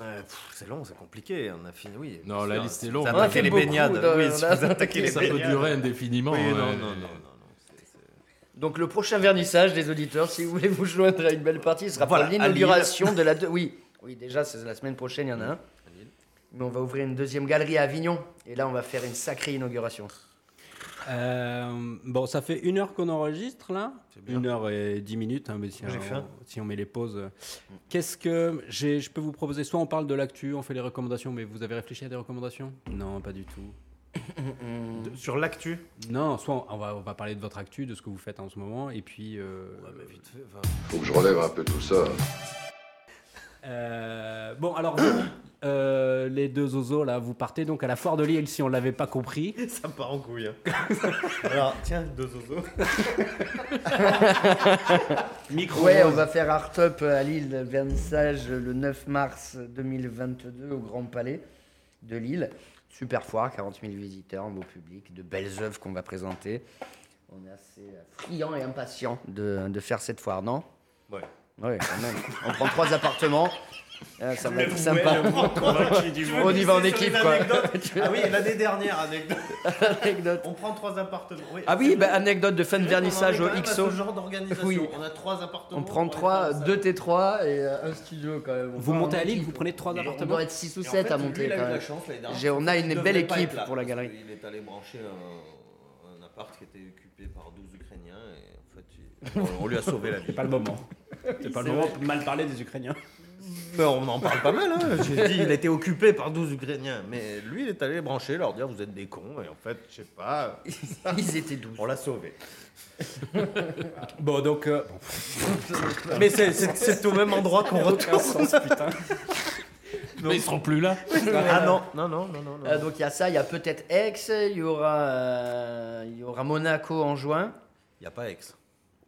H: Ouais, pff, c'est long, c'est compliqué. On a fini, oui.
E: Non,
H: bien
E: la
H: sûr.
E: liste est
H: Si
E: longue.
H: Vous
E: On a
H: attaquez
E: fait
H: les
F: beaucoup
H: baignades.
F: de-
H: Oui, si
F: on a
H: vous attaquez les
E: ça peut
H: baignades.
E: durer indéfiniment.
H: Ah,
E: hein.
H: Oui, non,
E: ouais.
H: non, non, non, non. c'est- c'est-
F: Donc le prochain vernissage des auditeurs, si vous voulez vous joindre à une belle partie, ce sera
H: Voilà, à
F: pour l'inauguration de la... deux- Oui, oui, déjà, c'est la semaine prochaine, il y en a un.
H: Lille.
F: Mais on va ouvrir une deuxième galerie à Avignon. Et là, on va faire une sacrée inauguration.
G: Euh, bon, ça fait une heure qu'on enregistre là, une heure et dix minutes, hein, mais si,
H: J'ai
G: on,
H: faim.
G: si on met les pauses. euh. Qu'est-ce que j'ai- je peux vous proposer Soit on parle de l'actu, on fait les recommandations, mais vous avez réfléchi à des recommandations Non, pas du tout.
H: De- Sur l'actu
G: Non, soit on va, on va parler de votre actu, de ce que vous faites en ce moment, et puis. euh,
D: Faut que je relève un peu tout ça.
G: euh, bon, alors vous, euh, les deux oiseaux là, vous partez donc à la foire de Lille si on l'avait pas compris.
H: Ça me part en couille. hein. Alors, tiens, deux zozos.
G: Micro.
F: Ouais, on va faire Art Up à Lille, le vernissage le 9 mars 2022 au Grand Palais de Lille. Super foire, 40 000 visiteurs, un beau public, de belles œuvres qu'on va présenter. On est assez euh, friands et impatients de, de faire cette foire, non
H: Ouais.
F: Ouais, quand même. On prend trois appartements. Ah, ça va être sympa. On
H: On
F: y va en équipe, quoi.
H: Ah oui, l'année dernière, anecdote.
F: Anecdote.
H: On prend trois appartements.
F: Ah oui,
H: c'est
F: bah,
H: vrai.
F: anecdote de fin de
H: C'est vrai qu'on en est
F: vernissage
H: quand
F: au
H: même à
F: XO.
H: Ce genre d'organisation.
F: Oui.
H: On a trois euh, appartements.
F: On prend
H: est
F: trois,
H: dans la
F: deux T3 et euh, un studio quand même. On
A: Vous
F: part en
A: montez à Lille,
F: équipe.
A: vous prenez trois
F: Et On
A: appartements.
F: doit être 6 ou
H: salle.
F: 7
H: Et en
F: à
H: fait, lui,
F: monter
H: il a eu
F: quand
H: de la
F: même.
H: chance l'année dernière.
F: J'ai- on a une
H: Il
F: belle
H: devrait pas
F: équipe
H: être là,
F: pour la
H: parce
F: galerie.
H: qu'il est allé brancher un, un appart qui était occupé par 12 Ukrainiens et en fait, il- on, on lui a sauvé la vie.
J: C'est pas le moment. C'est pas le moment de mal parler des Ukrainiens.
H: Mais on en parle pas mal. Hein. J'ai dit, il était occupé par 12 Ukrainiens. Mais lui, il est allé les brancher, leur dire vous êtes des cons. Et en fait, je sais pas,
F: Ils étaient 12.
H: on l'a sauvé.
A: Bon, donc, euh,
H: Mais c'est- c'est c'est au même endroit qu'on retourne.
E: Mais ils seront plus là.
H: Ah non, non, non, non, non. non.
F: Euh, donc il y a ça, il y a peut-être Aix, il y aura, euh, il y aura Monaco en juin.
H: Il n'y a pas ex.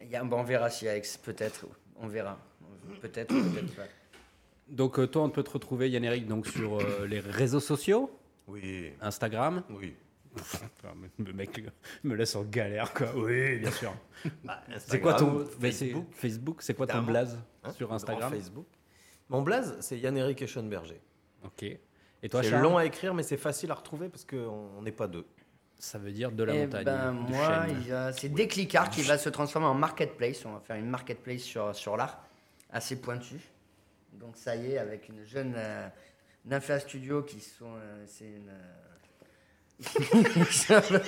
F: Il y a- bon, on verra s'il y a Aix, peut-être. On verra. Peut-être, peut-être pas.
A: donc euh, toi, on peut te retrouver, Yann-Éric, donc, sur euh, les réseaux sociaux,
H: Oui,
A: Instagram.
H: oui.
J: Le mec euh, me laisse en galère, quoi. Oui, bien sûr.
A: C'est quoi ton mais c'est-
H: Facebook
A: Facebook C'est quoi ton
H: Évidemment.
A: blaze
H: hein,
A: sur Instagram
H: grand Facebook. Mon blaze, c'est Yann-Eric Eschenberger.
A: Ok. Et toi,
H: C'est
A: Charles
H: long à écrire, mais c'est facile à retrouver parce qu'on n'est pas deux.
A: Ça veut dire de la
F: Eh
A: montagne.
F: ben,
A: du
F: moi,
A: chêne.
F: il y a- c'est Déclicard qui va se transformer en marketplace. On va faire une marketplace sur, sur l'art, assez pointue. Donc ça y est, avec une jeune euh, Nympha Studio qui sont, euh, c'est une, euh,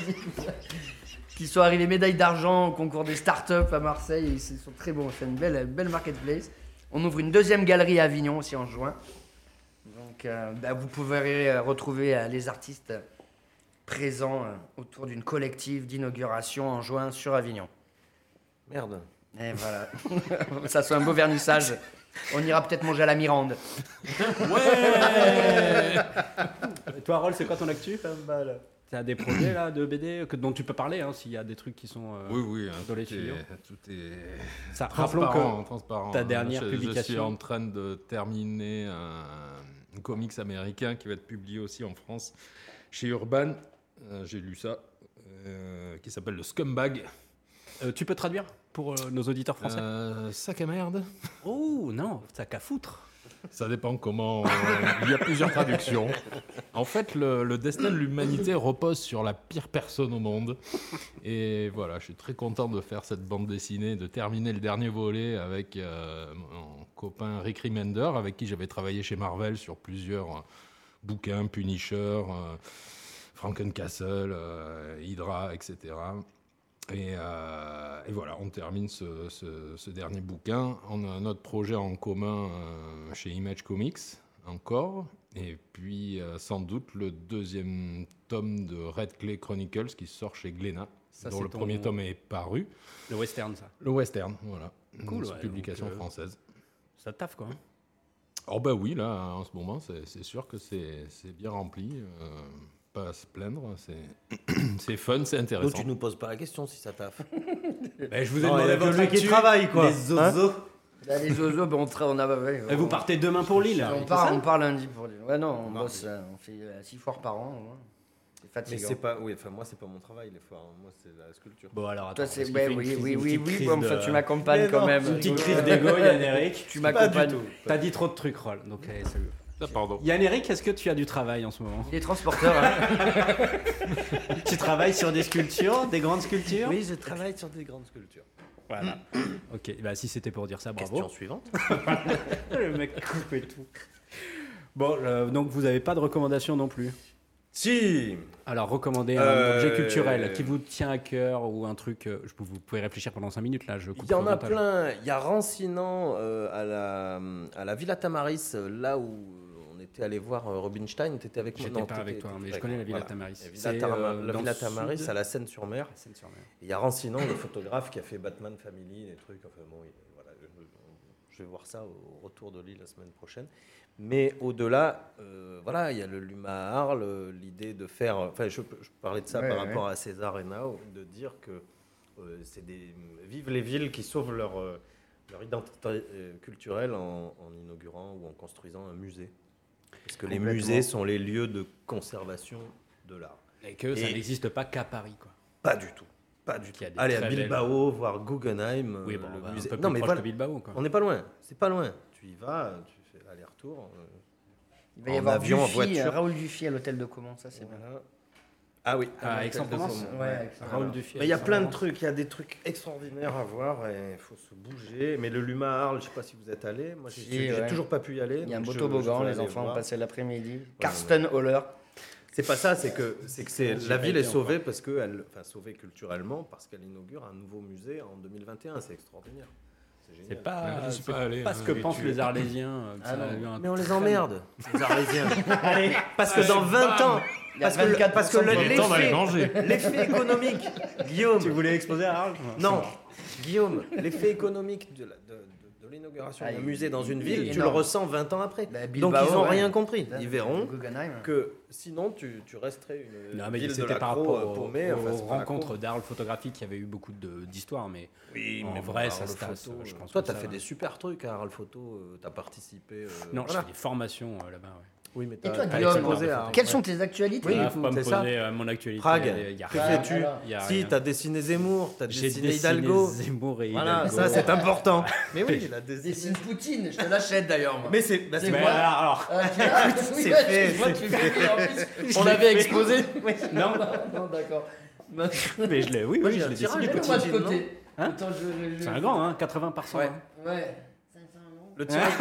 F: qui sont arrivés médaille d'argent au concours des startups à Marseille. Ils se- sont très bons. On fait une belle, belle marketplace. On ouvre une deuxième galerie à Avignon aussi en juin. Donc euh, bah, vous pouvez euh, retrouver euh, les artistes présent euh, autour d'une collective d'inauguration en juin sur Avignon.
H: Merde.
F: Et voilà, ça soit un beau vernissage. On ira peut-être manger à la Mirande.
A: Et Toi, Rol, c'est quoi ton actu T'as des projets là de BD que, dont tu peux parler hein, s'il y a des trucs qui sont. euh,
E: Oui, oui. hein,
A: Dans les
E: tout,
A: tuyaux.
E: est, tout est
A: Ça, rappelons
E: transparent.
A: que
E: transparent.
A: ta
E: hein.
A: dernière
E: Je- Je suis
A: publication-
E: en train de terminer un, un comics américain qui va être publié aussi en France chez Urban. Euh, J'ai lu ça. euh, qui s'appelle le Scumbag.
A: euh, tu peux traduire pour euh, nos auditeurs français.
E: Euh, sac à merde.
A: Oh non, ça qu'à foutre.
E: Ça dépend comment. euh, Il y a plusieurs traductions. En fait, le, le destin de l'humanité repose sur la pire personne au monde. Et voilà, je suis très content de faire cette bande dessinée, de terminer le dernier volet avec euh, mon copain Rick Remender, avec qui j'avais travaillé chez Marvel sur plusieurs euh, bouquins, Punisher, euh, Frankencastle, euh, Hydra, etc. Et, euh, et voilà, on termine ce, ce- ce dernier bouquin. On a notre projet en commun euh, chez Image Comics, encore. Et puis, euh, sans doute, le deuxième tome de Red Clay Chronicles qui sort chez Glénat,
A: Ça,
E: dont
A: c'est
E: le
A: ton-
E: premier tome est paru.
A: Le western, ça.
E: Le western, voilà.
A: Cool,
E: C'est une
A: ouais,
E: publication
A: donc, euh,
E: française.
A: Ça taffe quoi. hein.
E: Oh bah oui, là, en ce moment, c'est c'est sûr que c'est c'est bien rempli. euh, pas à se plaindre, c'est c'est fun, c'est
H: Donc
E: intéressant.
H: tu nous poses pas la question si ça taffe.
A: Ben, je vous ai
H: Non, il
A: demandé
H: y a que
A: votre
H: lui qui
A: actu.
H: travaille quoi.
A: Les zozos.
F: Là, les oiseaux, ben, on, tra- on, a- ouais,
H: Eh,
A: Et vous
F: on-
A: partez demain pour Lille.
F: on,
A: c'est
F: part,
A: ça
F: on part lundi pour les- Ouais, non, on bosse, euh, on fait euh, six fois par an. au moins. C'est
H: Mais
F: fatigant.
H: c'est pas, oui, enfin moi c'est pas mon travail les fois, hein. moi c'est la sculpture.
A: Bon alors attends.
F: Toi, c'est.
A: parce qu'il
F: ouais,
A: fait une
F: oui,
A: crise-
F: oui,
A: une
F: oui,
A: petite
F: oui,
A: crise
F: bon,
A: de-
F: ça, tu m'accompagnes
H: Mais
F: quand
H: non,
F: même.
A: Une petite crise d'ego, Yann Eric.
F: Tu m'accompagnes.
A: T'as dit trop de trucs, Roll. Donc, allez, salut.
E: Ah, pardon.
A: Yann Eric, est-ce que tu as du travail en ce moment
F: Il est transporteur. hein.
A: Tu travailles sur des sculptures, des grandes sculptures
H: Oui, je travaille sur des grandes sculptures.
A: Voilà. ok, bah si c'était pour dire ça, bravo.
H: Question suivante.
A: Le mec coupe et tout. Bon, euh, donc vous n'avez pas de recommandation non plus.
H: Si
A: Alors, recommandez un
H: Euh,
A: objet culturel qui vous tient à cœur ou un truc. euh, je peux- vous pouvez réfléchir pendant 5 minutes là. Je coupe
H: Il y en
A: le
H: a
A: montage.
H: plein. Il y a Rancinan euh, à, la, à la Villa Tamaris, euh, là où on était allé voir euh, Robinstein. Tu étais avec moi
A: J'étais
H: non,
A: pas
H: t'étais-
A: avec toi,
H: t'étais
A: mais je
H: avec
A: connais
H: moi.
A: la Villa Tamaris.
H: La Villa,
A: C'est,
H: Tama-
A: euh,
H: la
A: dans
H: Villa
A: le
H: Tamaris
A: sud.
H: à la Seine-sur-Mer.
A: La Seine-sur-Mer.
H: Et Il y a Rancinan, le photographe, qui a fait Batman Family, des trucs. Enfin bon, il- voilà, je, je vais voir ça au retour de Lille la semaine prochaine. Mais au-delà, euh, voilà, il y a le Luma à Arles, l'idée de faire. Enfin, je, je parlais de ça
F: Ouais,
H: par
F: ouais.
H: rapport à César et Nao, de dire que euh, c'est des. Vive les villes qui sauvent leur, euh, leur identité euh, culturelle en, en inaugurant ou en construisant un musée. Parce que les
F: Complètement.
H: musées sont les lieux de conservation de l'art.
A: Et que ça
H: Et-
A: n'existe pas qu'à Paris, quoi.
H: Pas du tout. Pas du tout.
G: Il y a des
H: Allez à
G: très belles-
H: Bilbao, voir Guggenheim. euh,
G: Oui, bon, on
H: le
G: va un
H: musée-
G: peu plus
H: Non, mais
G: proche
H: voilà,
G: de Bilbao. Quoi.
H: on n'est pas loin. C'est pas loin. Tu y vas, tu fais l'aller-retour. euh,
F: Il va y
H: En
F: avoir
H: avion, en
F: Dufy,
H: voiture.
F: euh, Raoul Dufy à l'hôtel de Comment, ça c'est bien.
H: voilà. Ah oui,
G: À
H: l'hôtel de
G: Aix-en-Provence
H: Beaumont,
F: Ouais,
H: ouais.
F: Aix-en-Provence.
G: Raoul Dufy.
H: Mais il y a plein de trucs, il y a des trucs extraordinaires à voir et il faut se bouger. Mais le Luma à Arles, je sais pas si vous êtes allé. Moi, j'ai
F: Si,
H: j'ai
F: ouais.
H: toujours pas pu y aller.
F: Il y a un
H: donc
F: beau
H: je-
F: toboggan,
H: je vais
F: les
H: aller
F: enfants ont
H: voir.
F: passé l'après-midi. Carsten Holler.
H: C'est pas ça, c'est que c'est que c'est
G: J'ai
H: la
G: pas
H: ville
G: été
H: est sauvée parce que elle, enfin sauvée culturellement parce qu'elle inaugure un nouveau musée en 2021. C'est extraordinaire. C'est génial.
G: C'est pas,
E: Je suis
G: c'est
E: pas allé,
G: pas
E: hein,
G: ce que
E: mais
G: pensent
E: tu-
G: les Arlésiens. euh, que
F: Ah
G: ça
F: non.
G: a eu un
H: Mais on les
G: très-
H: emmerde, les Arlésiens. Allez, parce que dans 20 ans,
F: Il y a
H: parce que le-
F: 24%
H: parce que
F: de
H: le-
E: Il est temps d'aller
H: l'effet
E: manger.
H: l'effet économique, Guillaume.
G: Tu voulais exposer à Arles
H: Non, Guillaume, l'effet économique de la- de- de- de l'inauguration
F: Ah,
H: d'un
F: il-
H: musée dans une
F: il est
H: ville, tu le
F: énorme.
H: ressens 20 ans après.
F: Bah,
H: Donc
F: Bilbao,
H: ils n'ont
F: ouais.
H: rien compris. Ils
F: Le
H: verront
F: Guggenheim.
H: que sinon tu, tu resterais une
G: Non, mais
H: ville de
G: c'était
H: la
G: par
H: Croix,
G: rapport aux,
H: paumée, enfin,
G: aux
H: c'est pas la
G: rencontres
H: Croix.
G: d'Arles photographique qui avait eu beaucoup de- d'histoires, mais
H: Oui,
G: en
H: mais
G: vrai,
H: bon,
G: ça
H: Arles
G: se tasse.
H: Photo,
G: je
H: euh,
G: pense
H: Toi,
G: que
H: t'as
G: ça
H: fait
G: va.
H: des super trucs à Arles Photo, euh, t'as participé. euh,
G: Non,
H: voilà.
G: j'ai des formations euh, là-bas. ouais.
H: Oui, mais
F: Et
H: t'as
F: toi,
H: t'as
F: Guillaume,
H: exposé à Arles.
F: quelles sont tes actualités Ah,
H: Oui,
F: du
G: Ah,
F: coup
G: faut pas me
H: c'est ça.
G: poser euh, mon actualité.
H: Prague,
G: il y a
H: que
G: rien.
H: fais-tu
G: Il y a
H: Si,
G: rien.
H: t'as dessiné Zemmour, t'as
G: J'ai
H: dessiné
G: dessiné
H: Hidalgo.
G: Zemmour et
H: Voilà,
G: Hidalgo.
H: ça c'est important. Mais oui, il a
F: Dessine
H: dessiné.
F: Poutine, je te l'achète d'ailleurs. moi.
H: Mais c'est bah, c'est
G: Mais
H: moi.
G: alors, alors,
F: Ah, oui,
H: c'est
F: ouais,
H: fait,
F: excuse-moi,
H: c'est
F: tu fais rire, en plus.
H: Je
F: On
H: l'ai
F: l'avait
H: fait.
F: exposé
G: non,
F: Non, d'accord. Bah,
G: mais je l'ai, oui, oui, je l'ai
H: tirage,
G: dessiné.
H: j'ai
G: petit.
H: pas
F: Mets-moi de
H: Poutine,
F: côté.
G: Hein
F: Attends, je- je-
G: C'est un grand, hein, 80%.
H: Ouais.
G: hein.
F: Ouais.
H: Le tirage,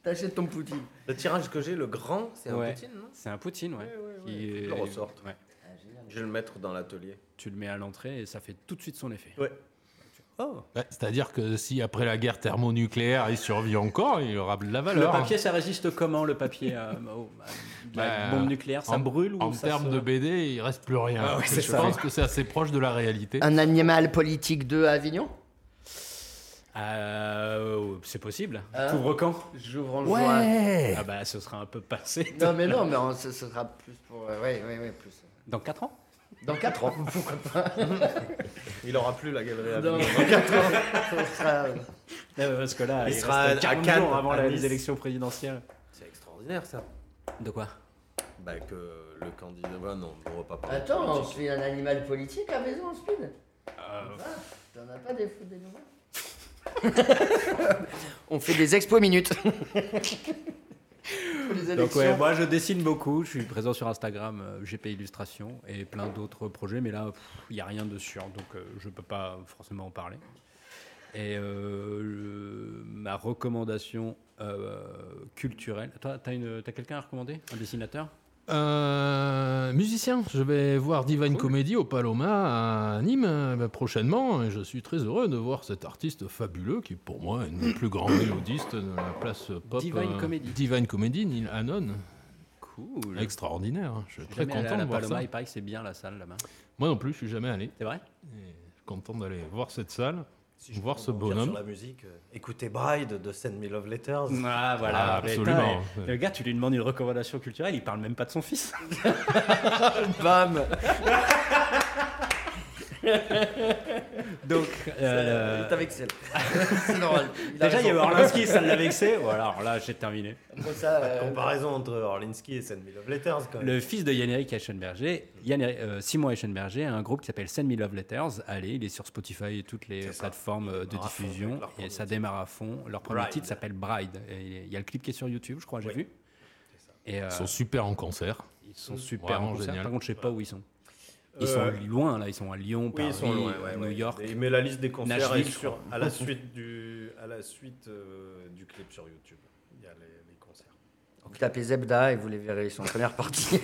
F: T'achètes ton Poutine.
H: le tirage que j'ai, le grand, c'est un
G: Ouais.
H: Poutine, non
G: C'est un Poutine, ouais. qui
H: Faut que
G: est-
H: je le ressorte.
G: ouais.
H: Je vais le mettre dans l'atelier.
G: Tu le mets à l'entrée et ça fait tout de suite son effet.
H: Ouais. Oh
E: Ouais, bah, C'est-à-dire que si après la guerre thermonucléaire, il survit encore, il aura de la
G: Le
E: valeur.
G: papier, ça résiste comment le papier à, au- à la
E: Bah,
G: bombe nucléaire Ça
E: en-
G: brûle ou
E: En
G: ça
E: termes
G: se-
E: de BD, il reste plus rien.
H: Ah ouais,
E: je
H: c'est ça.
E: pense que c'est assez proche de la réalité.
F: Un animal politique 2 à Avignon
G: Euh, C'est possible.
F: Hein
G: Couvre quand
F: J'ouvre en
G: Ah bah ce sera un peu passé.
F: Non, mais non, mais on- ce ce sera plus pour. euh, Ouais, ouais, ouais, plus.
G: Dans 4 ans
F: Dans 4 ans, pourquoi pas
H: Il aura plus la galerie à
F: Dans
H: Avignon.
F: 4 ans, ce sera.
G: Euh, Parce que là,
H: Il
G: il,
H: sera
G: reste
H: à
G: 40
H: Cannes,
G: jours avant
H: à
G: la-
H: Nice.
G: les élections présidentielles.
H: C'est extraordinaire ça.
G: De quoi
H: Bah que le candidat. Bah non, on va pas parler.
F: Attends, on
H: politique.
F: fait un animal politique à maison en speed T'en as pas des fous des nouvelles On fait des expos minutes. Pour les
G: Donc
F: élections.
G: ouais, moi je dessine beaucoup, je suis présent sur Instagram, euh, GP Illustration et plein d'autres projets, mais là il n'y a rien de sûr, donc euh, je ne peux pas forcément en parler. Et euh, le- ma recommandation euh, culturelle, toi t'as une- t'as quelqu'un à recommander Un dessinateur
E: Euh, musicien, je vais voir Divine Comedy au Paloma à Nîmes euh, bah, prochainement. Et je suis très heureux de voir cet artiste fabuleux qui, pour moi, est le plus grand mélodiste de la place pop. euh,
G: Divine Comedy.
E: Divine Comedy, Neil Hannon.
G: Cool.
E: Extraordinaire. hein. Je suis
G: J'ai
E: très
G: jamais allé à
E: content de
G: la
E: voir
G: Paloma,
E: ça.
G: il paraît que c'est bien la salle là-bas.
E: Moi non plus, je suis jamais allé.
G: C'est vrai
E: Et je suis content d'aller voir cette salle.
H: Si je
E: voir
H: peux
E: ce
H: rebondir
E: bonhomme.
H: Sur la musique, euh, écoutez Bride de Send Me Love Letters.
G: Ah voilà,
E: Ah,
G: putain,
E: absolument.
G: mais Le gars, tu lui demandes une recommandation culturelle, il parle même pas de son fils.
F: Bam
G: Donc, euh,
F: T'as vexé. C'est normal. a
G: déjà il y avait
F: raison.
G: Orlinski, ça l'a vexé. Voilà, alors là j'ai terminé.
F: Après ça, euh,
H: Comparaison entre Orlinski et Send Me Love Letters quand même.
G: Le fils de Yann-Eric Eschenberger, Yann- euh, Simon Eschenberger, a un groupe qui s'appelle Send Me Love Letters. Allez, il est sur Spotify et toutes les
H: C'est ça.
G: plateformes euh, de
H: démarre à fond
G: diffusion.
H: avec leur premier
G: Et ça
H: titre.
G: démarre à fond. Leur premier
H: Bride.
G: titre s'appelle Bride. Et Il y a le clip qui est sur YouTube, je crois, j'ai
H: Oui,
G: vu. Et euh,
E: Ils sont super en concert.
G: ils sont super
E: Vraiment
G: en concert.
E: génial.
G: Par contre, je sais pas où ils sont. Ils sont
H: Euh,
G: loin, là. Ils sont à Lyon,
H: Oui,
G: Paris,
H: ils sont loin, ouais,
G: New
H: ouais.
G: York.
H: Et il met la liste des concerts
G: Nashville,
H: et
G: je
H: sur-
G: crois.
H: à la suite du, à la suite, euh, du clip sur YouTube. Il y a les, les concerts.
F: Vous tapez Zebda et vous les verrez, ils sont en première partie.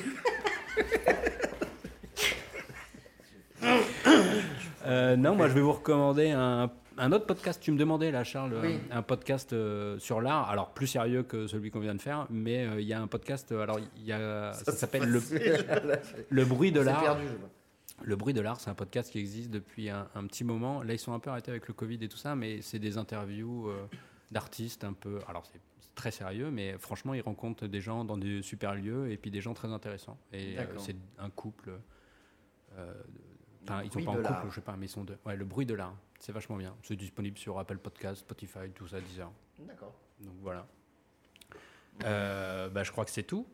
G: Euh, non, moi je vais vous recommander un, un autre podcast. Tu me demandais là, Charles,
F: Oui.
G: un, un podcast euh, sur l'art. Alors plus sérieux que celui qu'on vient de faire, mais euh, il y a un podcast. euh, alors il y a, ça, s'appelle le, le bruit de
F: C'est
G: l'art.
F: perdu, je vois.
G: Le bruit de l'art, c'est un podcast qui existe depuis un, un petit moment. Là, ils sont un peu arrêtés avec le Covid et tout ça, mais c'est des interviews euh, d'artistes un peu. Alors c'est très sérieux, mais franchement, ils rencontrent des gens dans des super lieux et puis des gens très intéressants. Et euh,
F: D'accord.
G: c'est un couple. euh, Enfin, ils sont
F: bruit
G: pas en
F: de
G: couple,
F: l'art.
G: je sais pas, mais ils sont deux. Ouais, le bruit de l'art, c'est vachement bien. C'est disponible sur Apple Podcast, Spotify, tout ça, 10 heures.
F: D'accord.
G: Donc voilà. Euh, bah, je crois que c'est tout.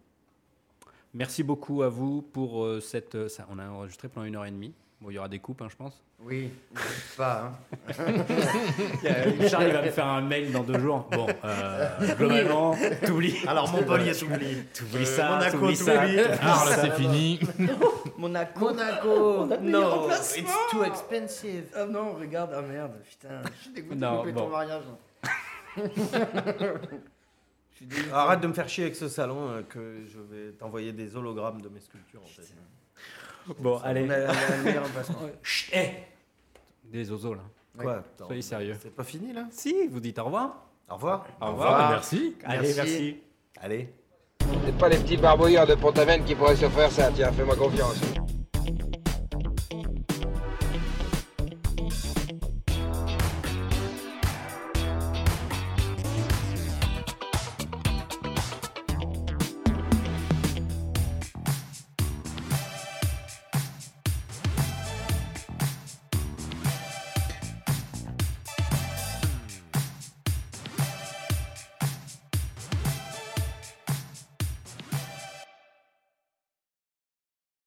G: Merci beaucoup à vous pour euh, cette. euh, ça- on a enregistré pendant une heure et demie. Bon, il y aura des coupes, hein, je pense.
F: Oui, pas. hein.
H: Ah
G: Euh, Charles il va me faire un mail dans deux jours. Bon, euh, globalement, t'oublies.
H: Alors, Montpellier, t'oublies.
G: T'oublies
H: Euh,
G: ça,
H: Monaco,
G: t'oublies ça.
H: t'oublies.
E: Arles, c'est fini.
F: Monaco.
H: Monaco,
F: non,
H: it's too expensive.
F: Ah non, regarde, ah merde, putain, je suis dégoûté
G: Non,
F: de couper
G: bon.
F: ton mariage. hein.
H: Arrête de me faire chier avec ce salon euh, que je vais t'envoyer des hologrammes de mes sculptures. En fait.
G: Bon, allez.
F: On a la- la meilleure emplacement.
G: Chut, hé Des oiseaux là.
H: Quoi attends,
G: Soyez sérieux.
H: C'est pas fini là
G: Si, vous dites au revoir.
H: Au revoir.
G: Au revoir.
E: Merci.
G: Allez,
F: Merci.
G: merci.
H: Allez.
C: C'est pas les petits barbouilleurs de Pont-Aven qui pourraient se faire ça, tiens, fais-moi confiance.